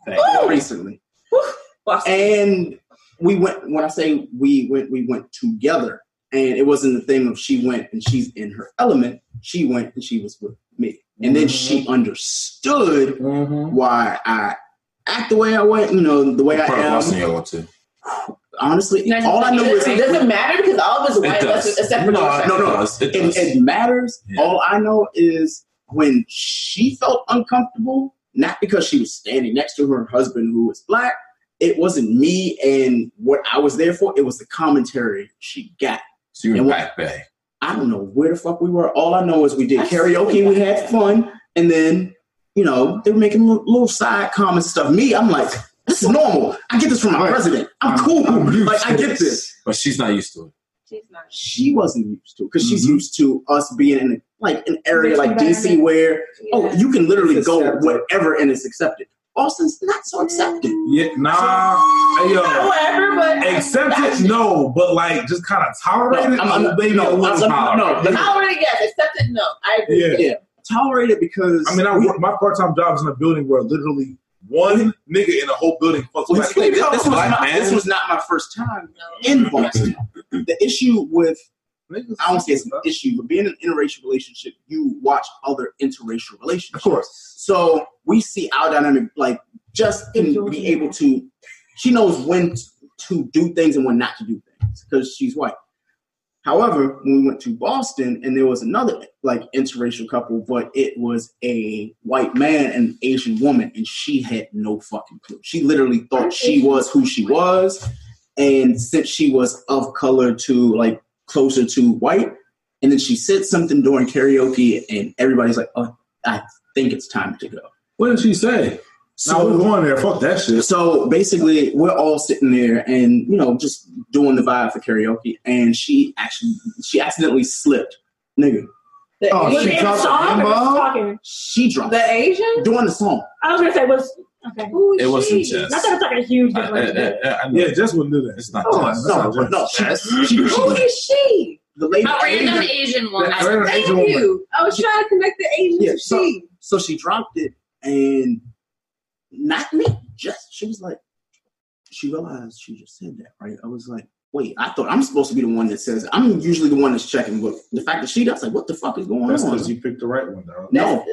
Ooh. recently, and we went. When I say we went, we went together, and it wasn't the thing of she went and she's in her element. She went and she was with me, and then Mm-hmm. she understood why I act the way I went. You know, the way I Part of Boston am. y'all went to. Honestly, all I know is Does it matter? because all of us It white, does. that's- that's separate No, from- it no, no, does. It It, does. it matters. All I know is when she felt uncomfortable, not because she was standing next to her husband who was black. It wasn't me and what I was there for. It was the commentary she got. So you And were when- back bay. I don't know where the fuck we were. All I know is we did I see karaoke, we that. had fun, and then you know they were making li- little side comments and stuff. Me, I'm like, this is normal. I get this from my president. I'm, cool. like I get this. But she's not used to it. She wasn't used to because she's used to us being in like an area like DC where oh you can literally go whatever and it's accepted. Boston's not so accepted. Yeah, nah. Hey, yo. Not whatever, but- accept it, no, but like just kind of tolerate it. oh, No, I'm- I'm- they no, know I'm- I'm- no, let me- Tolerate it, yes. Accept it, no. I agree. Yeah. with you. Tolerate it because I mean, I work, my part time job is in a building where literally one nigga in a whole building fucks Well, black here's the thing, people. this, was not, this was not my first time in Boston. the issue with I don't say it's an issue, but being in an interracial relationship, you watch other interracial relationships. Of course. So we see our dynamic, like just can be able to. She knows when t- to do things and when not to do things because she's white. However, when we went to Boston and there was another like interracial couple, but it was a white man and an Asian woman, and she had no fucking clue. She literally thought she was who she was, and since she was of color to like closer to white, and then she said something during karaoke, and everybody's like, "Oh, I think it's time to go." What did she say? So we're going there. Fuck that shit. So basically, we're all sitting there and you know just doing the vibe for karaoke, and she actually she accidentally slipped, nigga. Oh, Was she it in dropped the song or was Rainbow? she talking? She dropped The Asian? during the song. I was gonna say was okay. It Uh, wasn't she? Jess. Not that it's like a huge difference. yeah, just wouldn't do that. It's not. Oh, Jess. no, That's no, not she, Jess. she, she, Who is she? the lady. A random Asian woman. A random Thank Asian woman. you. I was trying to connect the Asian Yeah, to so, she. so she dropped it and not me. Just she was like, she realized she just said that, right? I was like, wait, I thought I'm supposed to be the one that says I'm usually the one that's checking, but the fact that she that's like, what the fuck is going That's on? because you picked the right one, though. no,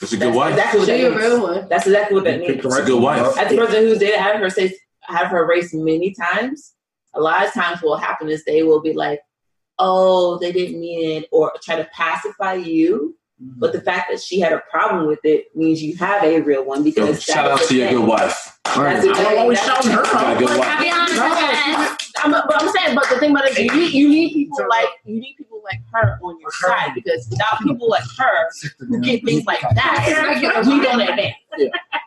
It's a That's- good wife. that's what She that a is. real one. That's exactly what that You means. picked the It's a right good one, wife. bro. As a person who's dated, having her say, have her race many times, a lot of times what will happen is they will be like, oh, they didn't mean it, or try to pacify you. Mm-hmm. But the fact that she had a problem with it means you have a real one because Yo, that's shout out the to your thing. good wife. That's the thing. That's- Got a good Like, wife. I'll be honest, I'm, but I'm saying, but the thing about it is, you need, you need people like you need people like her on your side because without people like her who get things like that, we don't advance. Oh.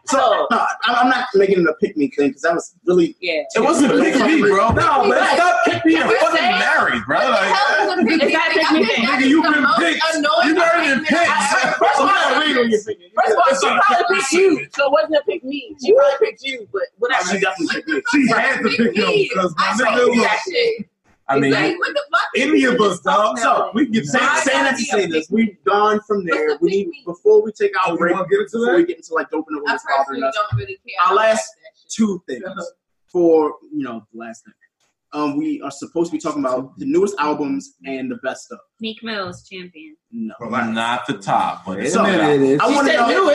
So no, I- I'm not making it a pick me thing because that was really yeah. It wasn't a pick me, bro. No, man, stop pick me and We're fucking saying- married, bro. What the Like, hell is a pick me It's not thing? pick I me think thing. that Nigga, is you've the been most picked. annoying You've already been statement picked. I've First of all, heard. I agree with you. First of all, It's she not a probably picked you, so it wasn't a pick me. She probably picked you, but whatever. She definitely picked She me. had to pick him because my nigga was. I mean, Exactly. what the fuck? Any of us, dog. So we can- saying, Why saying gotta that to be say a this, we've gone from there. We need before we take our break. Oh, Get into before we get into like open up I what's personally bothering us. don't really care. Our last two things for you know the last thing. Um, we are supposed to be talking about the newest albums and the best stuff. Meek Mill's champion. No, not the top, but it's So, I want to know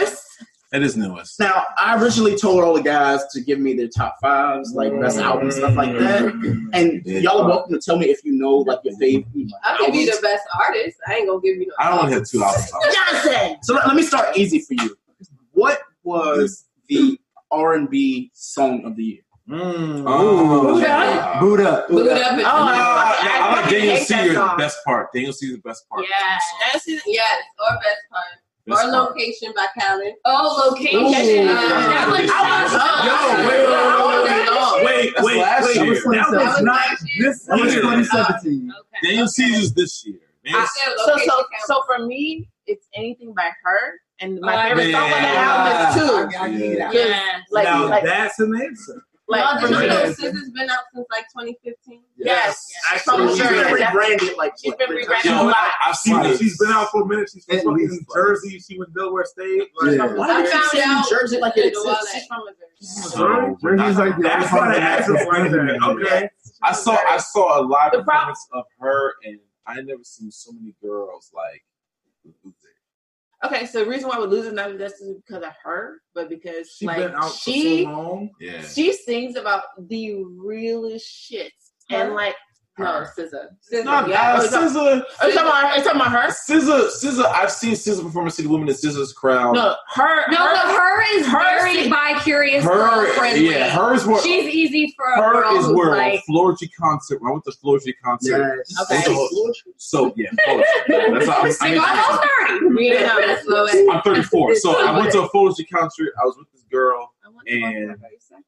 It is newest. Now, I originally told all the guys to give me their top fives, like best albums, stuff like that. And y'all are welcome to tell me if you know like your favorite. I'll give you the best artist. I ain't gonna give you no. I don't want to have two albums. Johnson. So let, let me start easy for you. What was the R and B song of the year? Mm. Oh. Boot up. Boot Boot up. Up. Oh, I, I, like fucking Daniel hate that Caesar's song. best part. Daniel Caesar's best part. Yes. Yes. Or best part. That's Or location by Callan. Oh, location. Uh, That was- Yo, wait, wait, wait, wait, last wait. year. That That was was not last year. this That was year. 2017. Daniel Caesar's this year. I- Daniel- so, so, so for me, it's anything by her. Uh, And my Uh, Oh, favorite yeah. song on that album is I- I two. can get that. Yes. Like, now like, that's an answer. Like, no, Yeah. no, no, Sis has been out since like 2015. Yes. Yes. Actually, From she's Missouri. been That's- rebranded, like, she's what, been three rebranded Yo, a lot. I've seen Twice. it. She's been out for a minute. She's from fucking Jersey. She went to Delaware State. Like, Yeah. I'm Why are like, you saying New Jersey like and it all exists? that. So, Jersey's like the that's why the accent's like that. Okay. I saw I saw a live performance of her, and I never seen so many girls like lose it. okay, so the reason why we lose it not just is because of her, but because She like been out for she so long. Yeah. she sings about the realest shit and like no SZA. SZA. Not yeah. bad. Oh, no. SZA. Are you talking about her? Are you talking about her? SZA, SZA. I've seen SZA perform at City Women in SZA's crowd. No, her. No, but her is very by curious Her- girl friendly. yeah, her is more- She's easy for a girl Her is who's where like. Flourishing concert. When I went to Flourishing concert. Yes. it was Okay. a whole- So yeah, Flourishing. that's how I'm, She's almost I'm, thirty. I'm 34. So I went to a Flourishing concert. I was with this girl, and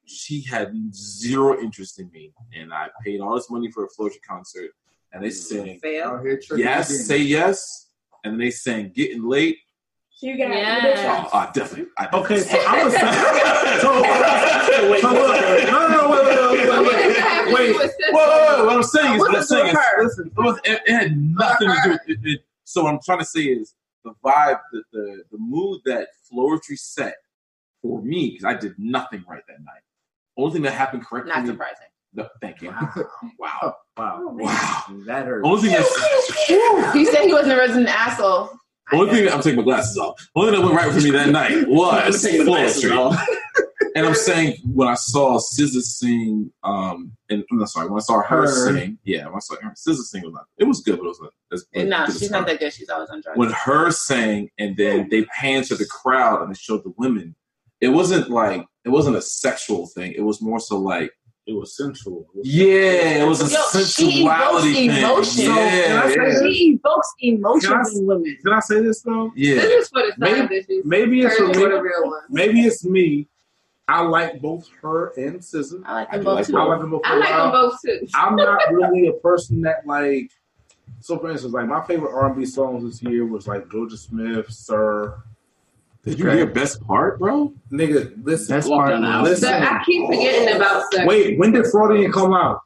she had zero interest in me. And I paid all this money for a Flourishing concert, and they sang Out here tricking yes, again. say yes, and then they sang getting late. You got Oh, I definitely. I definitely Okay, so I'm a so, so look, no, no, no, wait, wait, wait, wait, wait. Wait, wait, wait, what I'm saying is, what I'm saying is, listen, it, was, it, it had nothing to do with it, it- So what I'm trying to say is the vibe, the the, the mood that Floetry set for me, because I did nothing right that night. Only thing that happened correctly. Not surprising. The, thank you. Wow. Wow. Oh, Wow. That hurts. Only thing that's, he said he wasn't a resident asshole. only thing that, I'm taking my glasses off. Only thing that went right for me that night I'm was taking my glasses Floetry. And I'm saying when I saw SZA sing, um, and I'm sorry, when I saw her, Her. sing, yeah, when I saw her, SZA sing was not, it was good, but it was not. as good no, as she's her. not that good. She's always on drugs. When her sang, and then they panned to the crowd and they showed the women, it wasn't like it wasn't a sexual thing. It was more so like it was sensual. Yeah, it was Yo, a she evokes sensuality thing. emotions. Yeah, yeah. She evokes emotions Can I- in women. Can I say this though? Yeah. This is for the Maybe, side bitches. maybe it's for Hers me. were the real ones. Maybe it's me. I like both her and SZA. I like do them both too. I like them both. I like them both too. I'm not really a person that like. So for instance, like my favorite R&B songs this year was like Georgia Smith, Sir. Did you hear Best Part, bro? Nigga, listen. Best Part was- Listen. Sir, I keep forgetting about Sir. Wait, when did Fraudian come out?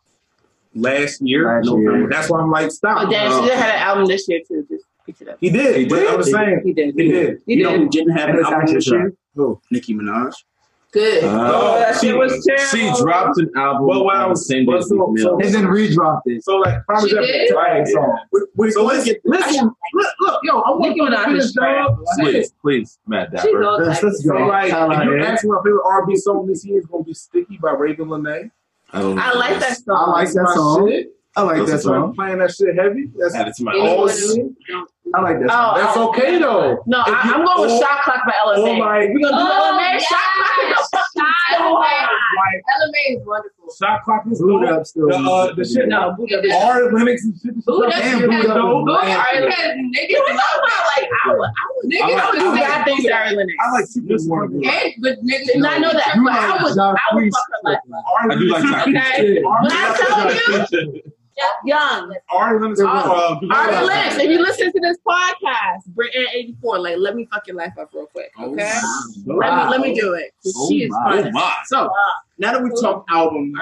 Last year, Last November. year. That's why I'm like, stop. Oh, damn, she had an album this year too. Just pick it up. Uh, He did. but I'm just saying. He did. He did. He You know who did. didn't have And an it's album actually this year? Who? Nicki Minaj. Good. Oh, that shit was She terrible. dropped an album But on the same day as Meek Mill. and then redropped it. So like, probably She that did? Drag song. so let's get listen. Look, look, yo, I want Nicki to Minaj finish, is trash. dog. Please, please, Matt She's Dapper. all Let's- let's So go. like, Tell if her, you yeah. ask me my favorite R&B song this year, it's gonna be "Sticky" by Raven Lynae. I don't I like that song. I like that My song. shit. I like that That's why I'm song. Playing that shit heavy. That's Add it to my all. list. I like that Oh, song. That's oh. okay though. No, I, If you- I'm going with oh, Shot Clock by LMA. oh my- We're gonna do Oh, LMA. Shot yes. Clock is Shot so hard. LMA is wonderful. Shot clock is Boot dope. up still. The, uh, the shit. No, Boot Up is- R Linux and shit. Boot Up Damn, is dope. Boot dope. Boot Up is All right, You were talking about like I would, I would, Niggas I would do would bad say- things to Ari Lennox. I like Super Mario. And, but niggas, And I know that, but I would, I would fuck her life up. I do like that. Okay, when I tell you, you. young. R Linux. Oh, uh, Ari Lennox, if you listen to this podcast, Britain eighty four, like let me fuck your life up real quick, okay? Let Wow. me let me do it. 'cause Oh she is my. fun. Oh my. So now that we have talked albums,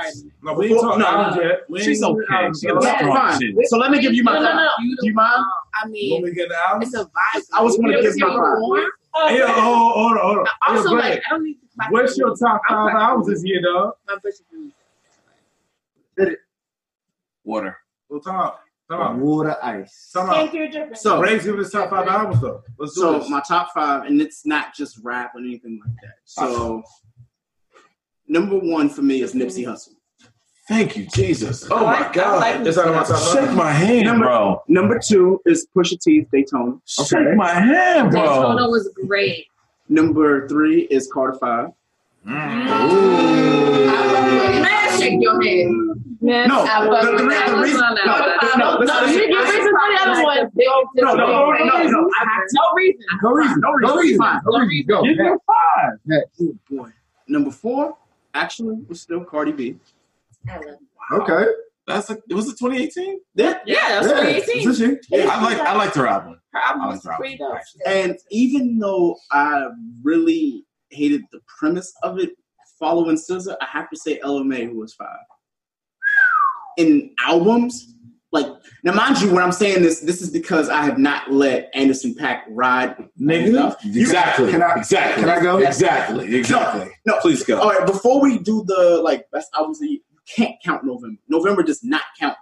No, we ain't Well, talking no, Uh, albums yet. We ain't she's doing okay. albums, She got a dog. strong Fine. chin. So let me give you my No, no, top. no. Do you mind? I When mean, we get the album. it's a vibe. I was gonna give my vibe. Hey, yo, hold on, hold on, hold on. Also, Yo, like, Greg, I don't need to clap. what's your top I'm five clapping. albums this year, dog? My bitch is really- Water. Well, Tom, Tom, Water ice. Tom. So- Braves give us top five albums though. Let's do So this. my top five, and it's not just rap or anything like that. Ah. So number one for me is Nipsey Hussle. Thank you, Jesus. Oh I my like- God. I like It's out of my top five. Shake my hand, number, bro. Number two is Pusha T, Daytona. Shake my hand, bro. Daytona was great. Number three is Carter Five. Man, I shake your head. No, the, the, re- the reason. No, no, no, No, you give reason for the other one. No, no, no, no, no, no. I have to. No reason. No reason. No reason. No reason. No reason. Go. Give me a five. Oh boy. Number four actually was still Cardi B. Okay. That's a, it was a 2018. Yeah, Yeah, that's 2018. It's this year. Yeah, I like I liked her album. Her album was pretty dope. And even though I really hated the premise of it, following SZA, I have to say LMA who was five. In albums, like now, mind you, when I'm saying this, this is because I have not let Anderson Pack ride nigga. Exactly. exactly. Exactly. Exactly. No, Please go. All right, before we do the like best albums of the year, you can't count November. November does not count.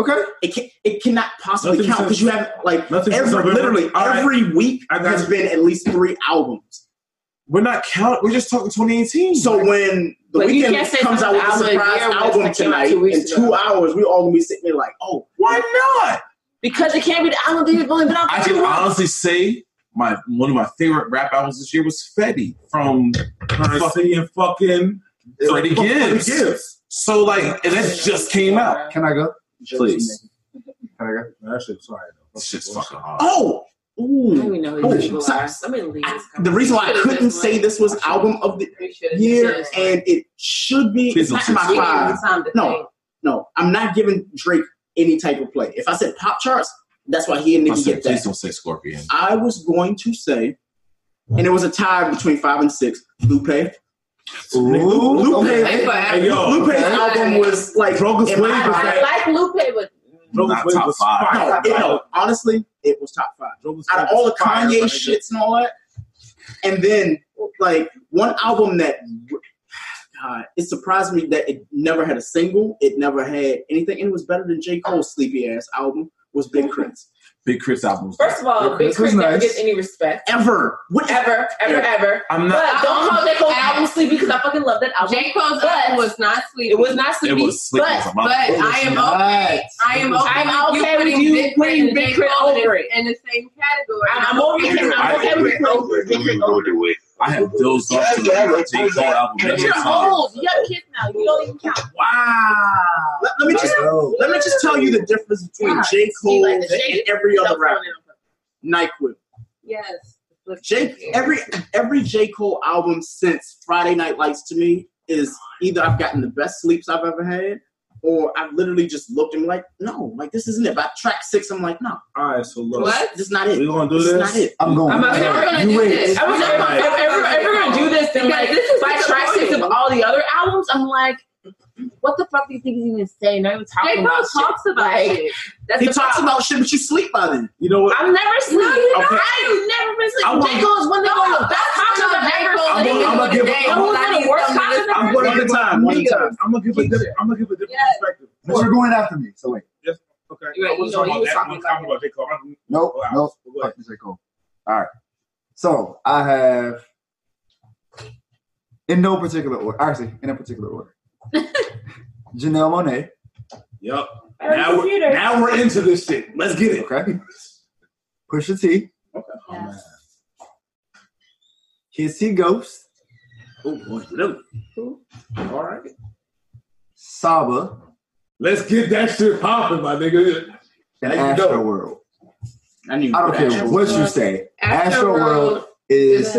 Okay. It can it cannot possibly Nothing count because since- you have like nothing since every, November? literally All right. every week has been at least three albums. We're not count. We're just talking 2018. So when the But you weekend can't say comes out with a album of the surprise year when it's album like came out tonight two weeks in two ago. hours, we all gonna be sitting there like, oh, why not? Because it can't be the album that you've only been out I can honestly say my one of my favorite rap albums this year was Fetty from Currency fucking, fucking Freddie Fuck Freddie Gibbs. Gibbs. So like, and that just came out. Can I go? Please. Can I go? That shit's fire. That shit's fucking hard. Oh, ooh. know who Oh, these people so- are. The reason why I couldn't say this was album of the year and it should be Please it's not in don't my say so. five. It's time to think. No, no, I'm not giving Drake any type of play. If I said pop charts, that's why he and Nicki Listen, get please that. don't say Scorpion. I was going to say, and it was a tie between five and six. Lupe. Lu- Lupe, okay. Hey, yo. Lupe's album was like. Droga's in my Wave was eyes- like- like Lupe was. Not top five. No, it- no, honestly, it was top five. Out of Wave all the was fire, Kanye my nigga. shits and all that, and then like one album that, God, it surprised me that it never had a single, it never had anything, and it was better than J Cole's sleepy ass album. Was Big Crit. Big Chris album. First of all, Big Chris never gets any respect. Ever. Whatever, ever, Yeah. ever. I'm not- But don't call J. Cole's album sleepy because I fucking love that album. J. Cole's But- album was not sleepy. It was not sleepy. It was sleepy But, as a mother. It was not. I am okay. I'm okay with putting you Big Crit putting and Big J. Crit Cole over in- it. in the same category. I'm- I'm over it. I'm okay with Big Crit over it. Big Crit over it. I have dozed off to the J. Cole album But many you're times. old. You have kids now. You don't even count. Wow. Let, let me just let me just tell you the difference between Yeah. J Cole See, like, the and shade- every other rapper. Nyquil. Yes. J every every J Cole album since Friday Night Lights to me is either I've gotten the best sleeps I've ever had, or I've literally just looked and like, no, like this isn't it. By track six, I'm like, no. All right, so look. What? This is not it. We're going to do This this? is not it. I'm going. I'm not never gonna do this. I was never gonna, if, if, if we're gonna do this, then Because like this is by track six of all the other albums, I'm like, what the fuck do you think he's even saying? Not even talking J. Cole about talks shit. about like, shit. That's he the talks problem. about shit, but you sleep by then. You know what? I'm never sleep. No, you're Okay. not. I've never been sleep. I want- J. Cole is one of the No, best that's concerts not I've J. ever Cole. seen. I'm gonna- I'm gonna give up- That was one of the worst concerts I've I'm ever going seen. to the time. One at a time. I'm going to give a different. I'm going to give a different perspective. Because you're going after me. So wait. Yes. Okay. Right, I was you know, talking you was about that talking one comment about J Cole. I'm- Nope. Wow. Nope. Go ahead. Fuck J. Cole. All right. So I have, in no particular order, actually, in a particular order, Janelle Monet. Yep. Now we're, now we're into this shit. Let's get it. Okay. Pusha T. Oh, Kiss T Ghost. Oh boy, no. All right. Saba. Let's get that shit popping, my nigga. and There you Astro go. World. I, don't care what you say. Astro World is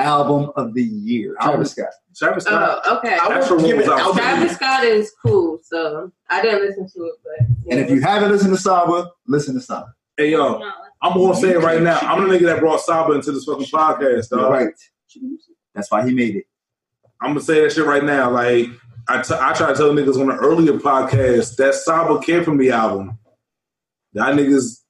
album of the year. Travis Scott. Travis Oh, okay. I That's will what give was it- out. Travis Scott is cool, so I didn't listen to it, but And if you haven't listened to Saba, listen to Saba. Hey yo, I'm gonna say it right now. I'm the nigga that brought Saba into this fucking podcast, dog. Right. That's why he made it. I'm gonna say that shit right now. Like I, t- I try to tell niggas on the earlier podcast that Saba came from the album. Y'all niggas,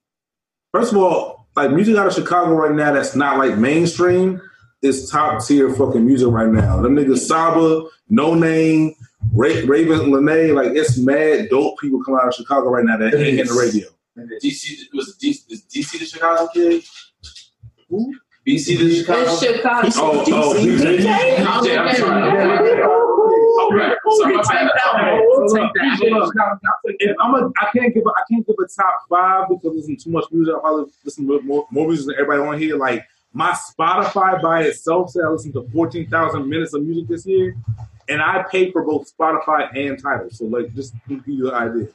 first of all, like music out of Chicago right now that's not like mainstream is top tier fucking music right now. Them niggas Saba, No Name, Ra- Raven Lene, like it's mad dope people come out of Chicago right now that It ain't in is. the radio. DC was D, is DC the Chicago kid? Who? BC the Chicago. It's Chicago. Oh, oh, DC. BJ. BJ? BJ, I'm sorry. Okay, so I'm gonna take that one. Hold up, hold up. If I'm a, I can't give a, I can't give a top five because there's too much music. I probably listen to more, more music than everybody on here. Like my Spotify by itself said I listened to fourteen thousand minutes of music this year. And I pay for both Spotify and Title. So like just to give you an idea.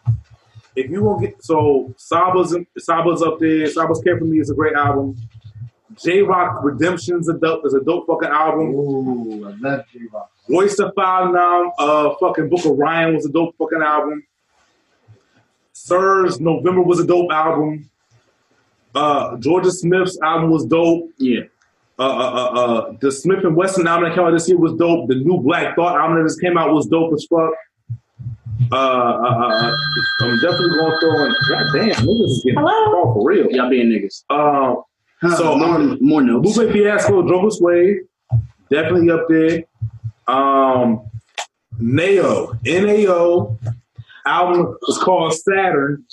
If you won't get so Saba's Saba's up there, Saba's Care for Me is a great album. J Rock Redemption's a dope is a dope fucking album. Ooh, I love J Rock. Voice of Five now, uh fucking Book of Ryan was a dope fucking album. Sirs November was a dope album. Uh Georgia Smith's album was dope. Yeah. Uh, uh, uh, uh, the Smith and Wesson album that came out this year was dope. The new Black Thought album that just came out was dope as fuck. Uh, uh, uh, I'm definitely going to throw in. God damn, niggas is getting Hello? for real. Y'all being niggas. Uh, so more, more notes. Lupe Fiasco, Drunken Sway, definitely up there. Um, Nao, Nao, album was called Saturn.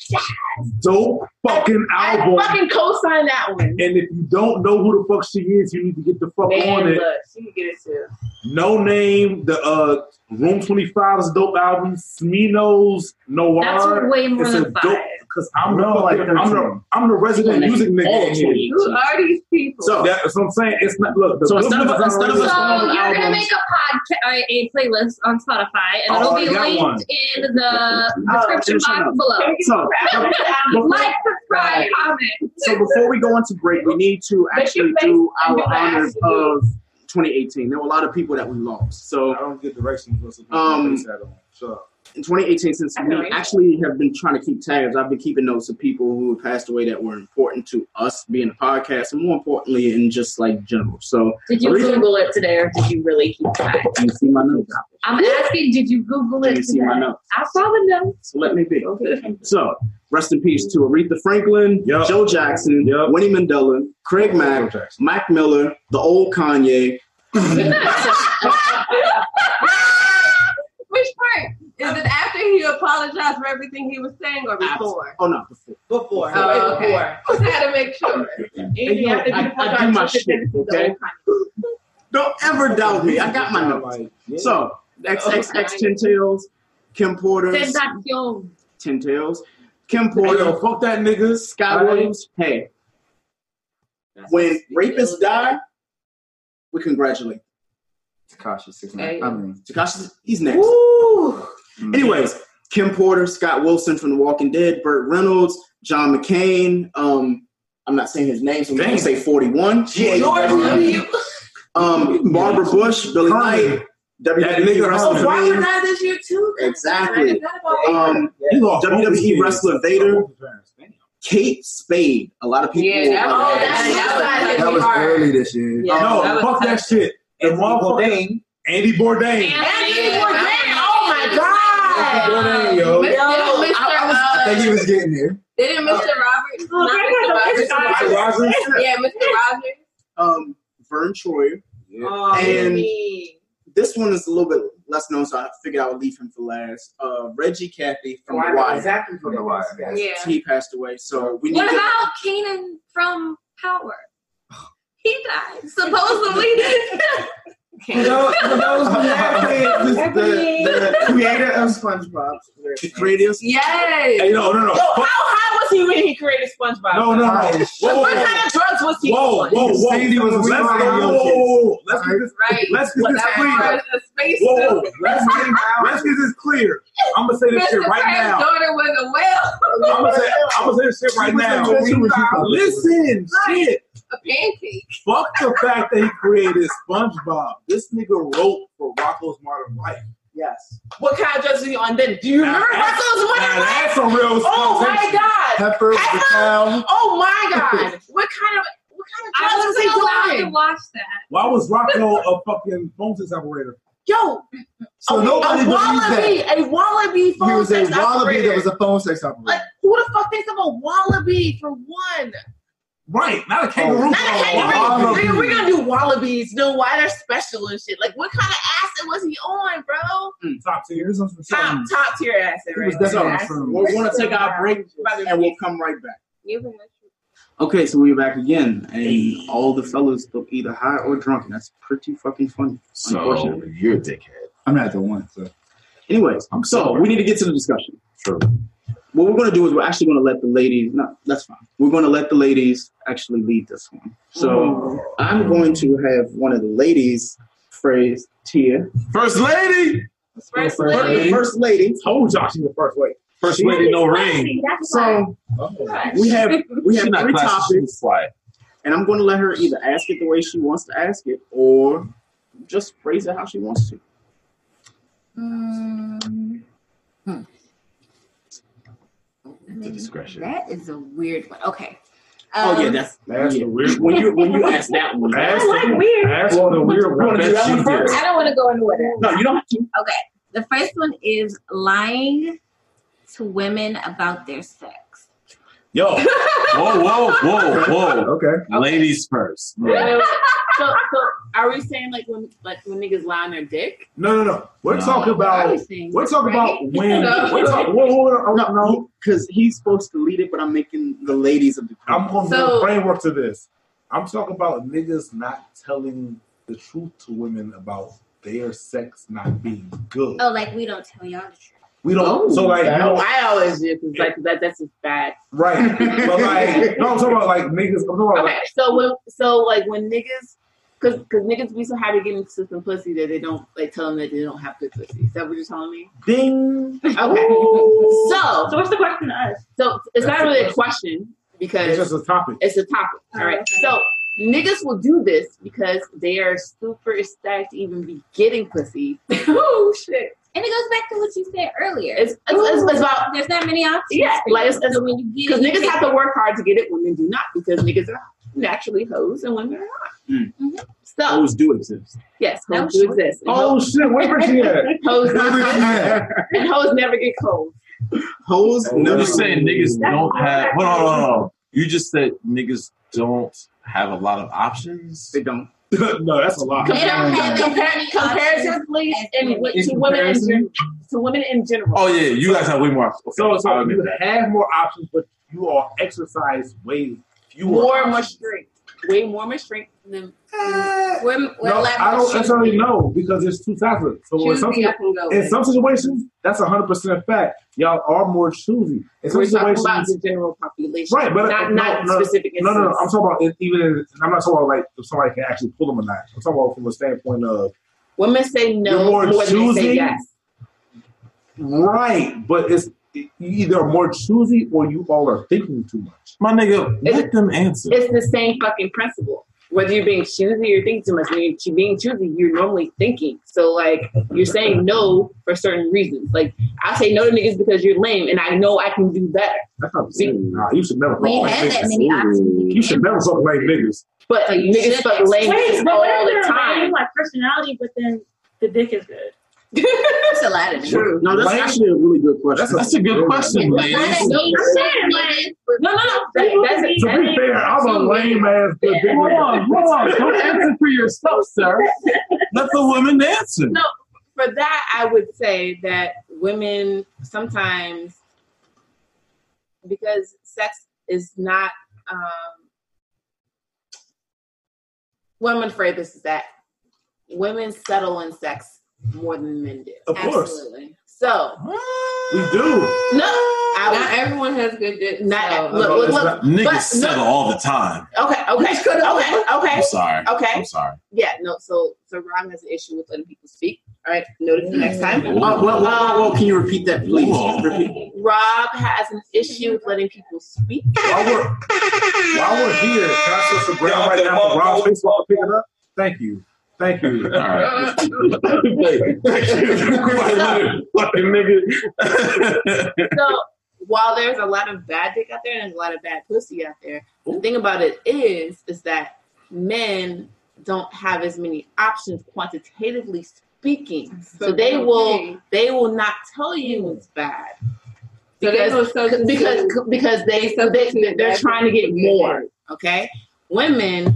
Dope fucking album. I fucking co-sign that one. And if you don't know who the fuck she is, you need to get the fuck Man, on it. look, she can get it too. No Name, the uh, Room 25's dope album, Smino's Noir. That's way more It's than a five. Cause I'm No, the, like I'm the 13. I'm the resident Like, music all nigga in here. 28. Who are these people? So that's what I'm saying. It's not look. The So good instead of- music is instead of already- So you're gonna make a podcast, a playlist on Spotify, and Oh, it'll I be got linked one. in the description shut box up. below. So, like, subscribe, comment. So before we go into break, we need to But actually your face do and our your ass honors is of 2018. There were a lot of people that we lost. So I don't get directions. Um, so in 2018, since I we know, right? actually have been trying to keep tabs, I've been keeping notes of people who have passed away that were important to us being a podcast, and more importantly, in just like general. So Did you the reason- Google it today, or did you really keep track? You see my notes. I'm asking, did you Google it You see today? my notes. I probably know. So let me be. So, rest in peace to Aretha Franklin, Joe Jackson, Winnie Mandela, Craig Mack, Mac Miller, the old Kanye. Which part? Is it after he apologized for everything he was saying or before? Oh no, before. Before. Oh, okay. Just had to make sure. Hey, yo, I, I do my shit, okay? Don't ever doubt me. I got my notes. So, XXX Ten Tails, Kim Porter, Sensación. Ten Tails, Kim Porter. fuck that nigga. Sky Williams. Hey, when rapists die, we congratulate. Takashi six nine. I mean, Takashi, he's next. Anyways, Kim Porter, Scott Wilson from The Walking Dead, Burt Reynolds, John McCain. Um, I'm not saying his name, so I'm going Dang. to say 41. Yeah, George W. Um, Barbara Bush, Billy Knight, WWE wrestler. Oh, why would I this year too? Exactly. I forgot about Um, April. WWE wrestler Vader, Kate Spade. A lot of people. Yeah, that was- Oh, that's- that, that was early this year. Yeah, no, that was fuck that shit. The Bourdain. Andy Bourdain. Anthony Bourdain. Oh my God. Bourdain, yo. Mr. Mr. uh, I think he was getting there. Didn't Mr. Roberts? Oh, not I Mr. got the Rogers. picture. Rogers? Yeah, Mr. Rogers. um, Vern Troyer. Oh, and man. this one is a little bit less known, so I figured I would leave him for last. Uh, Reggie Cathy from Oh, I The know Wire. exactly from The Wire. Yeah. He passed away, so we need What to- about Kanan from Power? He died supposedly. For those, for those who haven't, this- the, the creator of SpongeBob. The creator. Yes. Hey, no, no, Yo, no. how high was he when he created SpongeBob? No, no, no. Whoa, what whoa, kind of drugs was he Whoa, on? whoa, whoa. let's, whoa, whoa, whoa. Let's get this, let's get this clear. Whoa, whoa. Let's get, let's get this clear. I'm going to say this shit Mr. right Krabs' now. daughter was a whale. I'm gonna say I'm gonna say this shit right now. Listen, shit. A pancake. Fuck the fact that he created SpongeBob. This nigga wrote for Rocco's Modern Life. Yes. What kind of drugs was he on then? Do you Now remember that's- Rocco's now Modern Life? that's a real Oh my sensation. God. Pepper, Patel. Oh my God. what kind of what I kind of drugs wasn't was he allowed to doing? watch that. Why was Rocco a fucking phone sex operator? Yo, So a- nobody a wallaby, believes that. a wallaby phone He was a sex wallaby operator. that was a phone sex operator. like, who the fuck thinks of a wallaby for one? Right, not a kangaroo. Not a kangaroo. Wallaby. Man, We're gonna do wallabies. No, why they're special and shit. Like, what kind of acid was he on, bro? Hmm, Top tier. Top top tier acid, right? Acid. So, we're going to take our break and we'll come right back. Okay, so we're back again, and all the fellas look either high or drunk, and that's pretty fucking funny. So, you're a dickhead. I'm not the one. So. Anyways, so we need to get to the discussion. Sure. What we're going to do is we're actually going to let the ladies. No, that's fine. We're going to let the ladies actually lead this one. So I'm going to have one of the ladies phrase, Tia. First lady. First lady. First lady. Told y'all she's the first lady. First lady, no ring. So Oh. we have we She have not three classy, she topics, and I'm going to let her either ask it the way she wants to ask it, or just phrase it how she wants to. Mm, The discretion. that is a weird one. Okay. oh yeah, Um, that's that's the weird. When you when you ask that one, Ask I like the- weird. ask the weird one. Do That's that one easier. first. I don't want to go in order. No, you don't have to. Okay. The first one is lying to women about their sex. Yo. Whoa, whoa, whoa, whoa. Okay. Ladies first. Wait, wait, wait. so, so are we saying like when like when niggas lie on their dick? No, no, no. We're No. talking I about was saying- we're talking about Right? when No. we're talking. Whoa, whoa, whoa, no, no, because he's supposed to lead it, but I'm making the ladies of the. I'm going to So- the framework to this. I'm talking about niggas not telling the truth to women about their sex not being good. Oh, like we don't tell y'all the truth. We don't. so like, I, no, Oh, I always do because like that that's just bad. right? but like, no, I'm talking about like niggas. I'm talking about Okay, so when so like when niggas, cause cause niggas be so happy getting to some pussy that they don't like tell them that they don't have good pussy. Is that what you're telling me? Ding. Okay. So so what's the question to us? So it's That's not really the a question because It's just a topic. It's a topic. All right. So niggas will do this because they are super ecstatic to even be getting pussy. oh shit. And it goes back to what you said earlier. It's, it's, it's, it's about there's not many options. Yeah, for like you. it's, it's, So when you because get it, you niggas take have to it. work hard to get it. Women do not because niggas are naturally hoes and women are not. Mm-hmm. So Those do exist. yes, Oh, hoes do exist. And Oh, hoes- shit, where is she at? hoes not and hoes never get cold. Hoes You saying niggas That's don't all have. I Hold on, have. hold on, hold on. You just said niggas don't have a lot of options. They don't. no, that's a lot. Compar- compar- many comparatively and wi- to women in gen- to women in general. Oh yeah, you guys have way more options. So, Okay, I'll so admit you that. have more options, but you are exercise way fewer. More options. restraint. Way more restraint than Eh. we're, no, I don't necessarily know because it's two topics. So in Choosy, some, I can go in with. some situations, that's hundred percent fact. Y'all are more choosy. In some We're talking about situations, the general population, right? uh, But not no, not no, specific. No, no, no. I'm instances. talking about it, even. in- I'm not talking about like if somebody can actually pull them or not. I'm talking about from a standpoint of Women say no You're more more, than they choosy? say yes. right, but it's you either are more choosy or you all are thinking too much. My nigga, let them answer. It's the same fucking principle. Whether you're being choosy or you're thinking too much, when you're being choosy, you're normally thinking. So like you're saying no for certain reasons. Like I say no to niggas because you're lame, and I know I can do better. That's not the same. Nah, you should never. We fuck had lame that niggas. many options. You should never fuck lame niggas. But niggas Shit. fuck lame Wait, niggas but what all if the they're time. amazing, like personality, but then the dick is good? That's a lot of truth. No, that's Like- actually a really good question. That's a- That's a good question, ladies. That's No, saying, no, no, that's To be fair, I'm a lame ass. good dick Hold nigga. on, hold on. Don't answer for yourself, sir. Let the women answer. No, for that I would say that women sometimes because sex is not um what I'm afraid this is that women settle in sex more than men do. Of course. Absolutely. So We do. no I Not everyone has good dick. Not so- look, look, look, Niggas but- settle all the time. Okay, okay, okay, okay. I'm sorry. Okay. I'm sorry. Yeah, no, so so Ron has an issue with letting people speak. All right, notice the next time. Um, Whoa, whoa, whoa, whoa, can you repeat that, please? Repeat. Rob has an issue with letting people speak. While we're here, can I set some ground right now for Rob's face while I pick it up? Thank you. Thank you. All right. so while there's a lot of bad dick out there and there's a lot of bad pussy out there, the thing about it is, is that men don't have as many options quantitatively speaking. So, So they they're will okay. they will not tell you what's bad. So they will Because, substitute- because because they substitute they they're that trying to get for good more. Okay, women,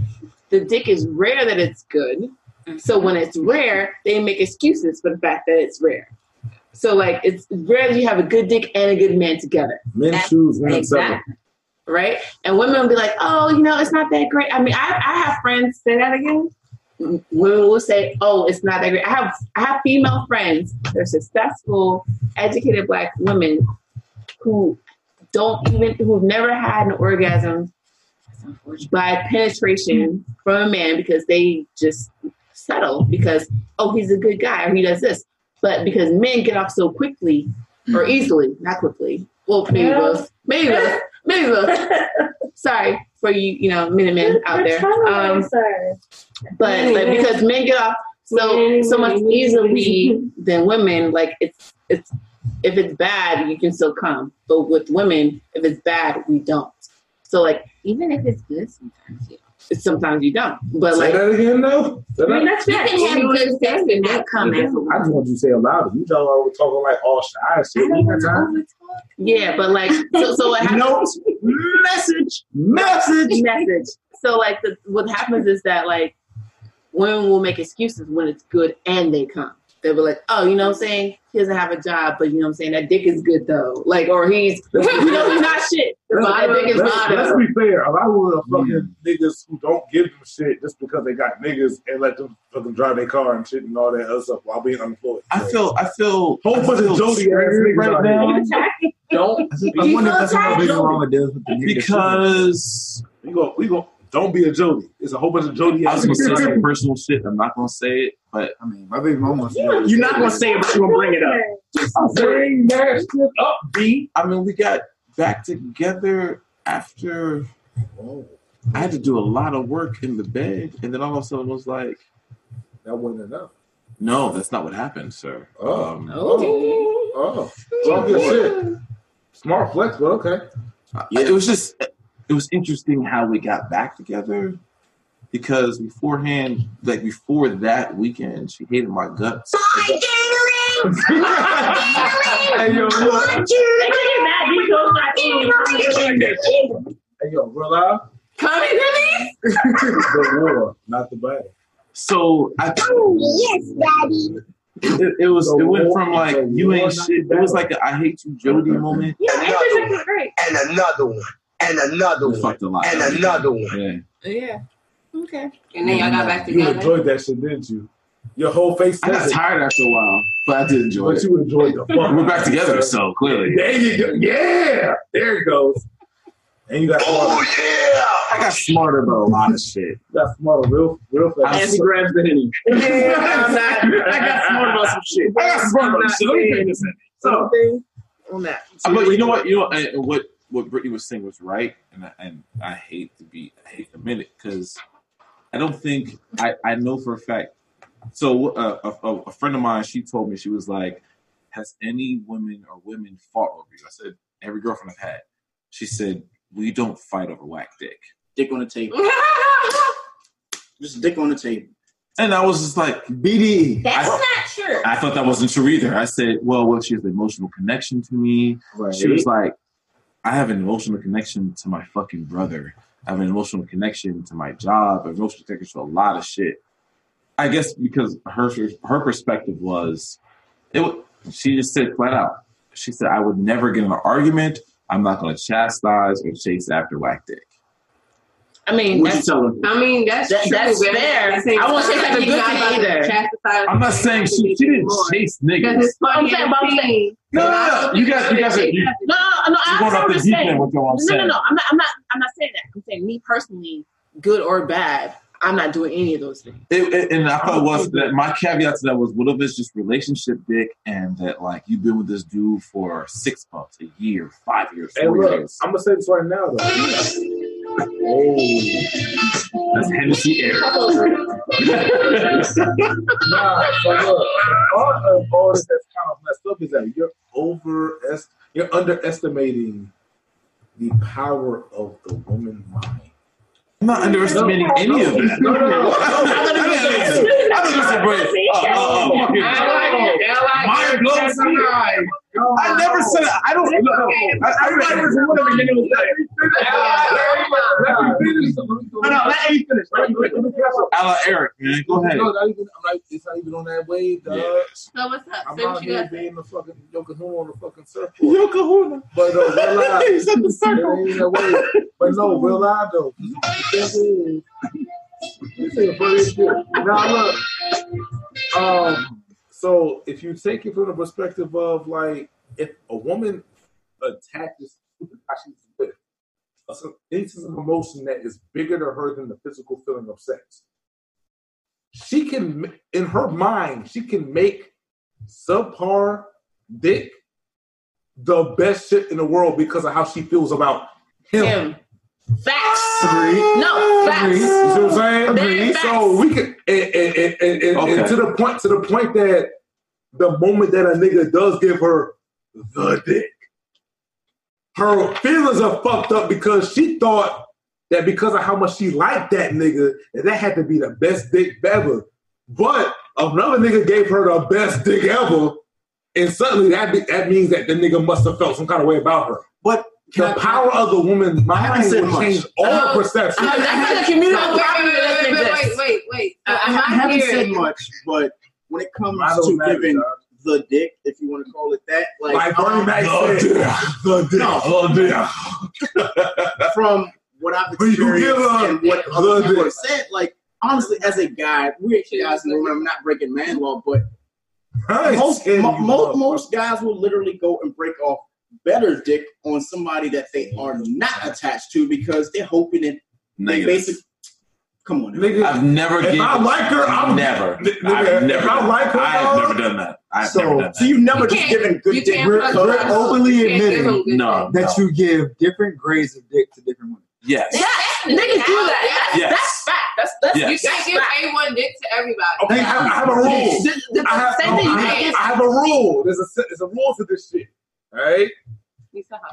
the dick is rare that it's good. So when it's rare, they make excuses for the fact that it's rare. So like it's rare that you have a good dick and a good man together. Men choose men Exactly. exactly. Right? And women will be like, oh, you know, it's not that great. I mean, I, I have friends say that again. W- Women will say, oh, it's not that great. I have I have female friends. They're successful, educated black women who don't even who've never had an orgasm by penetration from a man because they just settle because oh he's a good guy or he does this, but because men get off so quickly or easily, not quickly. Well, maybe Hmm. Yeah. both, maybe both, maybe both. Sorry for you, you know, Minutemen out there. Um, but like because men get off so so much easily than women, like it's it's if it's bad, you can still come. But with women, if it's bad, we don't. So like even if it's good, sometimes you don't. Sometimes you don't. But Say like that again, though. Say that- sex and not come as a I just want you to say it louder. You know, I was talking like all shy and shit. You got time? Yeah, but like, so, so what happens? message, message, message. So like, the, what happens is that like, women will make excuses when it's good and they come. They'll be like, oh, you know what I'm saying? He doesn't have a job, but you know what I'm saying? That dick is good though. Like, or he's, you know, he's not shit. But Let's, I think it's let's- not. let's be fair. A lot of little Mm-hmm. fucking niggas who don't give them shit just because they got niggas and let them fucking drive their car and shit and all that other stuff while being unemployed. I feel, I feel, whole bunch of Jody ass niggas out right here. now. Don't. I wonder if that's what Big Mama does with the niggas. Because we go, we go. Don't be a Jody. It's a whole bunch of Jody. I was gonna ass say niggas. some personal shit. I'm not gonna say it, but I mean, my baby mama. You're not gonna say it, but you're gonna bring it up. Bring that shit up, B. I mean, we got back together after. I had to do a lot of work in the bed, and then all of a sudden I was like, "That wasn't enough." No, that's not what happened, sir. Oh, Um, oh, oh. Talk your shit. Smart flex, but okay. Yeah, Uh, it was just it was interesting how we got back together because beforehand, like before that weekend, she hated my guts. Hey, yo, look. Hey, yo, real live. Coming to me? the war, not the battle. So I Oh, yes, daddy. it, it was it went from like you ain't shit. It was like a I hate you Jody moment. another one, and another one, and another one, and another one. Yeah. Okay. And then y'all got back You together. enjoyed that shit, didn't you? Your whole face. I got tired after a while, but I did enjoy But it. you enjoyed the fuck. We're back together, so clearly. There you go. Yeah, there it goes. And you got. Oh yeah. I got smarter about a lot of shit. That's smarter, real, real fast. And she grabs the henny. I got smart about some shit. I got smart about some shit. Let me drink this henny. So, on that. but you know what? You know and and what? What Brittany was saying was right, and I, and I hate to be I hate to admit it because I don't think I I know for a fact. So uh, a, a, a friend of mine, she told me she was like, "Has any woman or women fought over you?" I said, "Every girlfriend I've had." She said, "We don't fight over whack dick." Dick on the table. Just dick on the table. And I was just like, BD. That's I, not true. I thought that wasn't true either. I said, well, well, she has an emotional connection to me. She was like, I have an emotional connection to my fucking brother. I have an emotional connection to my job, an emotional connection to a lot of shit. I guess because her her perspective was, it. wa- She just said flat out. She said, "I would never get in an argument. I'm not going to chastise or chase after whack dick." I mean, What'd that's, you tell her? I mean, that's That- true, that's but fair. at the same I won't time, say that's a you good got thing to either. chastise I'm not saying she, she didn't chase Because niggas. it's funny. I'm saying, but I'm saying- No, no, no. You guys, you guys are. You, No, no, no. You're I, going off I'm the just deep saying. end with what I'm no, no, saying. no. I'm not. I'm not. I'm not saying that. I'm saying me personally, good or bad, I'm not doing any of those things. it, it- and I thought was that my caveat to that was what if it's just relationship dick and that like you've been with this dude for six months, a year, five years, Hey, four look, years. I'm gonna say this right now though. Oh. That's Hennessy air. nah, but look, part of all this that's kind of messed up is that you're over you're underestimating the power of the woman mind. I'm not underestimating any of that. No, no, I no. thought you said, Brett, oh, oh, fuck you. Mind blows me. I never said I don't know. I remember one of them was No, no, let me finish. Let me finish. Ala Eric, man, go ahead. No, not even, I'm not, it's not even on that wave, dog. So what's up? I'm Say out what you here got. being the fucking Yokohama on the fucking surfboard. Yokohama. But no, real live. He's in the circle. But no, real live though. This is this is funny shit. Now look, um, so if you take it from the perspective of like, if a woman attaches how she's with a sense of emotion that is bigger to her than the physical feeling of sex, she can m- in her mind she can make subpar dick the best shit in the world because of how she feels about him. Facts. No, You see what facts. I'm saying? So we can and, and, and, and, and- and to the point to the point that the moment that a nigga does give her the dick, her feelings are fucked up because she thought that because of how much she liked that nigga, that, that had to be the best dick ever. But another nigga gave her the best dick ever, and suddenly that that means that the nigga must have felt some kind of way about her. But the power of the woman's mind said will much. change all Uh, perception. I- I- Wait, Community wait, wait, wait, wait, wait, wait. Uh, I, I Am haven't said hearing- much, but when it comes Model to matters, giving the dick, if you want to call it that, like, Like Bernie um, Mac the said, dick, the dick, from what I've But you give experienced up and what the other people dick. have said, like honestly, as a guy, we're guys in the room. I'm not breaking man law, but most mo- most, most guys will literally go and break off better dick on somebody that they are not attached to because they're hoping it. They Negative. basically come on, nigga. I've never given. given- I'm never. I've never. done that. I have never done that. I've So- never done that. so you never You just can't- given good you dick can't We're, fuck we're them. You openly can't give them admitting good No, dick. that you give different grades of dick to different women. Yes. Niggas do that. That's, Yes. that's fact. That's that's Yes. you can't give A1 dick to everybody. Okay, I, I have a rule. I have, Same thing you I can't have- give- I have a rule. There's a se- there's a rule to this shit. All right.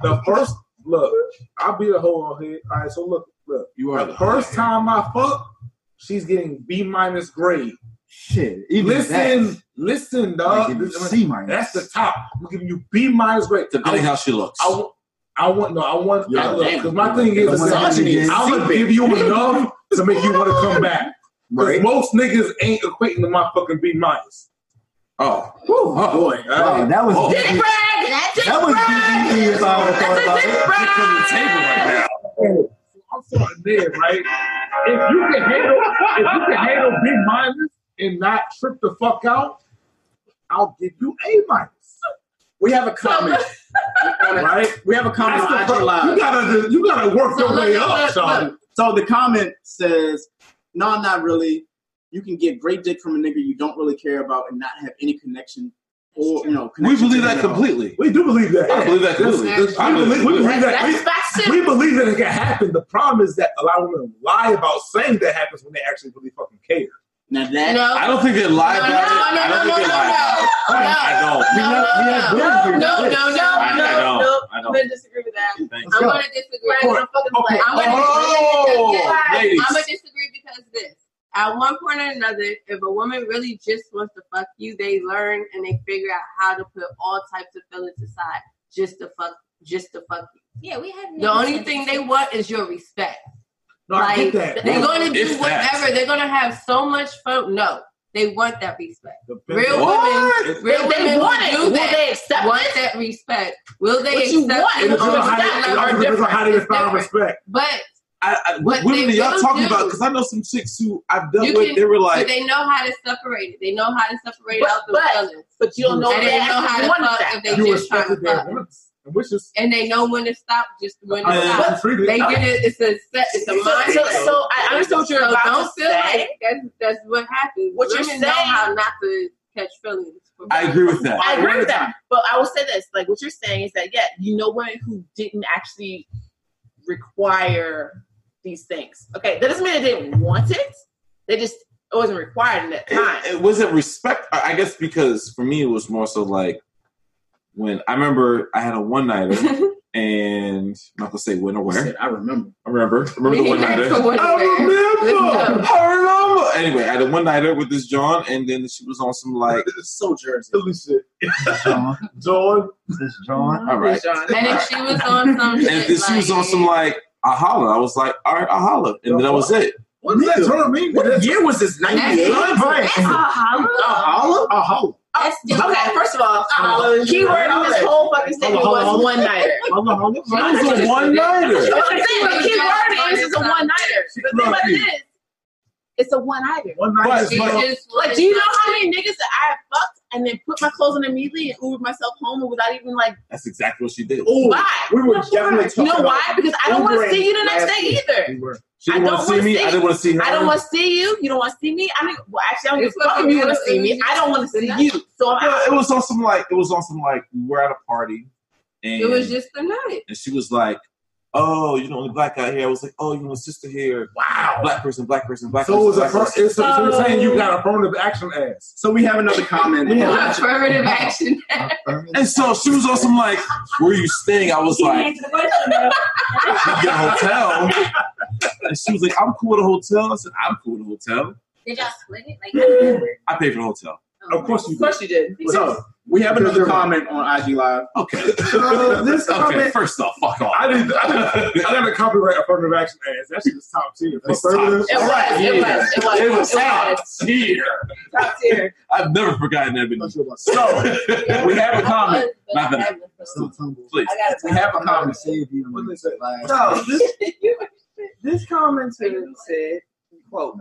The first look, I'll be the whole on here. All right. So look, look. You are the the- first time I fuck, she's getting B minus grade. Shit. Even listen, that- listen, dog. I'm giving you C minus. That's the top. I'm giving you B minus grade. Depending I- how she looks. I, w- I want no. I want Yeah. because my thing is, Someone I'm having a gonna secret. give you enough to make you want to come back. Because most niggas ain't equating to my fucking B minus. Oh, oh boy, wow, that was Oh. deep. that was deep as I would have thought about it. I'm starting there, right? If you can handle, if you can handle B minus and not trip the fuck out, I'll give you A minus. We have a comment. right? We have a comment That's the on IG pro- Live. you gotta- you gotta work your way up, Sean. So the comment says, "No, I'm not really. You can get great dick from a nigga you don't really care about and not have any connection, or you know, We connection believe to him that at all." completely. We do believe that. I believe that completely. That's- I we believe believe, we believe that. That's We, we believe that it can happen. The problem is that a lot of women lie about saying that happens when they actually really fucking care. Now that- No. I don't think they lie No, about no, it. I don't no, think they no, lie no, about it. I don't. No, no, no, no, no, no, I- I no, don't. no. I I'm don't. gonna disagree with that. Thank I'm you. gonna disagree. Go for I'm it. fucking play. Okay. I'm gonna Oh, disagree because this. ladies. I'm gonna disagree because this. At one point or another, if a woman really just wants to fuck you, they learn and they figure out how to put all types of feelings aside just to fuck, just to fuck you. Yeah, we had The only thing they want is your respect. No, I like get that. they're Well, gonna do if that- whatever. They're gonna have so much fun. No, they want that respect. Real What? women, If real they women want it, who do will that, they accept want it? that respect. Will they What accept you want it? It depends Or on is how that they- level it depends on how they different? define It's different. respect. But I, I, But what women they that y'all will talking about? do. Because I know some chicks who I've dealt you with. can, they were but like, they know how to separate it. They know how to separate But- out the but- feelings. but you don't know and if they they know how actually to wanted fuck that. if they You just trying to fuck. Which is And they know when to stop, just when to Uh, stop. but- They get it. It's a set. It's a So- mindset. so- so I understand what you're So about don't to feel say. like that's that's what happens. What you're Women know saying- how not to catch feelings. I agree with that. I agree with that. But I will say this: like what you're saying is that yeah, you know women who didn't actually require these things. Okay, that doesn't mean they didn't want it. They just it wasn't required in that time. It, it wasn't respect. I I guess because for me, it was more so like when I remember I had a one nighter, and I'm not gonna say when or where. I remember. I remember. I remember the one nighter. remember. I remember. Anyway, I had a one nighter with this John, and then she was on some like so jersey. John. John. John. All right. And if she was on some And shit, then she was like- on some like I holla. I was like, all right, I holla, and then that was it. What does that term mean? What year was this? That's- 98? that's a holla. A holla? A holla. Okay, first of all, uh, keyword of this whole fucking statement was one nighter. That was a one nighter. That's what I'm saying. The key word is it's a one nighter. The thing about it is, it's a one nighter. But- Like, but- do you know how many niggas that I have fucked and then put my clothes on immediately and Ubered myself home without even like, That's exactly what she did. why? we were definitely You Oh, talking know about why? Because I don't want to Ubering see you the next last day week. either. She didn't I want to don't see wanna me. see- I didn't want to see her. I don't want to see you. You don't want to see me. I mean, well, actually, I don't give a fuck if you want to see me. I don't want to see you. So I'm Well, it was on some like it was on some like we were at a party, and It was just the night. and she was like, "Oh, you know, the only black guy here." I was like, "Oh, you know, sister here." Wow, black person, black person, black. So it was person, a black person. So, so Oh. you're saying you got affirmative action ass. So we have another comment. Affirmative action. And so she was on some like, "Where you staying?" I was like, answer the question. though. "Get a hotel." And she was like, "I'm cool at a hotel." I said, "I'm cool at a hotel." Did y'all split it? Like, I paid for the hotel. Of course you Of course you did. So we have another comment on IG Live. Okay. So this okay, comment- first off, fuck off. I did. I, did, I got a copyright affirmative action ass. That shit is top tier. Affirmative. It was, it was, it was. It was top tier. Top tier. I've never forgotten that video. So we have a comment. Not that. Please. We have a comment. No, this, this commenter said, "quote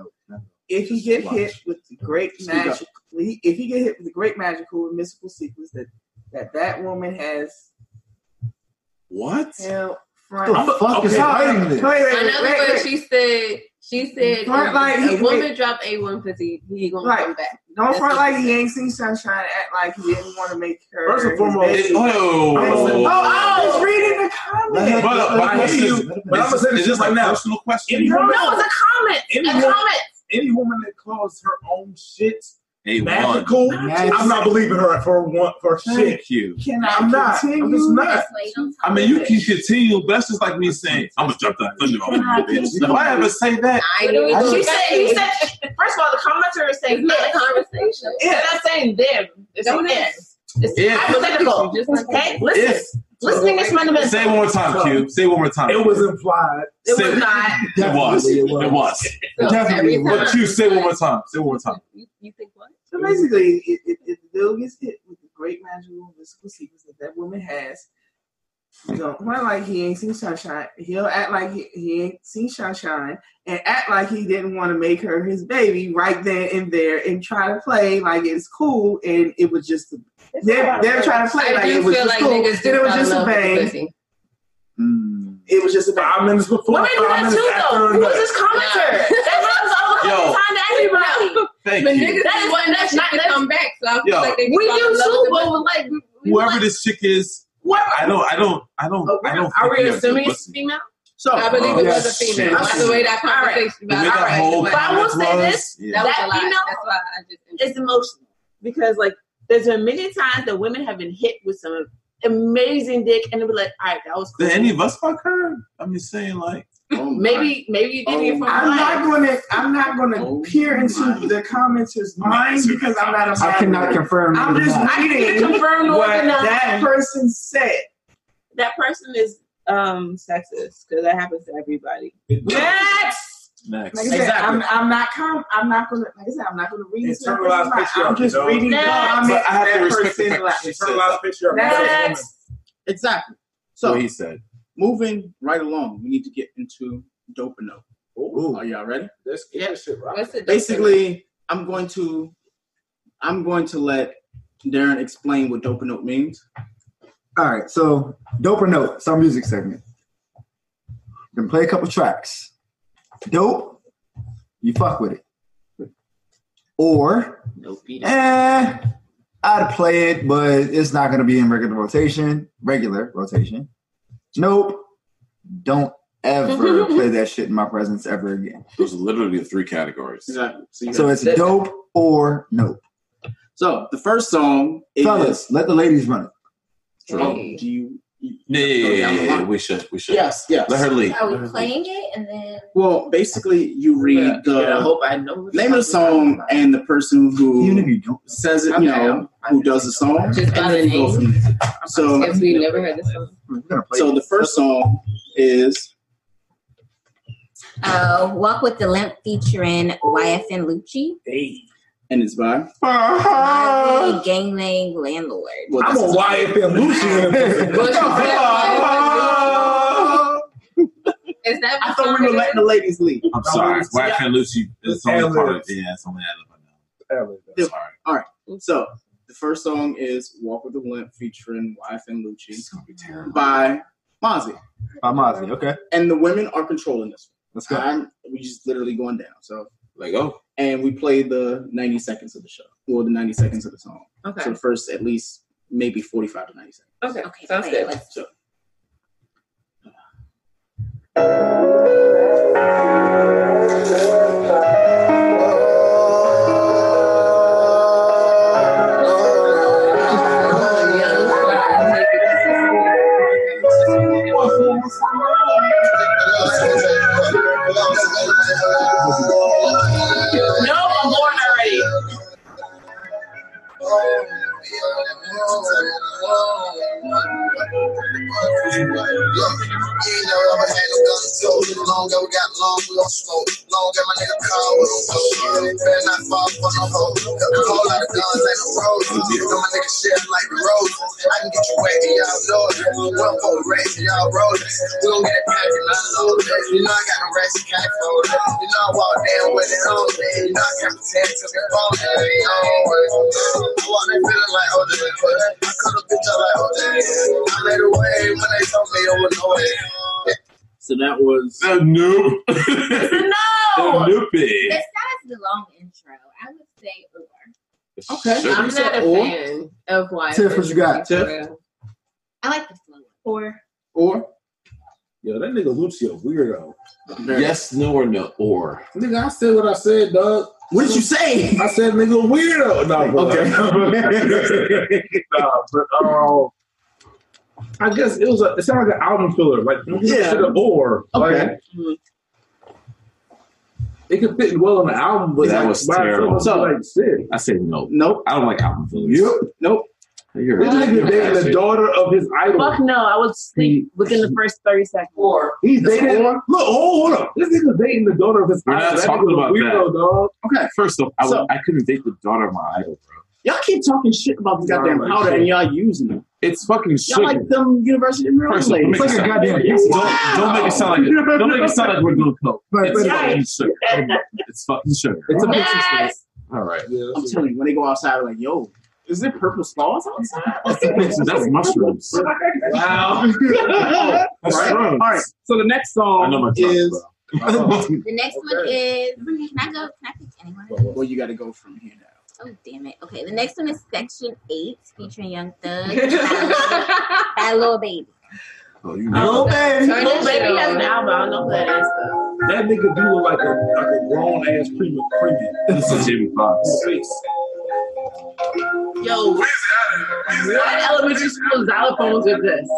If you get hit with the great Speak up. magic, if you get hit with the great magical and mystical secrets that that that woman has What? held front. The fuck is hiding this? Wait, wait, wait, In wait, other wait. words, she said. She said. um, Front line, a he- woman wait. drop a one fifty. He gonna Right. come back. Don't That's front what like he ain't seen sunshine. Act like he didn't want to make her. First and his foremost, baby. it- oh. oh, I was Oh. reading the But, comment. but I hear you. But I'm gonna say this just right now. Personal question. Any woman, No, it's a comment. Any A woman, comment. Any woman that calls her own shit A magical, I'm not believing her for one for shit. Thank you. I'm not. I'm just not. I mean, you can continue, but that's just like me saying, I'm gonna drop that thunder on you, bitch. If I ever say that, She said, he said, first of all, the commenter is saying, not conversation. Yeah. They're not saying them. It's Don't saying if. It's If. hypothetical. Okay? Listen. If. Listening is fundamental. Say it one more time, Q. Say it one more time. It was implied. It Say- was not. It was. It was. Definitely it was. But Q, say it one more time. Say it one more time. So basically, if, if, if the dude gets hit with the great magical and mystical secrets that that woman has, don't front like he ain't seen sunshine. He'll act like he, he ain't seen sunshine and act like he didn't want to make her his baby right then and there and try to play like it's cool and it was just they're, they're trying to play I like do it was feel just like cool. niggas do and it was fall in just a love with the bang. pussy. It was just a bang. Five minutes before. Women do that too, though. Who was this commenter? That happens all the fucking Yo. time to everybody. Thank but you. niggas That is- want that that's shit not- to that's- come back, so I feel Yo. like they be We falling in do love too, with but the we're like, we- we Whoever this chick is, What? I don't, I don't, I don't, I don't. Are we fucking know. assuming Listen. it's female? So I believe it was a Yes, female. shit. By the way, that All right. conversation The way about that whole But I will say was- this: That Yeah. that was a lot. female That's why I just is emotional because, like, there's been many times that women have been hit with some amazing dick, and they'll be like, "All right, that was cool." Did any of us fuck her? I'm just saying, like, Maybe, maybe you didn't Oh hear from I'm not going to. I'm not going to Oh peer into the commenter's mind because I'm not. a I cannot confirm. I'm nor just deny. I reading can't confirm nor what deny. that person said. That person is um sexist because that happens to everybody. Next. Like Next. I said, I'm, I'm not. Com- I'm not gonna. Like I said, I'm not gonna read. this Internalized person's mind. I'm patriarchy, just dog. reading. the Next. comments But I have to that respect the person fact left. that she said Internalized that. patriarchy. Next. Exactly. So what he said. moving right along, we need to get into dope and dope. Are y'all ready? Let's get this shit right. Basically, I'm going to I'm going to let Darren explain what dope and dope means. All right, so dope or note, it's our music segment. Then play a couple tracks. Dope, you fuck with it. Or, eh, I'd play it, but it's not gonna be in regular rotation. Regular rotation. Nope, don't ever play that shit in my presence ever again. Those are literally the three categories. Exactly. you So got- it's dope or nope. So the first song is Fellas, let the ladies run it. Oh, do you Yeah, yeah, yeah, yeah, yeah, line. we should, we should. Yes, yes. Let her lead. Oh. Are we playing it and then? Well, basically, you read the yeah, I hope I know name of the song and the person who says it, you know, who does the song, Just and by the then you go from there. So, Yes, we never heard this song. so the first song is Uh, Walk with the Limp featuring YFN Lucci. and it's by. Uh-huh. Marvin Gaye, Gangnang Landlord. I'm a YFM Is that I thought we were letting the ladies lead. I'm sorry. Why can't Lucy? It's only part of yeah, it's only Sorry. All right. So the first song is "Walk with the Limp" featuring Wife and Lucci by Mozzie. By Mozzie, okay. And the women are controlling this. Let's go. I'm, we just literally going down. So Let go. and we played the 90 seconds of the show or the 90 seconds of the song. Okay. So the first at least maybe 45 to 90 seconds. Okay. okay sounds good. So No, I'm born already. so that was a noob. no. Besides the long intro, I would say or. Okay. I'm So not a or- fan of why. Tiff, what you got, Tiff? I like the slow one. Or. Or Yo, that nigga Lucio weirdo. Yes, no, or no, or. Nigga, I said what I said, dog. What did you say? I said nigga weirdo. No, but, Okay. nah, but um, I guess it was a, it sounded like an album filler, like um, Yeah. yeah, or Okay. like, it could fit well on the album, but That like, was by itself, terrible. it's like shit. I said no. Nope. I don't like album fillers. Yep. Nope. You're This nigga dating the daughter of his idol. Fuck no, I would sleep within the first 30 seconds. Or He's dating. Look, oh, hold up. This nigga's dating the daughter of his We're idol. not That talking nigga's a about weirdo, that. dog. Uh, Okay. First off, I, So- would, I couldn't date the daughter of my idol, bro. Y'all keep talking shit about this Y'all goddamn like powder shit. and y'all using it. It's fucking Y'all sugar. like them University of Maryland First off, don't ladies. make, it sound, don't, don't make it sound like it. Don't make it sound like we're doing coke. Right, It's right, fucking right. sugar. It's fucking sugar. It's a big Yes! All right. I'm telling you, when they go outside, they're like, yo, is there purple stars outside? That's mushrooms. wow. That's right? drugs. All right. So the next I know my song drugs, is. The next one is. Can I go? Can I pick anyone? well, you got to go from here now. Oh damn it! Okay, the next one is Section Eight, featuring Young Thug, by Lil Baby. Oh, you know. Baby. Turn Lil it Baby down. has an album. I don't know who that is. That nigga do look like a like a grown ass prima creepy. This is Jamie Foxx. Yo, what elementary school xylophones are this?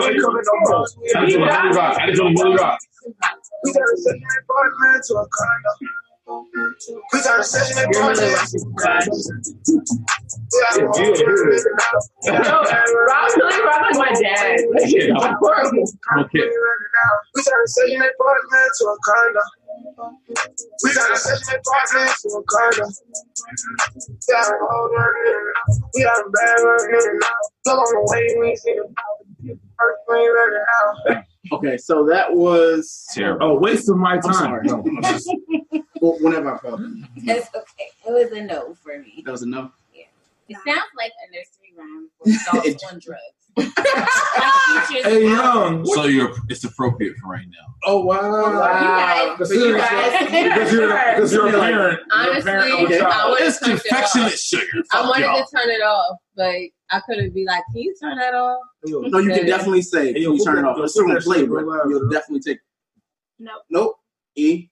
I did on Bully Rock. I did on Bully Rock. Yo, Rob Philly Rock is my dad. Yeah. That's horrible. Okay. We got a section apartment to a condo. We got a section apartment to a condo. We got a whole running out. We got a bad running out. Look on the way we see the power. First we running out. Okay, so that was terrible. A waste of my time. sorry. I'm just- well, whenever I felt it. That's okay. It was a no for me. that was enough. It sounds like a nursery rhyme for adults on drugs. Hey, young. So you're it's appropriate for right now. Oh wow! guys- Considering- you guys- because you're, because you're a parent. you're a Honestly, parent of a I child. would have turned it off. sugar. I wanted y'all. to turn it off, but I couldn't be like, "Can you turn that off?" No, you can Yeah. definitely say yo, you turn it who- off. yo, It's still who gonna that play, shit but real loud, you'll bro? definitely take. No. Nope. E.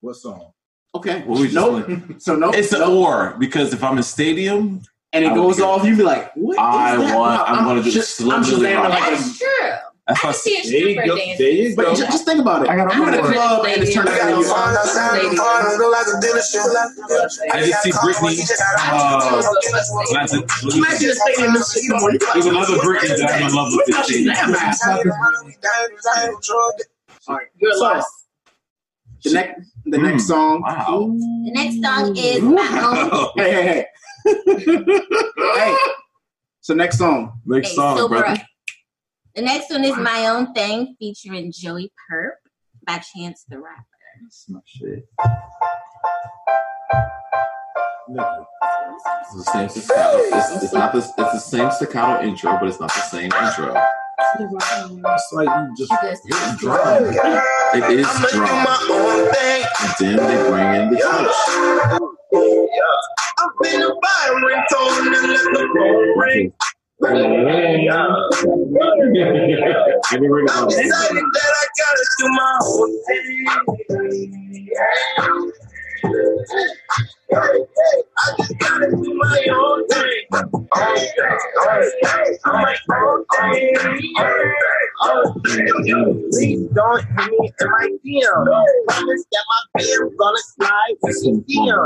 What song? Okay. What we just nope. So nope. It's an or because if I'm in stadium and it I would goes hear off, you be like, "What is I that?" want- Wow, I'm gonna do sh- slow I'm music Shazam rock. like a That's True. That's how- see a There you stripper go. dancing. There you But ju- just think about it. I got a I'm in the point. club and it's turned I got a out. phone outside the apartment, look like a dealership. I just see Britney. Uh, that's it. Imagine the stadium is shit on. There's another Britney that I'm in love with. This stadium. You're lost. The next, the next song. Mm. Wow. Oh. The next song is my own. Hey, hey, hey. hey. So next song. Next Hey, so bruh, The next one is my own thing featuring Joey Perp by Chance the Rapper. Shit. Nigga. It's the same staccato. It's, it's not the, it's the same staccato intro, but it's not the same intro. It's like you just you're drunk. It is drunk. And then they bring in the touch. I've been a buying ringtone and let the phone ring. I decided that I gotta do my own thing. I just gotta do my own thing. I'm my own thing. Own thing. Please don't hit me in my DM. Promise that my band's gonna slide when you see 'em.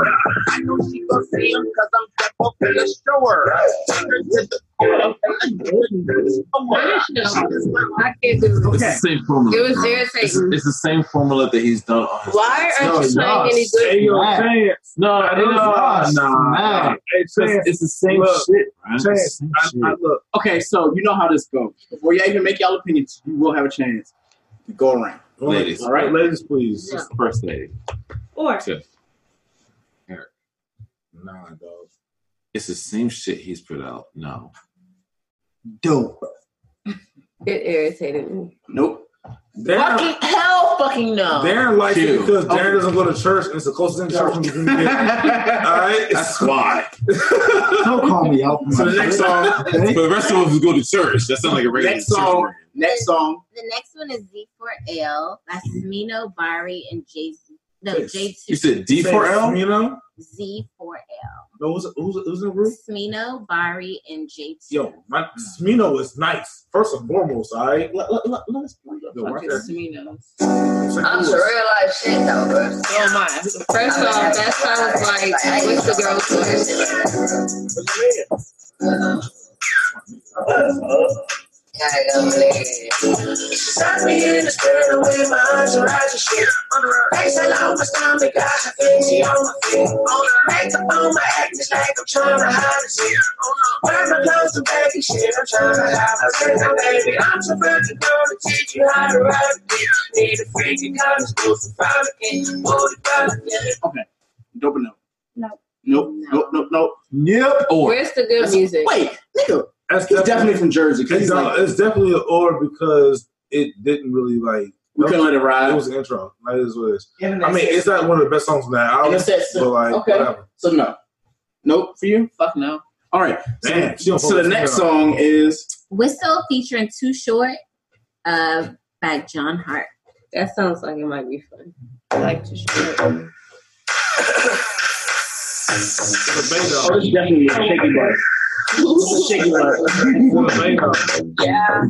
I know she gonna see him cause I'm step up in the shower. Take her to the I can't do It's the same formula. It was bro. Sarah It's, Satan. it's the same formula that he's done on his. Why aren't you No, playing any good? Hey, yo, music? Chance. No, no, Nah, nah, nah. nah. It's, it's the same shit. Chance, I- I look. Okay, so you know how this goes. Before you even make y'all opinions, you will have a chance to go around. Ladies. All right, ladies, please. Yeah. First lady. Or Tiff. Eric. Nah, dog. It's the same shit he's put out. No. Dope. It irritated me. Nope. fucking hell, fucking no. Darren likes it because Oh. Darren doesn't go to church, and it's the closest thing to church we can get. All right, that's why. Don't call me out. So the next song, for the rest of us, go to church. That sounds like a regular Next church song. program. Next song. The next one is Z4L. That's Mino Bari and Jay Z. No, J2. You said D4L? You know? Z4L. Who's, who's, who's in the group? Smino, Bari, and J2. Yo, my Smino is nice. First and foremost, all right. Let, let, let, let us bring up fucking Smino. Oh, I'm some real life shit though, bro. Oh my. First off, that sounds like what's the girl's voice? Shot me in the spirit with my entourage and shit. Face alone, my stomach got a fancy on my feet. On the make up on my act, it's like I'm trying to hide this shit. Wear my clothes and baby shit, I'm trying to hide my face. Now, baby, I'm so fucking gonna teach you how to ride a bitch. Need a freaky kind of school for private kids. Hold it down, Okay. Dope or no? Nope. Nope. Nope. Nope. Yep. Or. Where's the good That's- music? Wait, nigga. That's He's definitely from Jersey. 'cause It's, he's not- like- it's definitely an or because it didn't really like. We couldn't let it ride. It was an intro. That is what it is. Yeah, and I mean, that's it's not one of the best songs on that album. And it says so. but like, Okay. whatever. So no. Nope. For you? Fuck no. All right. So, Damn, she don't so the focus next on song is Whistle featuring Too Short uh, by John Hart. That sounds like it might be fun. I like to share. it. Oh, this is definitely a shaky butt. This is a shaky butt. Yeah.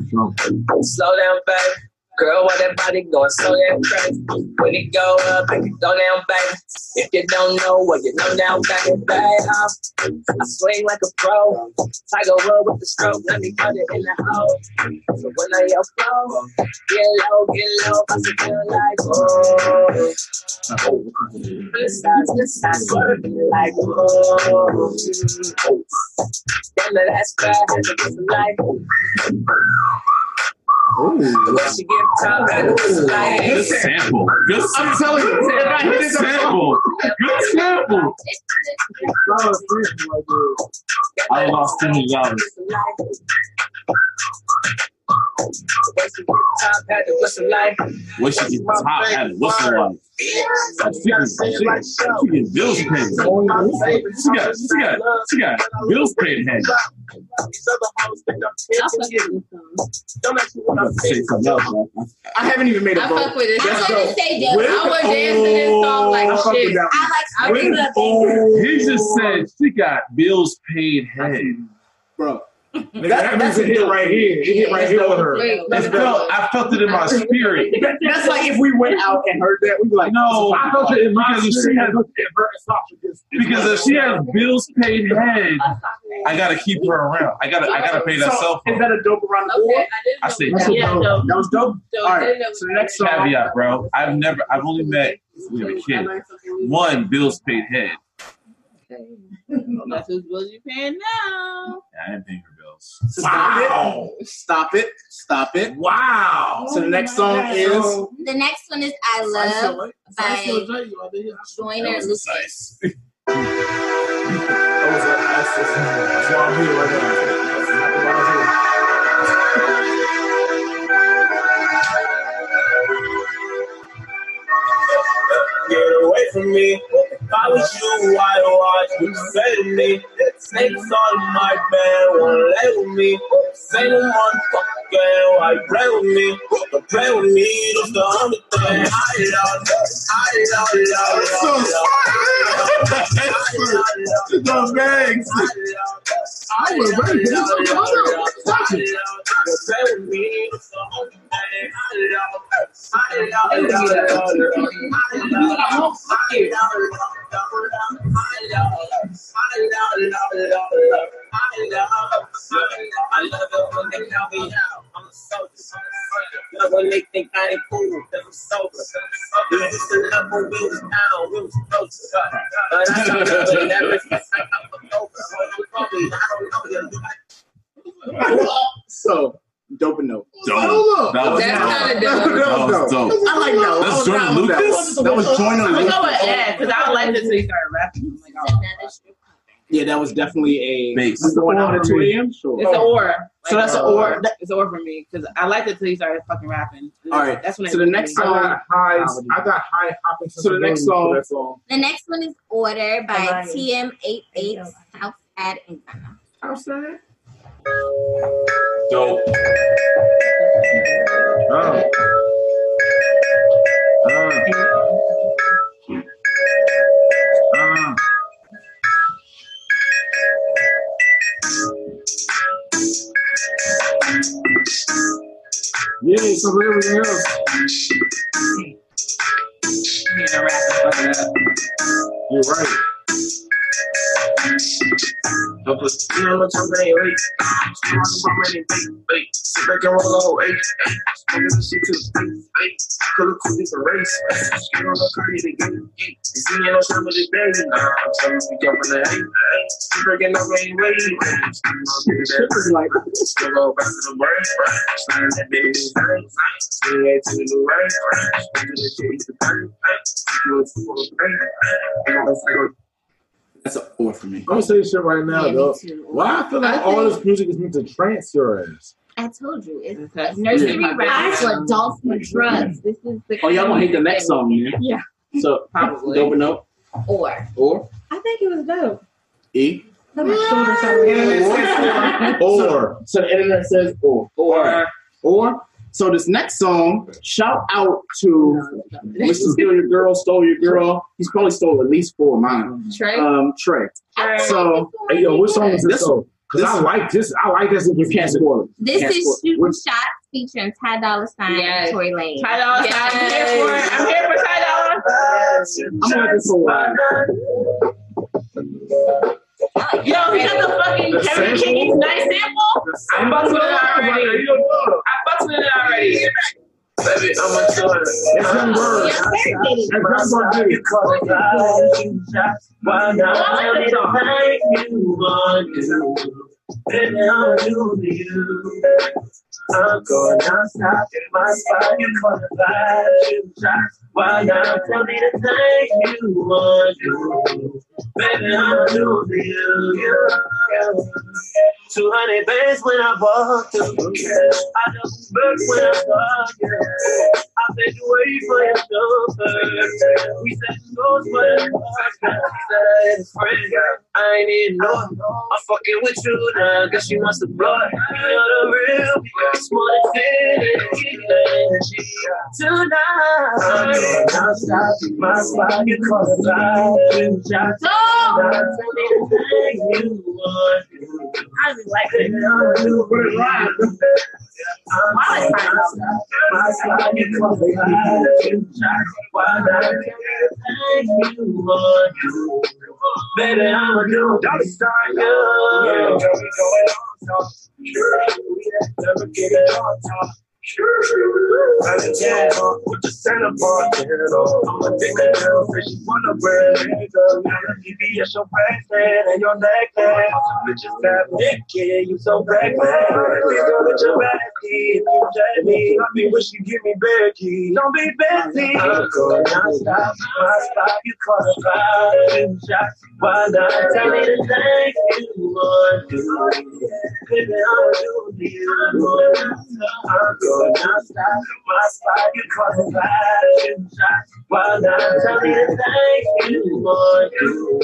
Slow down, baby. Girl, why that body going so damn crazy? When it go up, it can go down, baby. If you don't know, well, you know now, baby. baby. I swing like a pro. Tiger Wood with the stroke. Let me put it in the hole. So when I yell flow, get low, get low. I feel like, oh. Good size, good size, work. Like, oh. Damn, that's bad. It's a life. The way she get top and it's like Good sample. Good sample. I'm telling you, if I hit Good this sample. Good sample. I lost twenty dollars. top had to what's life. What she get top at? What's her life? She can, she, can- she can bills paid. She got, she got, she got bills paid in hand. Don't ask me what I'm I'm about to say something else. man. I haven't even made a I vote. fuck with it. Let's I go. couldn't say that. With- I was dancing this song like I fuck with shit. that one. I like. I was He just said she got bills paid head. Bro. Nigga, that means it hit right here. It hit right here with her. That's That's dope. dope. I felt it in my spirit. That- That's like if we went out and heard that, we'd be like, No, I felt it in my because if she spirit. has because if she has bills paid head, I gotta keep her around. I gotta I gotta pay that So, cell Is phone. that a dope around the board? I say That's yeah. a dope. That was dope. All right. So the next song. caveat, bro. I've never I've only met we have a kid. One bills paid head. That's whose bills you paying now. I didn't pay her bills. Wow. Stop it. Stop it. Wow. So the next Oh song is. The next one is I Love by Joyner Lucas. That was a- that's- that's- that's why I'm here right now. That's exactly why I'm here. Get away from me. If I was you, I'd watch what you say to me. Snakes on my bed, won't lay with me. Say no one fucking girl, why you play with me? But play with me, that's the only thing. I love, I love, love, love, love. The bags. I was ready for this. I was watching. Play with me, that's the only thing. I love, I love, love, love. When they think I ain't cool, then I'm sober. They used to love when we was down, we was close. But I don't know, but never since I got fucked over. So you probably- I don't know, you do so dope and dope. Dope. That was That's dope. kind kinda dope. That was dope. I like that. That's I was Jordan down with that. Lucas? That was Jordan I'm Lucas. gonna go with Ed because I like this when he started rapping. I'm like, oh, Yeah, that was definitely a That's the one out at 2 a.m. Sure. It's an or. So Like, that's an uh, or. It's an or for me because I liked it till he started fucking rapping. And All that's- right, That's when so it the next I song- got highs- I got high hopping. So the next song- That's all. The next one is Order by Alright. TM88 Southside and Ghana. Southside? Dope. Uh. Uh. Uh. Yeah, so everything else. You're right. Help us. You know, I'm ready, wait. I'm ready, wait, wait. Sit back and roll the whole eight. eight. Smoking this shit to the face, eight. Could look cool, it's a race. eight. Get on the car, you the gate. You see me no time with the baby. Nah, I'm trying to speak up in the hate. eight. Sit back and I'm ready, wait. Shit's like, still go back to the brain, right? Sliding that baby in the veins, right? 28 to the new range, right? Smoking this shit, it's a pain, right? You know, it's full of pain, right? You know, it's like a That's an or for me. I'm gonna say this shit right now, Yeah, me though. too. Why I feel like I all think- this music is meant to trance your ass. I told you, it's Yeah. nursery rhymes for adults Oh, with drugs. This is the Oh, y'all gonna hate the next song, man. Yeah. So probably dope and dope Or. or I think it was dope. E. Yeah. Oh. Or so the internet says or or or. So this next song, shout out to Mr. Steal Your Girl, Stole Your Girl. He's probably stole at least four of mine. Trey? Um, Trey. Trey. So Hey, yo, what song is this? This- though? Because I this- like this. I like this. You can't spoil it. This Can't spoil is it. Shooting Shots featuring Ty Dolla Sign and Tory Lane. Ty Dolla Sign, I'm here for it. I'm here for Ty Dolla. I'm gonna let this one ride. Yo, he got the fucking Kevin King's nice sample. I fucked with it already. I fucked with it already. Baby, I'm a tourist. It's in words. It's not you call it life. You just wanna have the way you want to. And how you feel. I'm gonna stop in my spot. You call it life. You just wanna tell me the thing you want to. Baby, how you feel. 200 bands when I bought them. I double back when I bought them. I've been waiting for your number. We said no for the partner. He said I had a friend. I ain't even know. her. I'm fucking with you now. Guess you must have brought it. You know the real. me. It's more than energy. Tonight. I'm gonna stop my spot. You call it life. You just Oh! Tell me the thing you want. I just like it. I'm super right. I'm like, my spot. You call it life. You just wanna tell me the thing you want. Baby, I'm a new dollar star, yeah. Yeah, we going on top. Sure, we never get it on top. I just can't walk with the center part head off. I'm a dick and hell, bitch, you wanna wear it. You got me on TBS, your backpack and your neckline. Bitches got naked, you so backpack. Please go with your backy. If you jack me, I be wish you give me Becky. Don't be busy. I go non-stop, my stop, you call it five. You just why not tell me the things you want to do? Baby, I'll do you more. I go non-stop, my spot, you call it fashion shot. Why not tell me the things you want to do?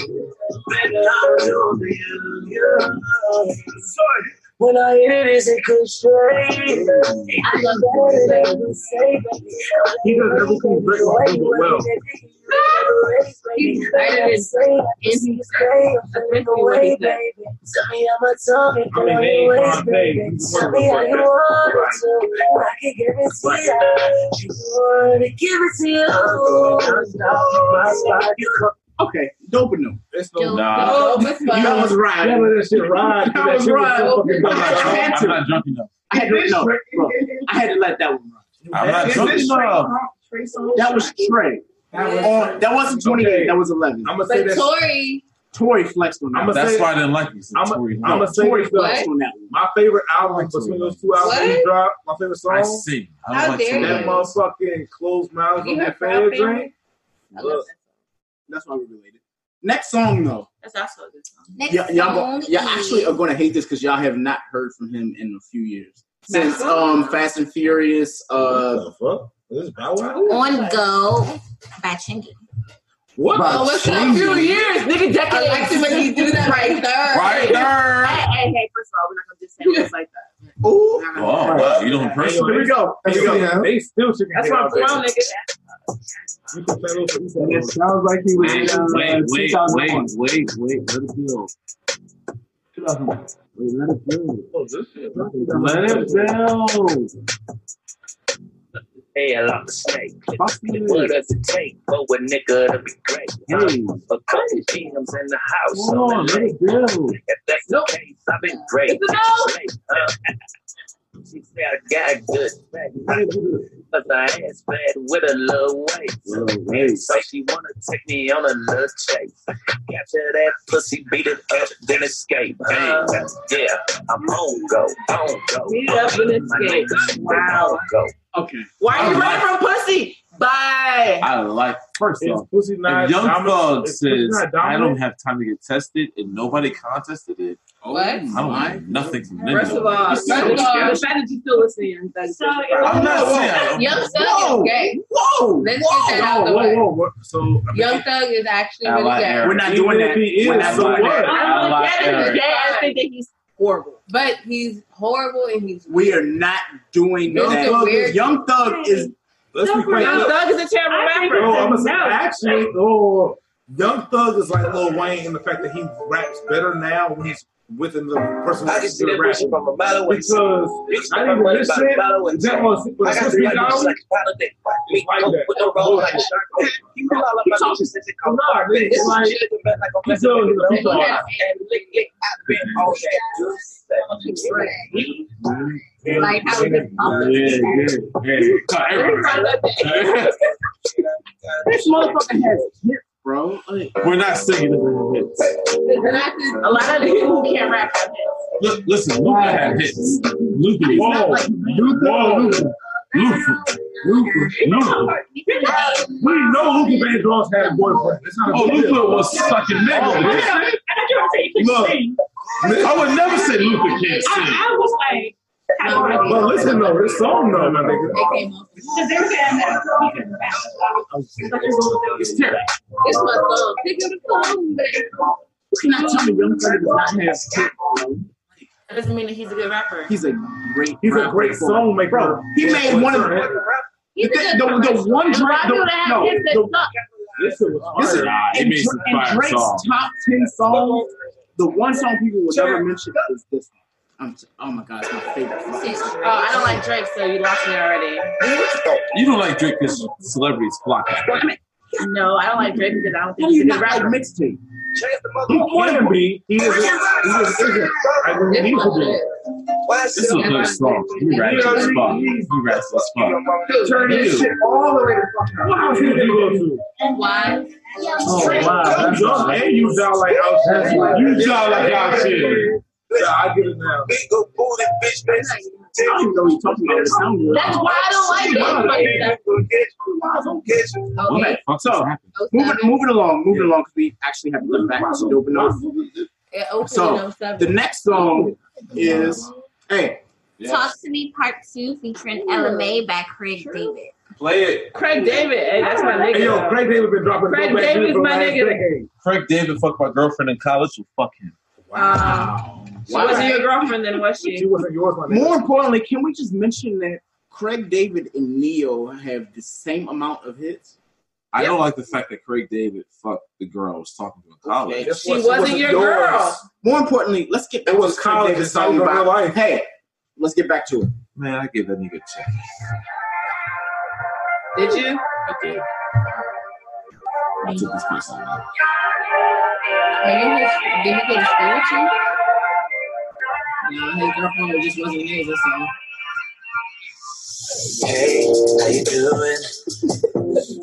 Baby, I'll do you, yeah. Sorry. When I hear this, it goes straight. I love that it ain't say, baby. He does everything very well. Baby, I didn't say, away, baby. Tell me how much time it I mean, they ain't goes, fine, baby. baby. Tell me how you want it to. I can give it to you. You want to give it to you. Okay, dope and no. It's no- Oh, Oh, Nah. Dope, it's You Oh, fine. was right. Never let that shit ride. That I was shit was right. so fucking I had- I had I'm to. not drunk enough. I had to. No, bro. I had to let that one ride. I'm not drunk This- enough. That was Trey. That, was, on, that wasn't 28. That was 11. I'm gonna say But that- Tori. Tori flexed on that. I'ma one. say- I'm No, gonna say Tori this, though. flexed on that. one. My favorite album between those two albums What? he dropped. My favorite song. I see. I don't How like dare that you. motherfucking closed mouth on You that heard Proud fan drink. Look, That's why we related. Next song though. That's also a good song. y'all, y'all, go, y'all actually are going to hate this because y'all have not heard from him in a few years since um Fast and Furious. Uh, This Bow Wow? On Go by Chingy. What? Oh, it's been a few years, nigga, decades. Alexis, when you do that right there. Right there. Hey, hey, hey, first of all, we're not gonna just say words like that. Ooh. Oh, wow. You don't impersonate. Here we go. Here we go. They still should That's what I'm saying, nigga. It sounds like he was Wait, in, uh, wait, wait, 2001. wait, wait. Let it go. Wait, let it go. Let it go. Hey, I like to snake. What does it take for a nigga to be great? huh? A couple Gms in the house. Come on on, the let lake. it go. If that's the case, I've been great. It's a no. Great, huh? She said I got good back. Cause I ass bad with a little waist. And so she wanna take me on a little chase. Capture that pussy, beat it up, then escape. Hey, yeah, I'm on go, on go. Beat it up and escape. Wow. Go. Okay. Why are you running from pussy? Bye. I like first Is off. Pussy not if Young dominant- Thug is says Pussy not I dominant? don't have time to get tested, and nobody contested it. Oh What? I don't Why? have nothing from niggas. First of all, You first see of all, what I'm the saying? fact that you still listening, that's So, I'm not saying. Young Thug is gay. Whoa, Let's get that out the whoa, way. Oh, whoa, whoa. So, I mean, Young Thug is actually Ally really gay. Eric. We're not doing Even that. if he We're is, not so doing what? that. I Ally don't get it. Eric. He's gay. I think that he's horrible. But he's horrible and he's We are not doing Young that. Thug is- Young Thug is. let's be clear. Young Thug is a terrible rapper. No, I'm gonna say No. actually, oh, Young Thug is like Lil Wayne in the fact that he raps better now when he's with another person. I can see that bitch from a mile away. Because Bitch, I I'm didn't running this by shit. the mile away. That was I got three bitches like a that me with no roll like a shark. You know all about bitches since it come Nah, apart, nigga, bitch. it's like- She looking back like I'm messing You with know, the you know. roll. And lick, lick, I've been on that juice. Like how we just yeah, yeah, yeah. Cut everything. This motherfucker has hits, bro. Like, We're not singing the hits. A lot of the people who can't rap have hits. Look, listen, Luca had hits. Luca, whoa, whoa, Luca, Luca, Luca, Luca. We know Luca Vandross had a boyfriend. That's not a Oh, big Luca deal. was sucking nigga. Oh, I yeah. thought you were saying he couldn't I would never say Luca can't I, sing. I was like, But listen though, this song though, my nigga. because they were saying that he couldn't rap. It's terrible. It's my song. Pick up the phone. You cannot tell me Young Thug does not have hits, bro. That doesn't mean that he's a good rapper. He's a great. He's a rapper, great bro. song maker. Bro, he made one of the. The, thing- the, the one A lot drop. of people that The, have no, hits that the, suck. This shit was this is Nah, he in, made some in fire Drake's songs. top ten songs. The one song people will never mention is this. one. I'm t- oh my god, it's my favorite. fucking song. Oh, I don't like Drake, so you lost me already. You don't like Drake because celebrities flock after. him. No, I don't like Drake because I don't How think do he's you a good not rapper. like mixtape? He can be. He is. He is. isn't. I mean, he needs to be. This is a good song. You ratchet as fuck. You ratchet as fuck. Turn this shit all the way to fucking. What house did you go to? Why? Oh wow, that's all. And you sound like out here. You sound like out here. I get it now. Big old booty bitch face. I don't know what you're talking about. It sounded like- That's why I don't like it. Okay. So moving, moving along, moving along because we actually have to look back to open up. It opened in So 07. the next song is hey. Talk to Me Part Two featuring LMA by Craig David. Play it. Craig David. Hey, that's my nigga. Hey, yo, Craig David been dropping. Craig throwback David's hits for my the last nigga. decade. Craig David fucked my girlfriend in college, so fuck him. Wow. She Wow. wasn't your girlfriend then, was she? She wasn't yours, More importantly, can we just mention that Craig David and Neo have the same amount of hits? I don't like the fact that Craig David fucked the girl I was talking to in college. Okay, that's what- it More importantly, let's get back It was to Craig college, David's it's not song even about- real life. Hey, let's get back to it. Man, I gave that nigga a check. Did you? I did. I took this piece on that. Did he go to school with you? No, his girlfriend just wasn't his. That's all. Hey, how you doing?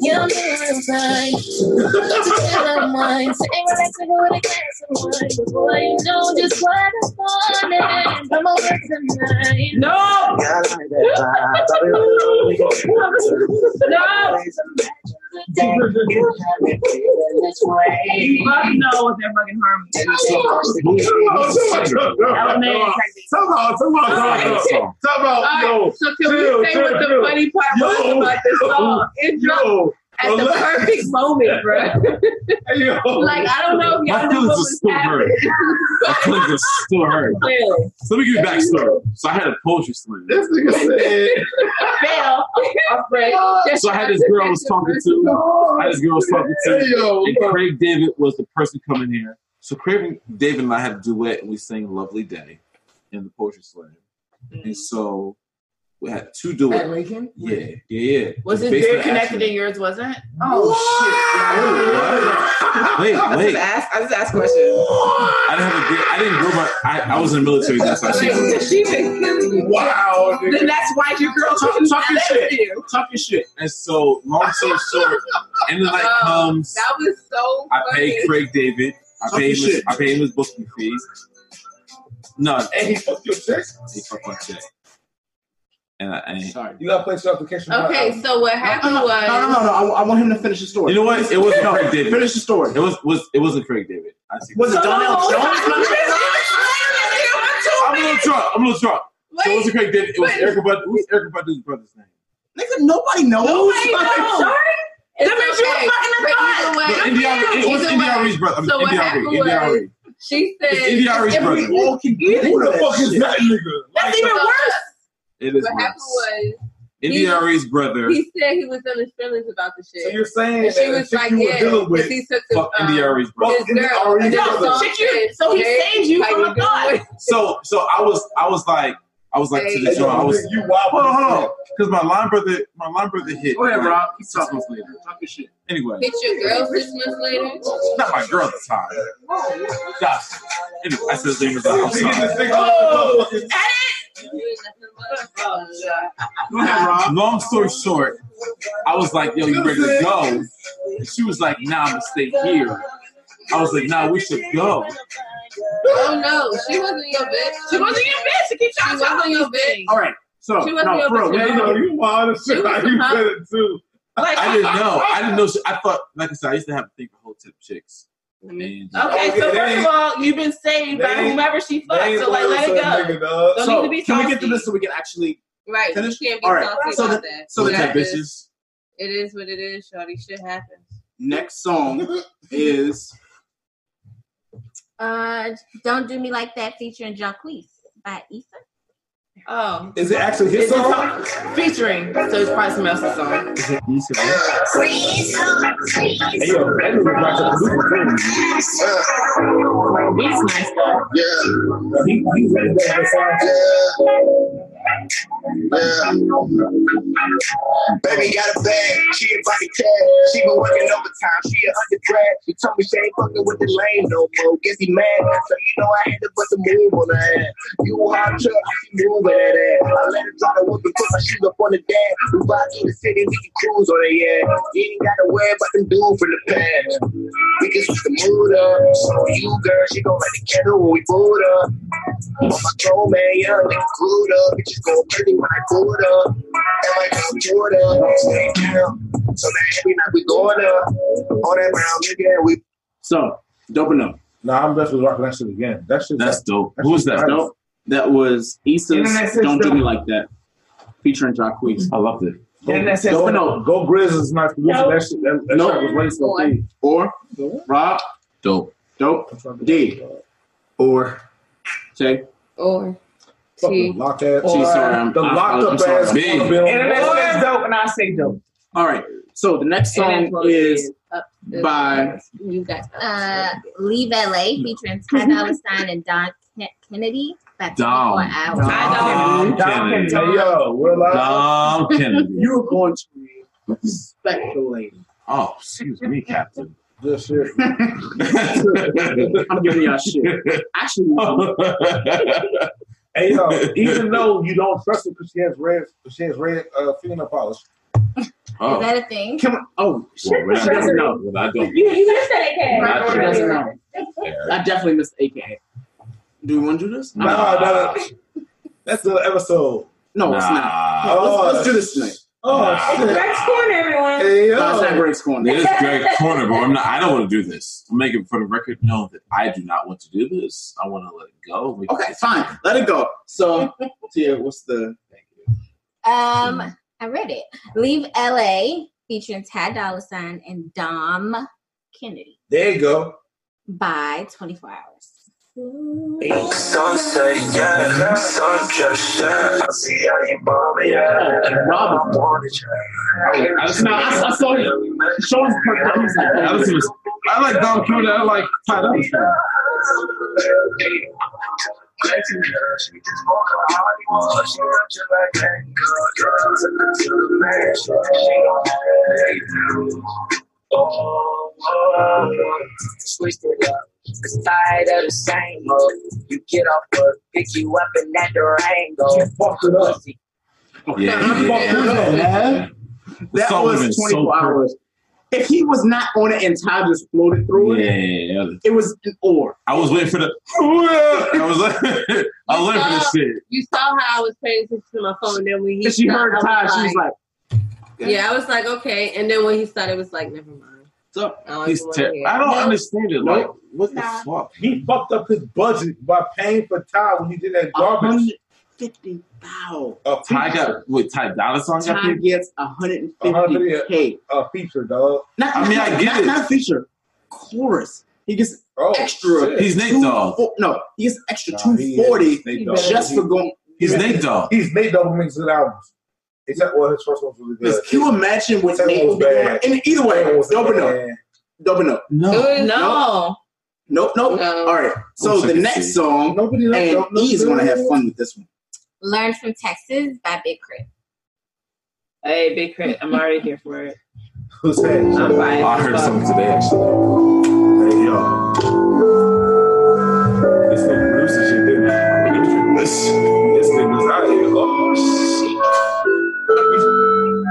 Young and fine. Together mine. Sing like a with a glass of wine. Boy, you know just what I wanted. Come over tonight. No! Yeah, I like that vibe. I'll be no! You have me feeling this way. Fuck no with their fucking harmony. Element. Talk about, talk about, talk about, All right, yo. so can we say what the funny part was about this song? It dropped at the perfect moment, bro. Like, I don't know if y'all My know what feelings was are still hurt. happening. My feelings are still hurt. Clearly. So let me give you backstory. So I had a poetry slam. This nigga Fail. Right. Just- So I had this girl I was talking to. I had this girl I was talking to. And Craig David was the person coming here. So Craig David and I had a duet and we sang Lovely Day in the Poetry Slam. And so we had two duets. At Lincoln? Yeah, yeah, yeah. Was it Based on very the connected accident. and yours wasn't? Oh, Wait, I wait. just ask, I just ask questions. I didn't have a good, I didn't grow my, I, I was in the military, that's why she Like, was. she been- Wow, nigga. Then that's why your girl Talk- couldn't talk your ask shit. you. Tough as shit. And so, long story short, end of the night comes. That was so I paid fucking- Craig David. I Talk paid your him. His, shit. I paid him his booking fees. None. And he fucked your check. He fucked my check. And I, ain't. Sorry. You gotta place your application. for Okay, that. so what happened No, no, was no, no, no. I, I want him to finish the story. You know what? It wasn't No, Craig David. Finish the story. It was was it wasn't Craig David. I see. Was it Donnell Oh, Jones? I'm a little drunk. I'm a little drunk. so it wasn't Craig David. It was wait. Erica Bud. Who's Erica Badu's brother's name? Nigga, nobody knows. Nobody knows. Sorry. It's That means okay. But either way- you were fucking a thought. No, Indiana, it was Either Indiana way. Reed's brother. I mean, So what Indiana Reed, happened Indiana was, Reed. she said, It's Indiana Reed's If we- brother. All can get Who the fuck is that nigga? That's even worse. It is What happened was Indiana Reed's brother. he said he was in his feelings about the shit. So you're saying and she that the was chick like, you were yeah, dealing because with he took the Fuck Indiana Reed's brother. his girl. And then No, the so song said, "Hey, how you doing?" So so I was I was like I was like to the Hey, joint. I yo, was you wild Hold on, as hold on. fuck. Because my line brother my line brother hit. Go ahead, like, Rob. Six months later. Talk your shit. Anyway, Hit your girl six months later. not my girl at the time. Josh. Anyway, I said his name was I'm sorry. Oh, Long story short, I was like, yo, you ready to go? And she was like, nah, I'm gonna stay here. I was like, nah, we should go. Oh no, she wasn't your bitch. She wasn't your bitch. She keeps She trying to talk wasn't your about these bitch. All right. So She wasn't no, your bro, bitch. Hey, yo, you wild as shit. How you said it too. I didn't know. I didn't know. She, I thought, like I said, I used to have a thing for whole tip chicks. And, Okay, so first of all, you've been saved by They- whomever she they fucked, so like let it go. Don't need so, to be can we get salty. to this so we can actually Right. finish? You can't be All right. salty So about the, that. so the That is- bitches. It is what it is, Shorty. Shit happens. next song is Uh, Don't Do Me Like That featuring Jacquees by Issa. Oh. Is it actually his It's a song? song Featuring. So it's probably some else's song. Please, please. Hey, yo, that nigga brought to the He's nice though. loop. He, he said that. Baby got a bag, she invited cash. She been working overtime, she an undergrad. She told me she ain't fucking with the lane no more. Guess he mad, so you know I had to put the move on her ass. You hot truck, she moving that ass. I let her drive the whip and put my shoes up on the dash. We ride through the city, we can cruise on her yeah. You ain't gotta worry about them dudes from the past. We can switch the mood up. So you girl, she gon' like the kettle when we boot up. On my troll man, young nigga glued up. Bitches gon' crazy when I boot up. And my girl Jordan, stay down. So that every night we going up. On that brown nigga, and we So, dope enough. No, I'm definitely rocking that shit again. That shit. That's dope. Who was that? Dope. That was Internet Issa's system. Don't Do Me Like That, featuring Jacquees. I loved it. Dope enough. go, go Grizz is not the music. That shit, that, that Nope. shit was way so Or- deep. Or Rob. Dope. Dope. D. Or. Jay. Or. Fucking lock ass. T, sorry, I'm- the um, I'm- locked I'm up sorry. ass. B. Internet Or- says dope, and I say dope. All right. So the next And song that's what it is Up to- by you guys. Uh, Leave LA featuring Ty Dolla Sign and Don Ken- Kennedy. By Dom. 24 Hours. Dom Ty Dolla- Kennedy. Hey, yo, we're live. Dom Kennedy. You're going to respect the lady. Oh, excuse me, Captain. This shit. I'm giving y'all shit. Actually, no. Hey, yo, even though you don't trust her because she has red, she has red uh, fingernail polish. Is that a thing? Oh. Come on. Oh, shit. Well, when I she doesn't don't- know. when I don't- You, you missed that, AKA. Right, Right. she doesn't know. I definitely missed AKA. Do we want to do this? Nah, nah, that's the episode. No, it's not. No, let's, let's do this tonight. Oh, shit. Greg's Corner, everyone. Hey, yo. No, it's not Greg's Corner. It is Greg Corner, but I'm not. I don't want to do this. I'm making for the record known that I do not want to do this. I want to let it go. We- Okay, fine. Let it go. So, Tia, what's the Um, I read it. Leave LA featuring Ty Dolla Sign and Dom Kennedy There you go. by 24 Hours. Sunset, yeah. Sun just set. I see how you bomb me, yeah. I wanted you. Oh, I was- no, I- I saw him. Show him the part that he's like, I, listen to, I like Dom Kennedy. I like Ty Dolla Sign. Switched it up. It's tired of the same old. You get off work, pick you up and that Durango. You fucked it up. Yeah. That song would've been was so 24 perfect. hours. If he was not on it and Ty just floated through it, Yeah, it was an or. I was waiting for the. I was. like- I was waiting for this shit. You saw how I was paying attention to my phone, then when he She heard stopped, I Ty, she was like, "Yeah, I was like, okay." And then when he started, it was like, "Never mind." So I He's even wanna ter- hear I don't Nope. understand it. Like, what the Nah. fuck? He fucked up his budget by paying for Ty when he did that garbage. Fifty thousand. A Ty got with Ty Dolla Sign got Ty paid. gets 150. 150 a, a uh, feature, dog. Not, I mean, I get not, it. Not feature, chorus. He gets Oh, extra. shit. He's Nate two Dogg. fo- no, he gets extra Nah, he is two forty Nate Dogg. just for going. He's Nate Dogg. He's Nate Dogg who makes good albums. Except well, his first one was really Because good. can you imagine what That Nate was would be doing? bad. And either way, That was double up, bad. double up. No, Ooh, no, nope, nope. All right. So wish I the could next see. song, Nobody and don't know he's gonna have this. fun with this one. Learn from Texas by Big Crit. Hey, big crit. I'm already here for it. Who's that? I'm buying I heard something today actually. Hey yo. This nigga Lucy shit didn't this this nigga's out here. Oh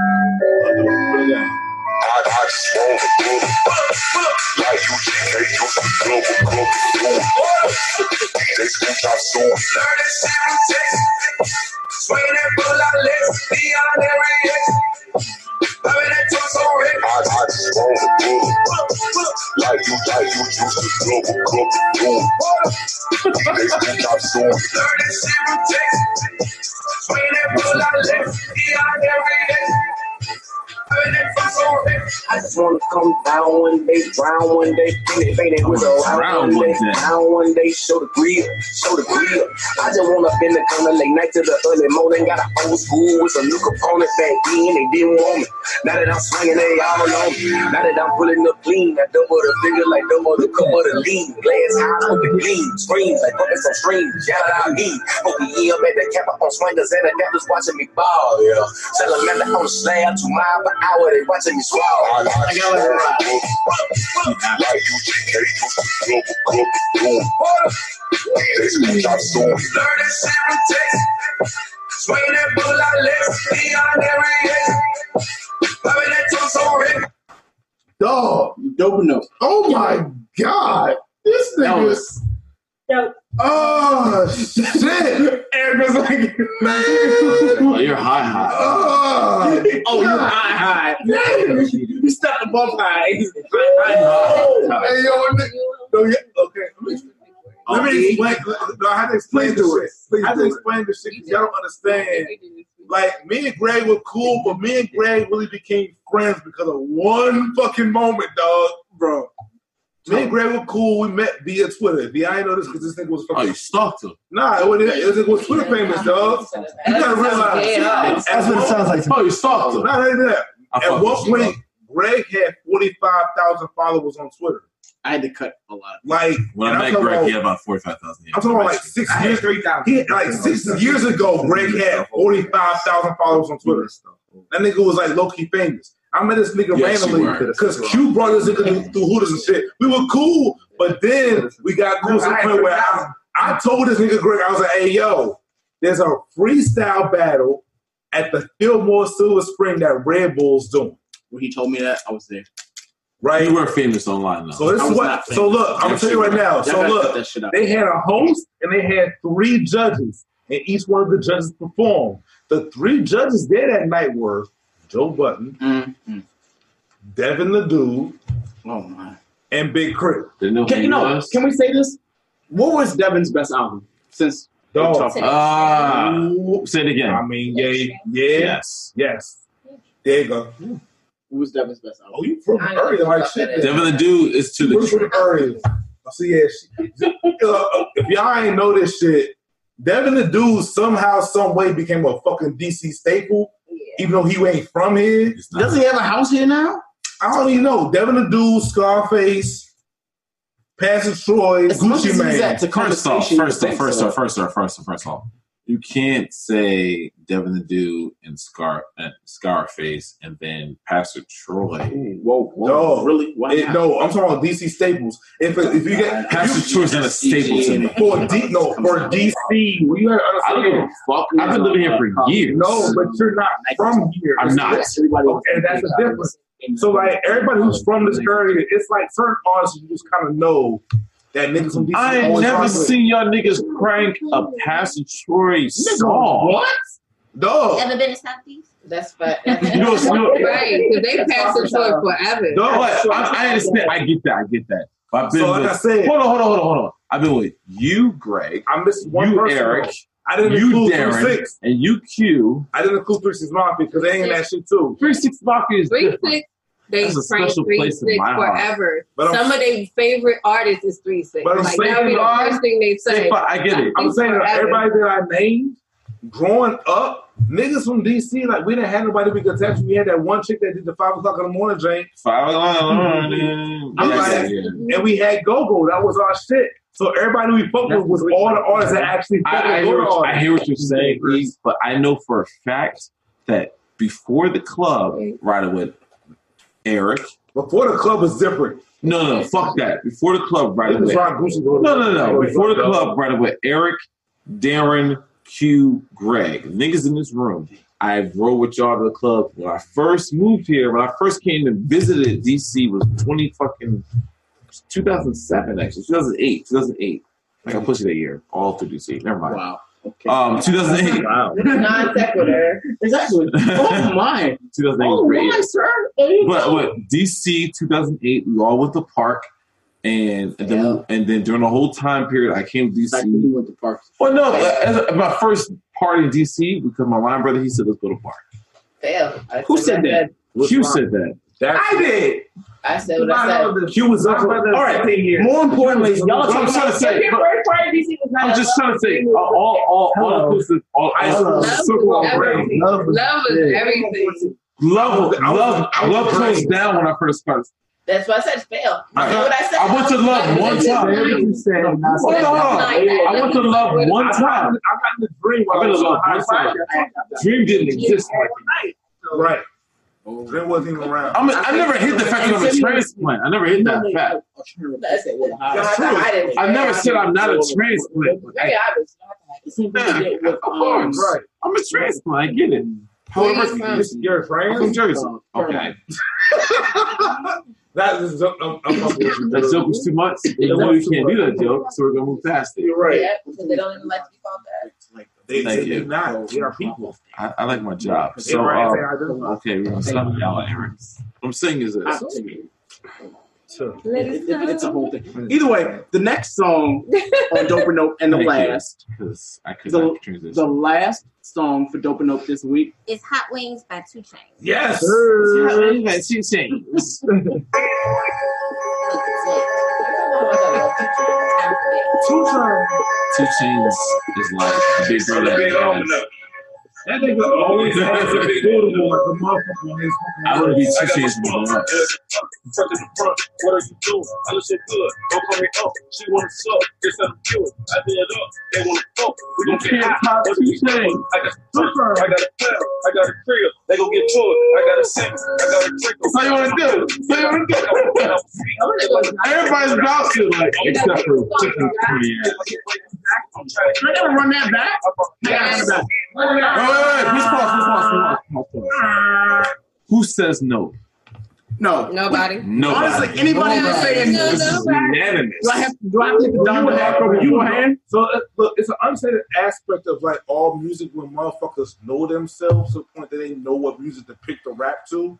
I I just want to do it. Like you just shit. can't use a global global do it. DJ school drop soon. Learn this shit from Texas. Swing that bull out left, beyond that red. Baby, that toss on red. I I just want to do it. Like you like you use a global global do it. DJ school drop soon. Learn this shit from Texas. Swing that bull out left, beyond that red. I just wanna come down one day, round one day, paint it, paint it with a round one day, round one day, show the grill, show the grill. I just wanna bend the corner late night to the early morning, got an old school with some new components back then, they didn't want me. Now that I'm swinging, they all on me. Now that I'm pulling up clean, I double the finger like double the cup of the lean. Glass high, open clean, screams like buckets on streams, shout out E. Open E, I'm at the cap, I'm on swingers and adapters watching me ball, yeah. Salamander on the slab, two mile per hour, they watching me swallow. I got like Swing that bull out left, beyond every Popping that toast on red Dog, you dope enough. Oh my god, this nigga is. Oh shit! Eric was like, man. Oh, you're high, high. Oh, Oh, you're high, high. you stopped the bump high. He's high, high. Hey, yo, nigga. No, yeah, okay. Let me explain. No, I had to explain this shit. I had to explain this shit because y'all don't understand. Like me and Greg were cool, but me and Greg really became friends because of one fucking moment, dog, bro. Me and Greg were cool. We met via Twitter. V, I ain't know this because this nigga was fucking. Oh, you stalked him? Nah, it was, it was, it was Twitter payments, dog. You gotta realize. That's what it sounds like. Oh, you stalked him? Not only that. At one point, Greg had forty-five thousand followers on Twitter. I had to cut a lot. Like When and I'm I met talking Greg, about- he had about 45,000. I'm talking about like six years ago. He had, like six years ago, Greg had forty five thousand followers on Twitter. That nigga was like low key famous. I met this nigga Yes, you randomly were. because Q brought this nigga through- through hooters and shit. We were cool, but then we got cool to the point where I, I told this nigga Greg, I was like, "Hey yo, there's a freestyle battle at the Fillmore Silver Spring that Red Bull's doing." When he told me that, I was there. Right? You were famous online, though. So this is what. So look, I'm gonna tell you right now. So look, they had a host and they had three judges, and each one of the judges performed. The three judges there that night were Joe Button, Devin the Dude, Mm-hmm. oh my, and Big Crit. Can, you know, can we say this? What was Devin's best album since? Dog. Ah, say it again. I mean, yeah, yeah, yes, yes. There you go. Who was Devin's best album? Oh, you from early like shit. Devin the Dude is to Who's the. from early? So yeah, she, uh, if y'all ain't know this shit, Devin the Dude somehow, some way became a fucking DC staple, even though he ain't from here. Does he have a house here now? I don't even know. Devin the Dude, Scarface, Passage Troy, Gucci Man. First off, first off, first off, first off, first off, first off. You can't say Devin the Dude and Scar and Scarface and then Pastor Troy. Whoa, whoa, really? It- no, I'm talking about DC staples. If if you get Pastor Troy's not a staple to me. for D, no for DC, we gotta I don't give a understand. fuck. I've been living here for years. No, but you're not from here. I'm not. Okay, that's the difference. So like everybody who's from this area, it's like certain artists you just kind of know that niggas from DC. I ain't always never rock with. seen y'all niggas crank a Pastor Troy song. what? Dog. Ever been to Southeast? That's fat. Oh. You know, you know- Right, 'cause they pass the torch forever. No, but I, I understand. I get that. I get that. But I've been So, like with, I said- hold on, hold on, hold on, hold on. I've been with you, Greg. I missed one you, person, Eric. though. I didn't you, include Darren, 36. and you, Q. I didn't include Three Six Mafia because they ain't in that shit too. Three Six Mafia is Three six. They That's a prank special three place in six my heart. forever. But I'm- Some of their favorite artists is three six. But I'm Like saying, that would be the dog, first thing they say. But I get it. I'm saying that everybody that I named growing up, niggas from DC, like we didn't have nobody we could attach. to. We had that one chick that did the five o'clock in the morning, Jane. Five o'clock in the morning. I'm like, and we had Go Go. That was our shit. So everybody we fucked with was all the artists that actually fucked I, I, with hear Go Go what, I artists. hear what you're saying, E, but I know for a fact that before the club, riding with Eric. Before the club was different. No, no, fuck that. Before the club, riding Niggas with. rock Gucci No, Go no, to- no, no. Before the club, riding with Eric, Darren, Q, Greg. Niggas in this room. I rode with y'all to the club when I first moved here. When I first came and visited DC was twenty fucking 2007 actually 2008 2008 like I pushed it a year all through DC never mind wow um 2008 wow Non sequitur. Exactly. Oh, my. 2008 was Oh, great. my, sir. There you But go. what DC 2008, we all went to park, and, and then and then during the whole time period, I came to DC. we went to park. Well, no, uh, as, as my first party in DC because my line brother he said let's go to park. Fail. Who said that? Q said that. I did. I said what I said. Q was up. All right. More importantly, y'all. Y'all I'm talking trying to about say. I'm just trying to say. All, all, all, all inclusive. All high school. Circle on brain. Love is everything. Love, love, love closed down when I first started. That's why I said fail. I, You know what I said? I went to love one time. Hold on. I went to love one time. I got in the dream. I went to love I one was time. Dream didn't exist. Right. Right. That wasn't even around. I'm a, I never hit the fact that I'm a transplant. I never hit that fact. That's it. Well, I- That's true. I- I didn't- I never said I'm not a transplant. Very obvious. Yeah, of course. Right. I'm a transplant. I get it. Where you However, from? this- you're I'm from Jersey. Okay. That is I'm, I'm, I'm fucking with you. That joke was too much. You know, you can't do that joke, so we're going to move past it. You're right. Yeah, because they don't even like to be called that. They, Thank they you. do not. They are people. I, I like my job. They So, right, uh, they are doing well. okay, we're going to stop y'all, Aaron. What I'm saying is this. So, it- it- it's a whole thing. Either way, the next song on Dope or Nope and the Thank you, last, 'cause I could not the, transition. the last song for Dope or Nope this week. It's Hot Wings by Two Chainz. Yes. That's two chains. Two times. Two Chains is like the big brother. Big that almanac. That nigga always has a big order like a motherfucker on his has- I would be Two Chains more. Truck in the front, what are you doing? I look shit good. Don't call me up. She wanna suck. Guess I'm cute. I do it up. They wanna fuck. We gon' get high. What do you think? I got a trip. I got a pal. I got a crib. They gon' get to it. I got a six. I got a trick. That's how you wanna do it. That's how you wanna do it. Everybody's bouncing like except for Tiffany Cody. I gotta run that back. I gotta run that Wait, wait, wait. Who's pause? Who's pause? Who's pause? Who's pause? Who says no? No. Nobody. No. Honestly, anybody who's who's saying no, this is nobody. unanimous. Do I have do I have to leave the You Don were back happy, over you you were hand? happy. So uh, look, it's an unsaid aspect of like all music when motherfuckers know themselves to the point that they know what music to pick the rap to.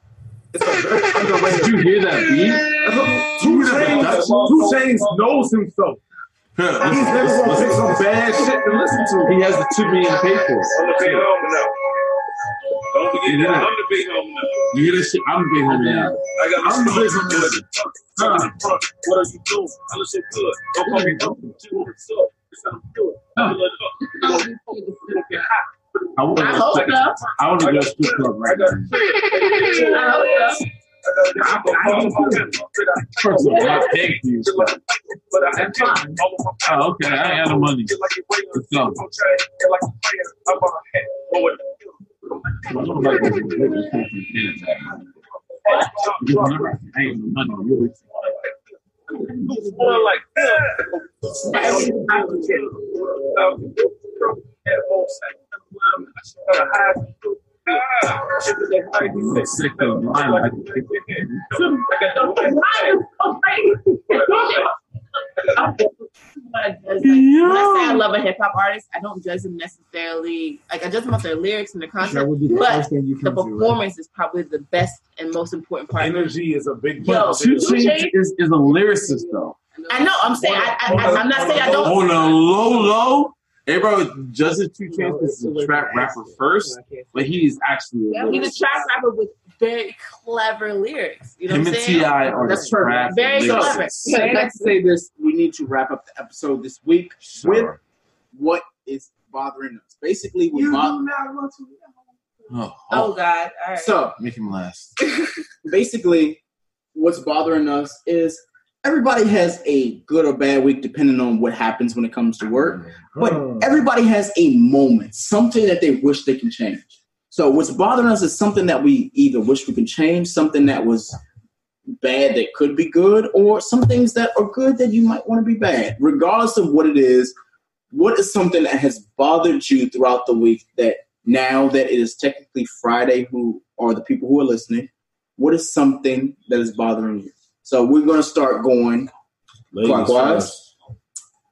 It's a very underrated. Did you hear that beat? That's a- Two Chains, Two Chains knows himself. Yeah, He's never gonna pick some bad shit to listen to. He has the two million pay for it. Don't forget Yeah. that I'm the big homie now. You hear this shit? I'm a big homie now. I got my stomach full of junk. Junk in the trunk. What are you doing? I look shit good. Don't call me up. She wants to suck. That's how I'm doing. I do it up. We gon' get fucked. We gon' get hot. I want to I go hope strip- so. I want to go strip club right now. First of all, I beg you. Oh, okay. I ain't got no money. Let's go. One like Sick of blind. It's like, When I say I love a hip hop artist, I don't judge them necessarily. Like I judge them off their lyrics and their content, That would be the but first thing you the come to, right? performance is probably the best and most important part. Energy is a big Yo, But Two Two Chainz Chainz- is, is a lyricist though. I know. I'm saying I, I, I, I'm not saying I don't. On a low low, everybody judges Two Chainz as a trap rapper first, but he is actually a He's a lyricist. trap rapper with very clever lyrics. You know Him what and I'm saying? Ti are That's the perfect. trap Very clever. lyricists. So I got to say this. We need to wrap up the episode this week with what is bothering us. Basically, we bother. Oh, Oh God! All right. So make him last. basically, what's bothering us is everybody has a good or bad week depending on what happens when it comes to work. But everybody has a moment, something that they wish they can change. So what's bothering us is something that we either wish we can change, something that was bad that could be good, or some things that are good that you might want to be bad. Regardless of what it is, what is something that has bothered you throughout the week that now that it is technically Friday, who are the people who are listening, what is something that is bothering you? So we're going to start going Ladies clockwise.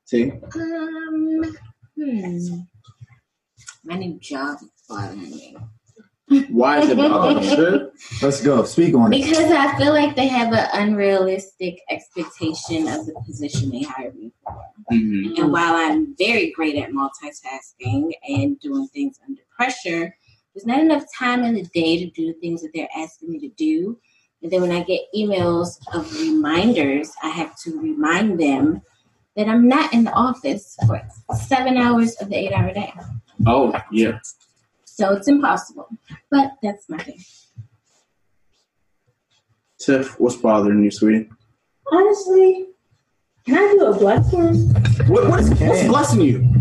See? Um, hmm. My new job is bothering me. Why is it bothering Let's go. Speak on it. Because I feel like they have an unrealistic expectation of the position they hire me for. And while I'm very great at multitasking and doing things under pressure, there's not enough time in the day to do things that they're asking me to do. And then when I get emails of reminders, I have to remind them that I'm not in the office for seven hours of the eight hour day. Oh, yeah. So it's impossible. But that's my thing. Tiff, what's bothering you, sweetie? Honestly, can I do a blessing? What, what's, what's blessing you?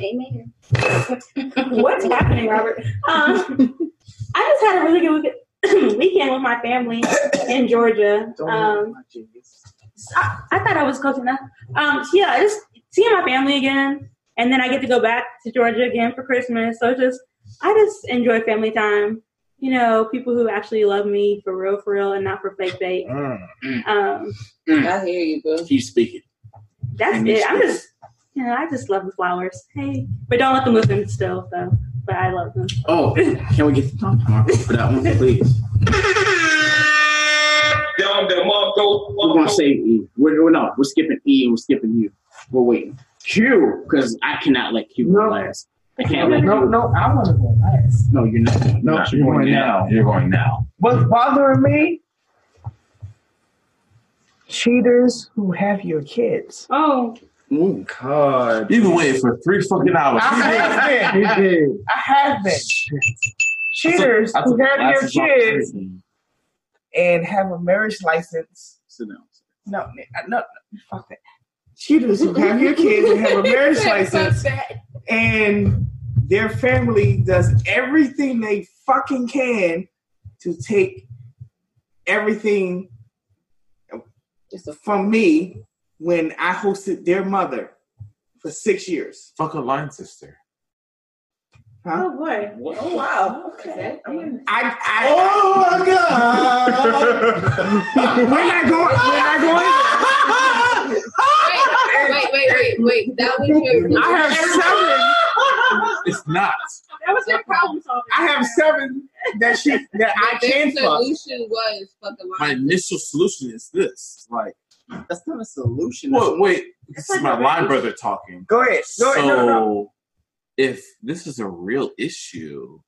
Amen. What's happening, Robert? Um, I just had a really good week- weekend with my family in Georgia. Um, I, I thought I was close enough. Um, so yeah, just seeing my family again, and then I get to go back to Georgia again for Christmas. So it's just, I just enjoy family time. You know, people who actually love me for real, for real, and not for fake bait. Um, I hear you, boo. Keep speaking. That's it. I'm just, you know, I just love the flowers. Hey, but don't let them listen still, though. But I love them. Oh, can we get the top marker for that one, please? We're gonna say E. We're, we're no, we're skipping E and we're skipping U. We're waiting. Q, because I cannot let Q go last. I can't let No, Q. no, I want to go last. No, you're not. No, you're going now. You're going now. What's bothering me? Cheaters who have your kids. Oh. Oh God! You've been waiting for three fucking hours. I have been. You did. I, You did. have been. Cheaters I took- I who took have your classes on kids and have a marriage license. Sit down. No, Nick, I- no, no, fuck that. Cheaters who have your kids and have a marriage Fuck license, and their family does everything they fucking can to take everything from me when I hosted their mother for six years. Fuck a line sister. Huh? Oh boy. Oh wow. Okay. I, I, oh my god! we're not going. We're not going. there. Wait, wait, wait, wait, wait. That was your. I have seven. It's not. That was your problem solving. I have seven that she that I can fuck. solution was fucking My initial solution is this. Like, that's not a solution. Well, wait. This like is my a line race. brother talking. Go ahead. Go ahead. so, No, no, if this is a real issue,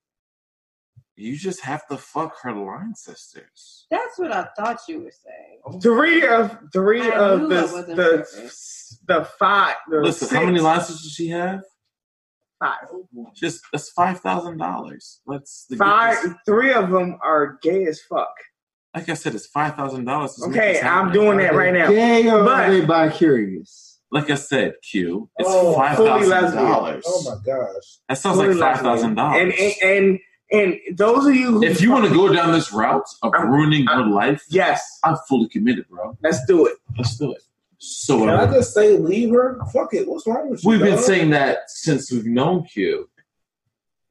you just have to fuck her line sisters. That's what I thought you were saying. Three of three I of knew the I wasn't the, the five. The Listen, how six- many line sisters does she have? Five. Just that's five thousand dollars. Let's Five. Three of them are gay as fuck. Like I said, it's five thousand dollars. Okay, I'm doing that right now. Gay or But- They by curious. Like I said, Q, it's Oh, five fully thousand lesbian. dollars. Oh my gosh. That sounds like Fully five lesbian. thousand dollars. And and and, and those of you who Uh-huh. If you want to go down this route of ruining your life, yes, I'm fully committed, bro. Let's do it. Let's do it. So Can uh, I just say leave her? Fuck it. What's wrong with you? we've been dog? saying that since we've known Q.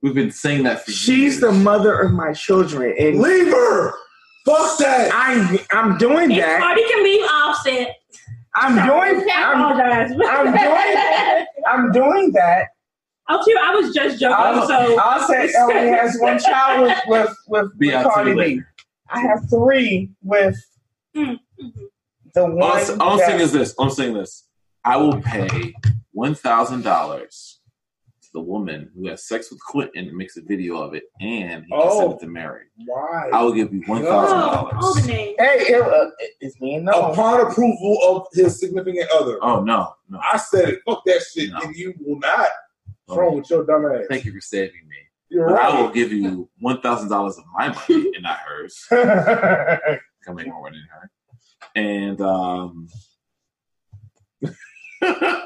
We've been saying that for She's the mother of my children, and leave her. Fuck that. I'm I'm doing It's that. hard. You can leave offset. I'm Sorry. doing. I I'm, apologize. I'm doing. I'm doing that. Oh, too. I was just joking. I'll, so I'll say Ellie has one child with with, with, Be out with to Cardi you B. I have three with Mm, mm-hmm. the one. All, I'm- all I'm that- saying is this. All I'm saying this. I will pay one thousand dollars to the woman who has sex with Quentin and makes a video of it, and he can send Oh. it to Mary. Why? I will give you one thousand dollars. the name. Hey, it, uh, it- it's me and no. Upon approval of his significant other. Oh no, no. Oh. I said it. Fuck that shit, and you will not. What's wrong with your dumb ass? Thank you for saving me. You're But right. I will give you one thousand dollars of my money and not hers. uh, Come make more money than her. And um,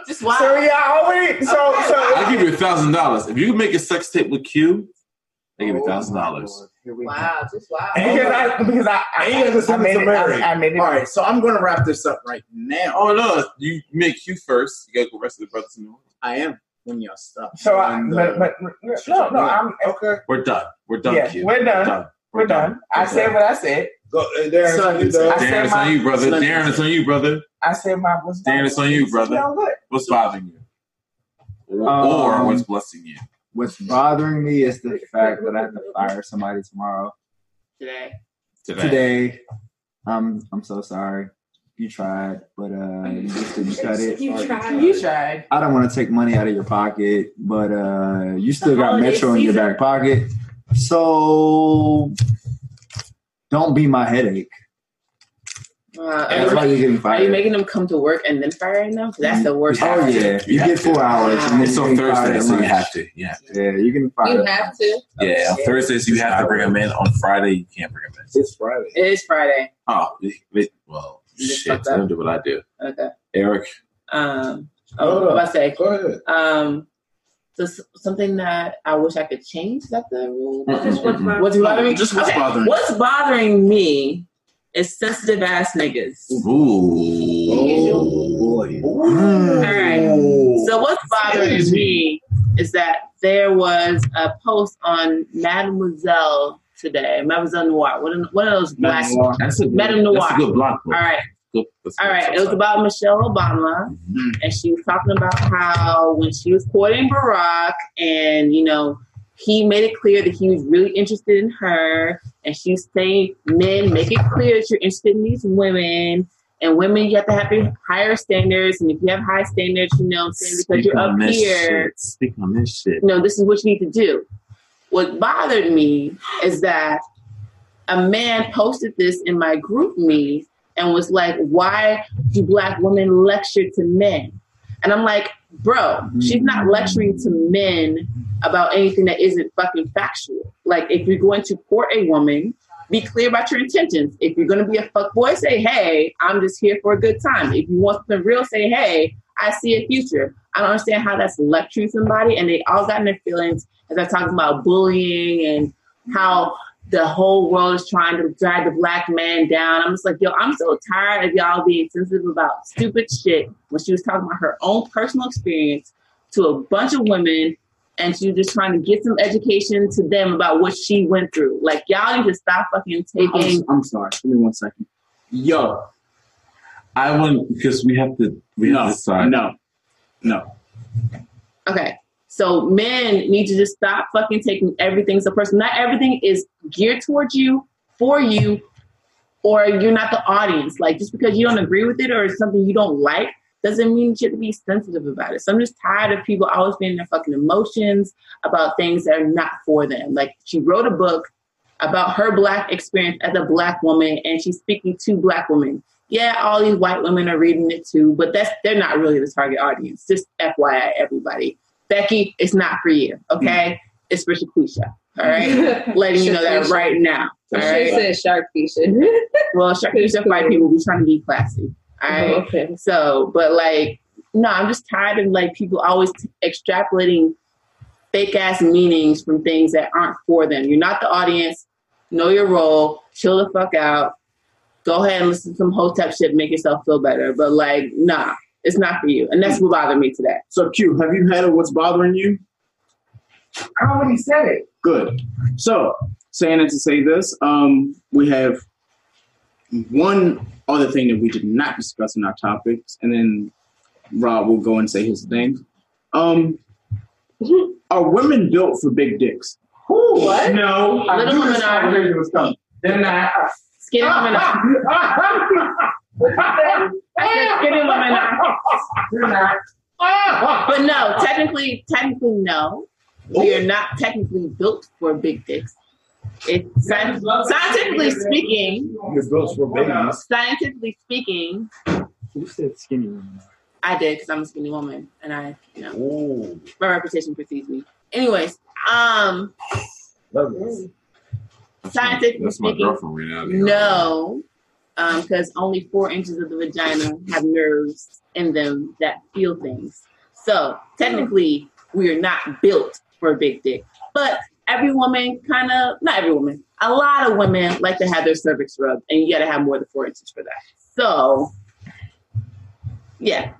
Just why? So yeah, I'll wait. So so I'll give you a thousand dollars if you can make a sex tape with Q. I Oh give you a thousand dollars. Wow, just wow. because I because I I, I made it. I, I made it. All right, so I'm going to wrap this up right now. Oh no, you make Q first. You gotta go rest of the brothers in the room. I am when y'all stop. So I but, uh, but no no I'm okay. We're done. We're done. Yeah, Q. we're done. We're done. I said what I said. Go, uh, Darren, Son, I Darren, said it's on my you, brother. Darren, it's on you, brother. I said my was Darren, it's on you, brother. know what? What's bothering you? Or, Um, or what's blessing you? What's bothering me is the fact that I have to fire somebody tomorrow. Today. Today. Today. Um, I'm so sorry. You tried, but uh, you just didn't cut it. You tried. You tried. I don't want to take money out of your pocket, but uh, you still The got holiday Metro in your season. back pocket. So don't be my headache. Uh, That's why you're getting Are fired. you making them come to work and then firing them? That's the worst. Oh yeah, you get four hours. And then It's you on get fired Thursday, at so you lunch. have to. Yeah. Yeah, you can You fired. have to. Yeah, on Thursdays you have to bring them in. On Friday you can't bring them in. It's Friday. It is Friday. Oh, it- it- well, shit. fucked I up. don't do what I do. Okay. Eric, Um, oh, what I say? Um, so s- something that I wish I could change. Is that the rule? Mm-mm, Just what's mm-mm. What's bothering me? Just what's Okay, bothering you. What's bothering me is sensitive ass niggas. Ooh. Oh, boy. All right. So what's bothering me is that there was a post on Mademoiselle today, Mademoiselle Noir. One of, one of those black Madame Noir. That's a good- Madame Noir. that's a good block All book. right. Good- that's All good. right, it was about Michelle Obama, Mm-hmm. and she was talking about how when she was courting Barack, and you know, he made it clear that he was really interested in her, and she was saying, "Men, make it clear that you're interested in these women, and women, you have to have your higher standards, and if you have high standards, you know, what I'm saying because Speak you're up on this here, shit. Speak on this shit. no, this is what you need to do. What bothered me is that a man posted this in my group me and was like, Why do black women lecture to men? And I'm like, Bro, she's not lecturing to men about anything that isn't fucking factual. Like, if you're going to court a woman, be clear about your intentions. If you're going to be a fuckboy, say, Hey, I'm just here for a good time. If you want something real, say, Hey, I see a future. I don't understand how that's lecturing somebody, and they all got in their feelings as I talking about bullying and how the whole world is trying to drag the black man down. I'm just like, yo, I'm so tired of y'all being sensitive about stupid shit when she was talking about her own personal experience to a bunch of women and she was just trying to get some education to them about what she went through. Like y'all need to stop fucking taking I'm, I'm sorry. Give me one second. Yo, I want because we have to. We have to decide. No, no. Okay. So men need to just stop fucking taking everything as a person. Not everything is geared towards you, for you, or you're not the audience. Like just because you don't agree with it or it's something you don't like doesn't mean you should be sensitive about it. So I'm just tired of people always being in their fucking emotions about things that are not for them. Like she wrote a book about her black experience as a black woman and she's speaking to black women. Yeah, all these white women are reading it too, but that's they're not really the target audience. Just FYI everybody. Becky, it's not for you, okay? It's for Shaquisha. All right. Letting you know that Mm. Shaquisha. right now. All right. shark Well, Sharkeisha white people be trying to be classy. All right. Oh, okay. So, but like, no, I'm just tired of like people always t- extrapolating fake ass meanings from things that aren't for them. You're not the audience. Know your role. Chill the fuck out. Go ahead and listen to some hotep shit. Make yourself feel better. But like, nah, it's not for you. And that's what bothered me today. So Q, have you had a what's bothering you? I already said it. Good. So, saying it to say this, um, we have one other thing that we did not discuss in our topics, and then Rob will go and say his thing. Um, are women built for big dicks? What? No. I Little knew women this are. conversation was coming. They're not. Skinny women are. Skinny women are. They're not. But no, technically, technically, no. We Oh. are not technically built for big dicks. It's sci- scientifically speaking. Your built for babies. Scientifically speaking, You said skinny women. I did because I'm a skinny woman, and I, you know, my reputation precedes me. Anyways, um, scientifically That's my speaking, girlfriend right now. no, because only four inches of the vagina have nerves in them that feel things. So technically, we are not built for a big dick. But every woman, kind of, not every woman, a lot of women like to have their cervix rubbed, and you got to have more than four inches for that. So, yeah,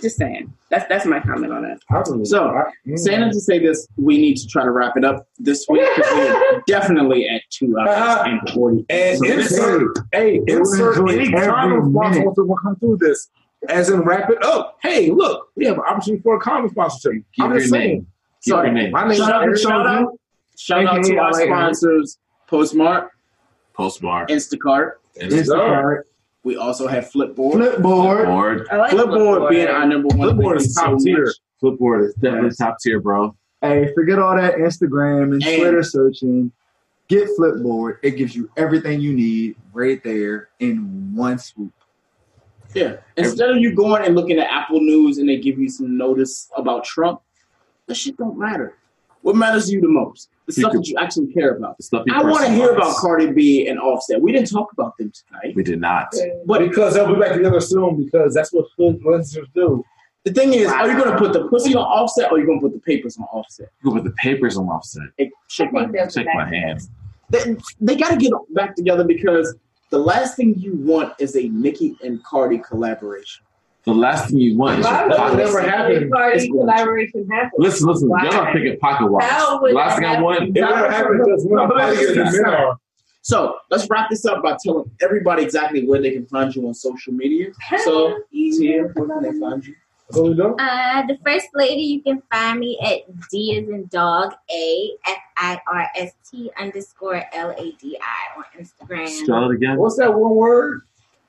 just saying. That's that's my comment on that. So, saying it to say this, we need to try to wrap it up this week because we're definitely at two hours and forty. And insert, hey, They would insert enjoy any kind every of sponsor minute. wants to come through this, as in wrap it up. Hey, look, we have an opportunity for a common sponsorship. I'm just your saying. name. Keep your name. My name Shout out- is shout out- shout out to our sponsors, Postmark, Postmark, Instacart, Instacart. We also have Flipboard. Flipboard. Flipboard. I like Flipboard being our number one Flipboard thing is top so tier. much. Flipboard is definitely top tier, bro. Hey, forget all that Instagram and, Twitter searching. Get Flipboard. It gives you everything you need right there in one swoop. Yeah. Instead of you going and looking at Apple News and they give you some notice about Trump, that shit don't matter. What matters to you the most? The stuff that you actually care about. The stuff you I want to hear personalize. about Cardi B and Offset. We didn't talk about them tonight. We did not. But because they'll be back together soon because that's what influencers do. The thing is, are you going to put the pussy on Offset or are you going to put the papers on Offset? You put the papers on offset. It, shake my, Shake my hand. They, they got to get back together because the last thing you want is a Nicki and Cardi collaboration. The last thing you want is your pockets. Party It's going to. collaboration happened. Listen, listen. Why? Y'all are picking pocket How watches. would The that last thing I happen? want. That would happen because we're not Listen, playing listen. the men. So let's wrap this up by telling everybody exactly where they can find you on social media. So, Tia, where can they find you? So we don't. Uh, the first lady, you can find me at D as in dog, A F I R S T underscore L A D I on Instagram. Spell it again. What's that one word?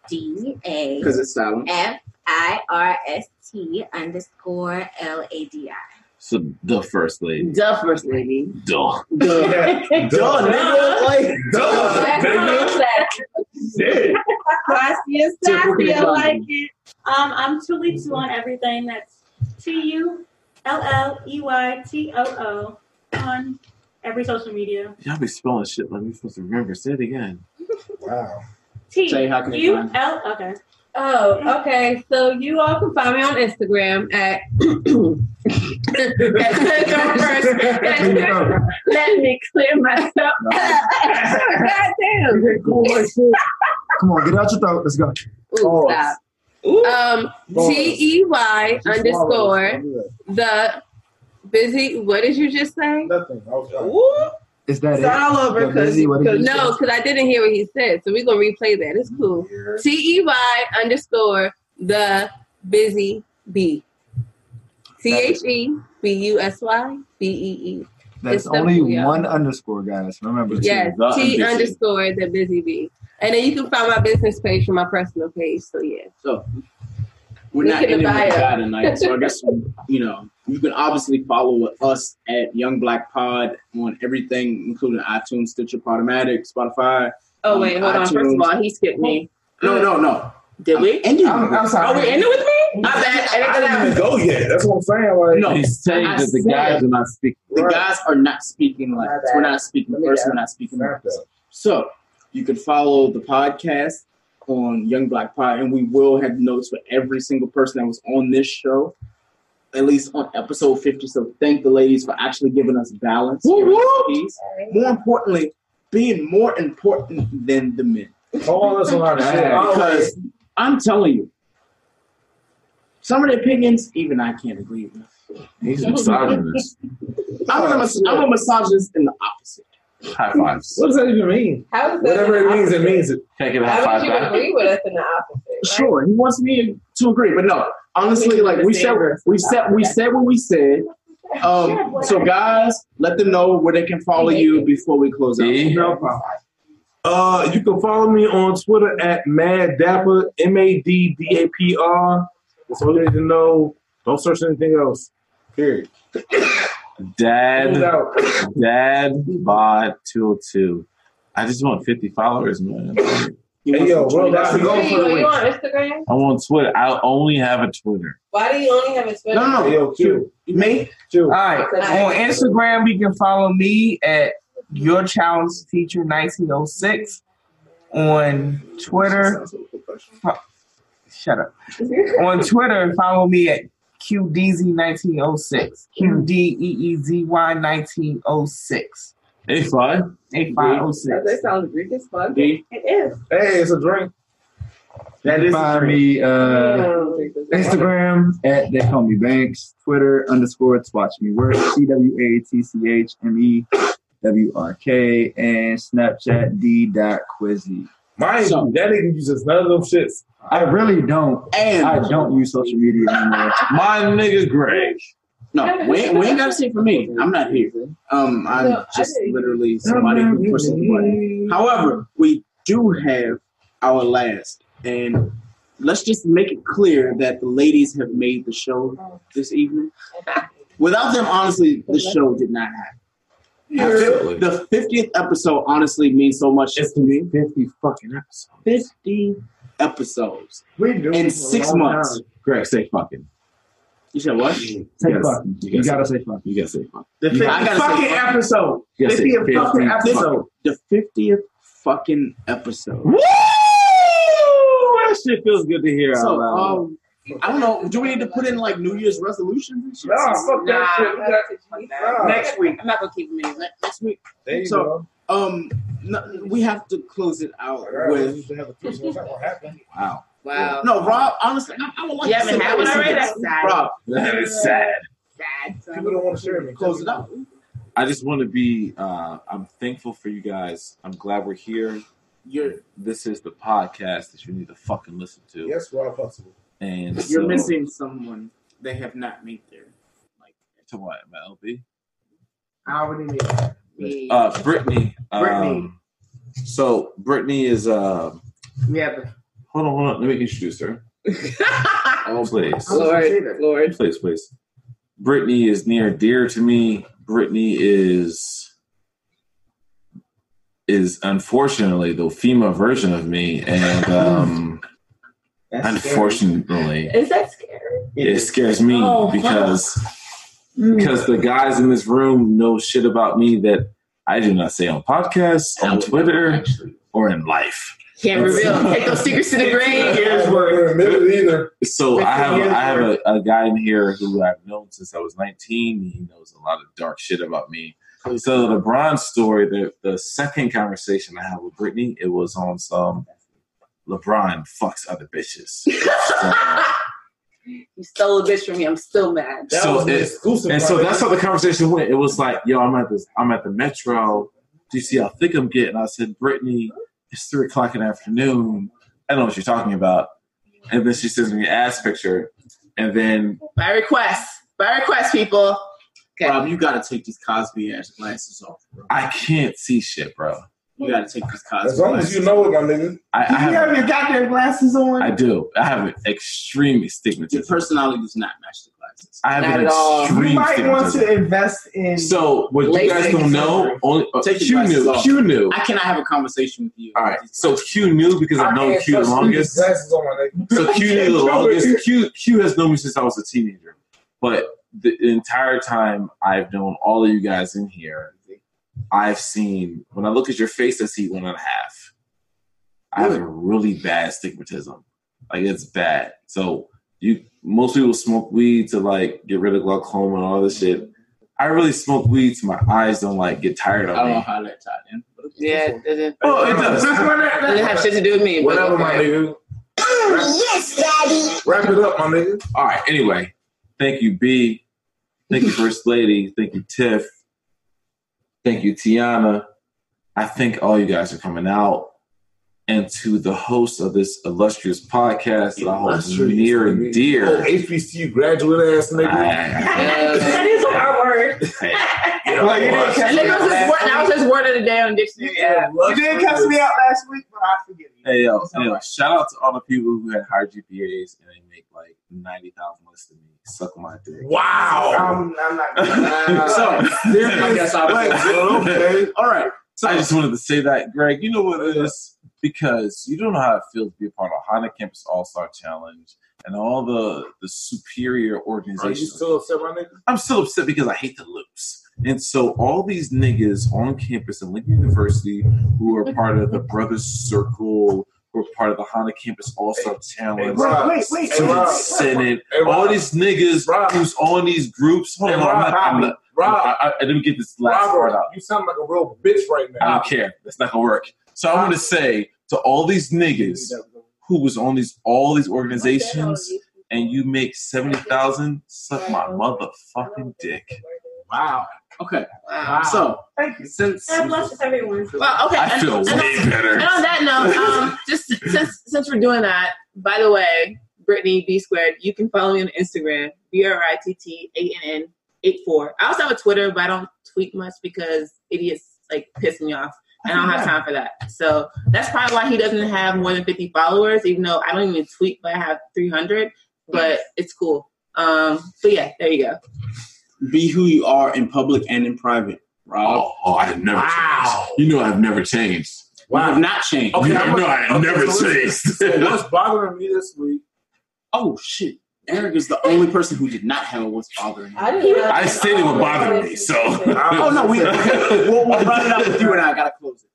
D A. Because it's silent. F I R S T underscore L A D I. So the first lady. Duh, first lady. Duh. Duh. Duh, nigga. Like, duh, nigga. Shit. Saskia, Typical Saskia, Bobby. like it. Um, I'm Tully Two on everything. That's T U L L E Y T O O on every social media. Y'all be spelling shit like we supposed to remember. Say it again. Wow. T Say, how can they U find L. Okay. Oh, okay. So you all can find me on Instagram at. Go first. Let me clear myself. Goddamn. Come on, get out your throat. Let's go. Oh, Ooh, stop. Um, T E Y underscore the busy. What did you just say? Nothing. Is that It's it? all over The busy, what because did you no, because I didn't hear what he said. So we're gonna replay that. It's cool. T E Y underscore the busy bee. T H E B U S Y B E E. That's It's simple, only y'all. one underscore, guys. Remember. Yes, T underscore the busy bee. And then you can find my business page from my personal page. So yeah. So we're We not can ending with buy it. that tonight. So I guess you know you can obviously follow us at Young Black Pod on everything, including iTunes, Stitcher, Podomatic, Spotify. um, Oh wait, hold on. First of iTunes. all, he skipped me. no, no, no. Did we? Ending. I'm, I'm sorry. Are we ending with me? My bad. I didn't even go yet. That's what I'm saying. Like, no, He's saying I that the said guys are not speaking. The guys are not speaking like us. We're not speaking first. We're not speaking like us. So you can follow the podcast on Young Black Pod, and we will have notes for every single person that was on this show, at least on episode fifty. So thank the ladies for actually giving us balance. giving us peace. More importantly, being more important than the men. Hold on, that's a lot of shit. Because I'm telling you, some of the opinions even I can't agree with. He's a misogynist. I'm a, mis- I'm a misogynist in the opposite. High fives. What does that even mean? How is that Whatever an it means, it opposite? means it. Can I get a high How five would you back? agree with us in the opposite? Sure, he wants me to agree, but no. Honestly, like we said, we said, we said what we said. Um, so guys, let them know where they can follow you before we close out. No problem. Uh, you can follow me on Twitter at Mad Dapper, M A D D A P R. That's all you need to know. Don't search anything else. Period. Dad. Who's out? Dad bod two oh two. I just want fifty followers, man. Hey, yo, bro, that's the What goal are for you, the are you week. on Instagram? I want Twitter. I only have a Twitter. Why do you only have a Twitter? Yo, Q. Me? Q. All right. On Instagram, you can follow me at your child's teacher 1906. On Twitter, fo- shut up. On Twitter, follow me at QDZ1906. E QDEEZY 1906. A five. A five oh six. That sounds Greek as fuck. It is. Hey, it's a drink. That you can find me uh, Instagram at they call me Banks, Twitter underscore Twatch Me Work, C W A T C H M E W R K, and Snapchat D dot Quizzy. Mind you, that nigga uses none of them shits. I really don't. I don't use social media anymore. My nigga Greg. No, we ain't, we ain't gotta say for me. I'm not here. Um, I'm No, I just didn't. literally somebody who pushes the button. However, we do have our last And let's just make it clear that the ladies have made the show this evening. Without them, honestly, the show did not happen. Absolutely. The 50th episode honestly means so much to me. 50 fucking episodes. 50 episodes. We In six months. Greg, say fucking. You said what? Say Yes. fucking. You gotta say fucking. You gotta say fucking. The You fifty gotta- fucking episode. You gotta say Fiftieth fucking fucking. episode. The fiftieth fucking episode. Woo! That shit feels good to hear. out So, loud. um, I don't know. Do we need to put in like New Year's resolutions and shit? Nah, fuck that shit. We got- Nah. Next week. I'm not gonna keep them in. Ne- Next week. There you so, um, no, we have to close it out with. Wow. Wow. um, No, Rob. Honestly, I, I would like You to haven't sit had down one and already? sit That's down. sad. Rob. That is sad. People don't want to share me. Close it out. I just want to be. Uh, I'm thankful for you guys. I'm glad we're here. You're. This is the podcast that you need to fucking listen to. Yes, Rob Possible. And You're so- missing someone. They have not made their to what? MLB. I already knew. it. We, Uh, Brittany. Um, Brittany. So Brittany is. Uh, we have the hold on, hold on. Let me introduce her. oh please, Lord, Lord, please, please. Brittany is near and dear to me. Brittany is is unfortunately the female version of me, and um, That's scary. unfortunately, Is that scary? it, scares me Oh, fuck. because because the guys in this room know shit about me that I do not say on podcasts, on Twitter, or in life. Can't reveal. Take those secrets to the grave. So I have a, I have a, a guy in here who I've known since I was 19. He knows a lot of dark shit about me. So the bronze story, the the second conversation I had with Brittany, it was on some LeBron fucks other bitches. You stole a bitch from me. I'm still mad. so it, and so that's how the conversation went. It was like, yo, I'm at this, I'm at the metro. Do you see how thick I'm getting? I said, Brittany, it's three o'clock in the afternoon. I don't know what you're talking about. And then she sends me an ass picture, and then by request, by request, people. Rob, you gotta take these Cosby ass glasses off. I can't see shit, bro. You gotta take these Cosby. As long as you know it, my nigga. I, I you have, have your goddamn glasses on. I do. I have an extreme stigmatism. Your personality does not match the glasses. I have Not an at all. extreme You might stigmatism. want to invest in. So what you guys LASIK. don't know, only uh, Take your Q glasses knew. off. Q knew. I cannot have a conversation with you. All right. So Q knew because I've known can't Q the touch longest. So Q knew the longest. Q Q has known me since I was a teenager, but the entire time I've known all of you guys in here, I've seen when I look at your face, I see one and a half. I have a really bad stigmatism, like it's bad. So you most people smoke weed to like get rid of glaucoma and all this shit. I really smoke weed to my eyes don't like get tired I of don't me. know how that tied in. Yeah, it doesn't. Oh, it does. doesn't have shit to do with me. but Whatever, my okay. nigga. Yes, daddy. Wrap it up, my nigga. All right. Anyway, thank you, B. Thank you, First Lady. Thank you, Tiff. Thank you, Tiana. I thank all you guys for coming out. And to the host of this illustrious podcast that I hold Illustrious, near and dear. Oh, HBCU graduate ass nigga. that is a hard word. Like, you didn't Nigga, catch me that was his word- last that was his word of the day on dictionary. Yeah. You didn't catch me out last week, but I forgive you. Hey yo, hey, yo, shout out to all the people who had higher GPAs and they make like ninety thousand less than me. Suck my dick. I'm, I'm not. Wow. so there I is- guess I was- Wait, okay. All right. So I just wanted to say that, Greg. You know what it is because you don't know how it feels to be a part of Hana Campus All Star Challenge and all the the superior Are you organizations. still upset, my nigga? I'm still upset because I hate to lose. And so all these niggas on campus at Lincoln University who are part of the Brothers Circle, who are part of the Hana Campus All Star Challenge, Rob. Wait, wait, wait. Student Hey, Rob. Senate, Hey, Rob. all these niggas who's on these groups. Hold Hey, on, I'm Rob, not- I'm not- Rob. I, I, I didn't get this last part Robert, out. you sound like a real bitch right now. Ah. I don't care. That's not gonna work. So I want to say to all these niggas who was on these all these organizations, and you make seventy thousand, suck my motherfucking dick. Wow. Okay. Wow. So Thank you. Since God bless everyone. Well, okay. I feel and, and way on, better. And on that note, um, just since since we're doing that, by the way, Brittany B squared, you can follow me on Instagram, B R I T T A N N eight four. I also have a Twitter, but I don't tweet much because idiots like piss me off. and I don't have time for that. So that's probably why he doesn't have more than 50 followers, even though I don't even tweet, but I have 300. But it's cool. Um, but yeah, there you go. Be who you are in public and in private, Rob. Oh, oh I have never changed. You know I've never changed. Wow. You have not changed. Okay, I'm no, I have never so changed. listen, so what's bothering me this week? Oh shit! Eric is the only person who did not have a what's bothering. I didn't know- I stated what bothered me, so- oh no, we we'll, we'll run it up with you and I. I gotta close it.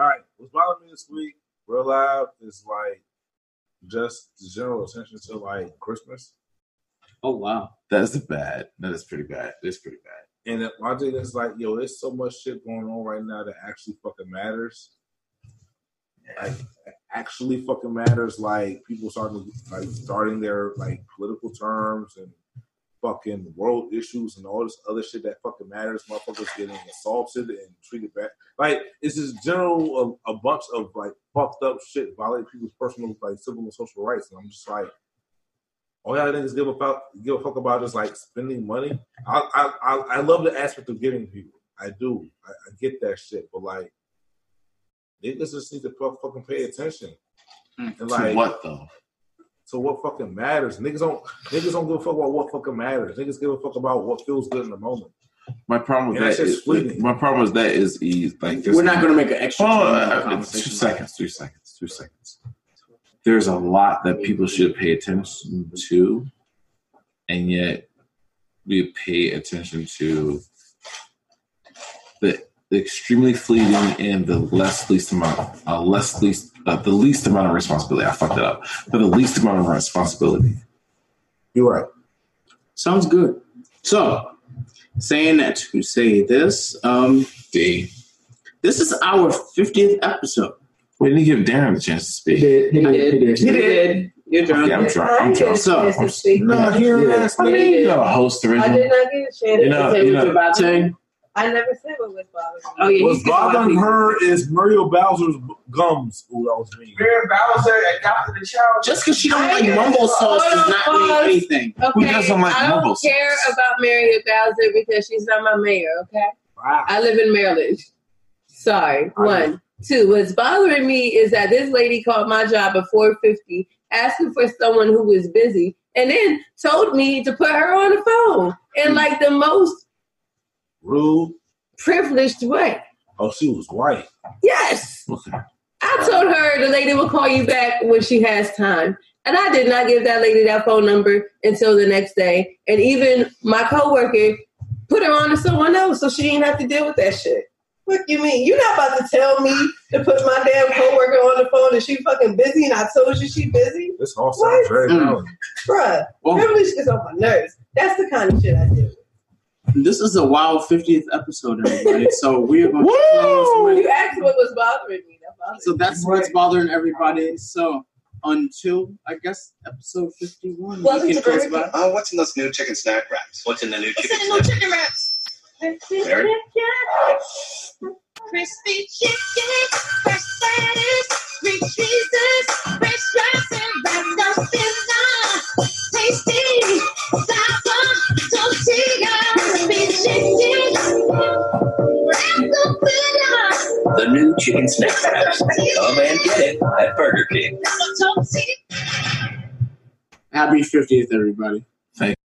All right. What's bothering me this week, real live, is like just the general attention to like Christmas. Oh wow. That's bad. That is pretty bad. It's pretty bad. And that- my thing is like, yo, there's so much shit going on right now that actually fucking matters. Like actually fucking matters. Like people starting like starting their like political terms and fucking world issues and all this other shit that fucking matters. Motherfuckers getting assaulted and treated bad. Like it's just general a, a bunch of like fucked up shit violating people's personal like civil and social rights. And I'm just like, all y'all niggas give about give a fuck about is like spending money. I I I, I love the aspect of giving people. I do. I, I get that shit, but like niggas just need to fuck- fucking pay attention. Mm, To And like what though? So what fucking matters? Niggas don't niggas don't give a fuck about what fucking matters. Niggas give a fuck about what feels good in the moment. My problem with Yeah, that that's is just fleeting. my problem with that is ease. Like there's We're not gonna make an extra Hold on, time uh, conversation. Two seconds. Two seconds. Two seconds. There's a lot that people should pay attention to, and yet we pay attention to the extremely fleeting and the less least amount, uh, less least, uh, the least amount of responsibility. I fucked it up, but the least amount of responsibility. You're right. Sounds good. So, saying that to say this, um, D. This is our 50th episode. We didn't give Darren a chance to speak. He did. He did. He did. You're drunk. Yeah, I'm drunk. I'm drunk. So, I'm I'm s- not hearing that. I mean, you're a host I original. did not get a chance You know- to say you what know- your bother. Ting. I never said what was bothering me. Oh, yeah, What's bothering her is Muriel Bowser's b- gums. Ooh, that was mean. Mary Bowser adopted a child. Just because she don't I like guess- mumbo sauce Hold does on, not mean pause. anything. Okay, I don't care about Mario Bowser because she's not my mayor, okay? Wow. I live in Maryland. Sorry. One. Two. What's bothering me is that this lady called my job at 450 asking for someone who was busy and then told me to put her on the phone in like the most Rude. privileged way. Oh, she was white. Yes. I told her the lady will call you back when she has time. And I did not give that lady that phone number until the next day. And even my coworker put her on to someone else so she didn't have to deal with that shit. What you mean? You're not about to tell me to put my damn coworker on the phone and she fucking busy and I told you she busy? This all sounds very Mm. valid. Bruh, privilege is on my nerves. That's the kind of shit I do. This is a wild 50th episode, everybody. so we are going to You asked what was bothering me. That bothered So that's what's bothering everybody. So until I guess episode 51, Welcome we to can close Burger about. Uh, what's in those new chicken snack wraps? What's in the new chicken me. chicken Very- Crispy chicken, fresh lettuce, three cheeses, fresh rice and wrapped up in a tasty sour tortilla. Crispy chicken, wrapped up in a The new chicken snack wraps. Come and get it at Burger King. tortilla. Happy 50th, everybody.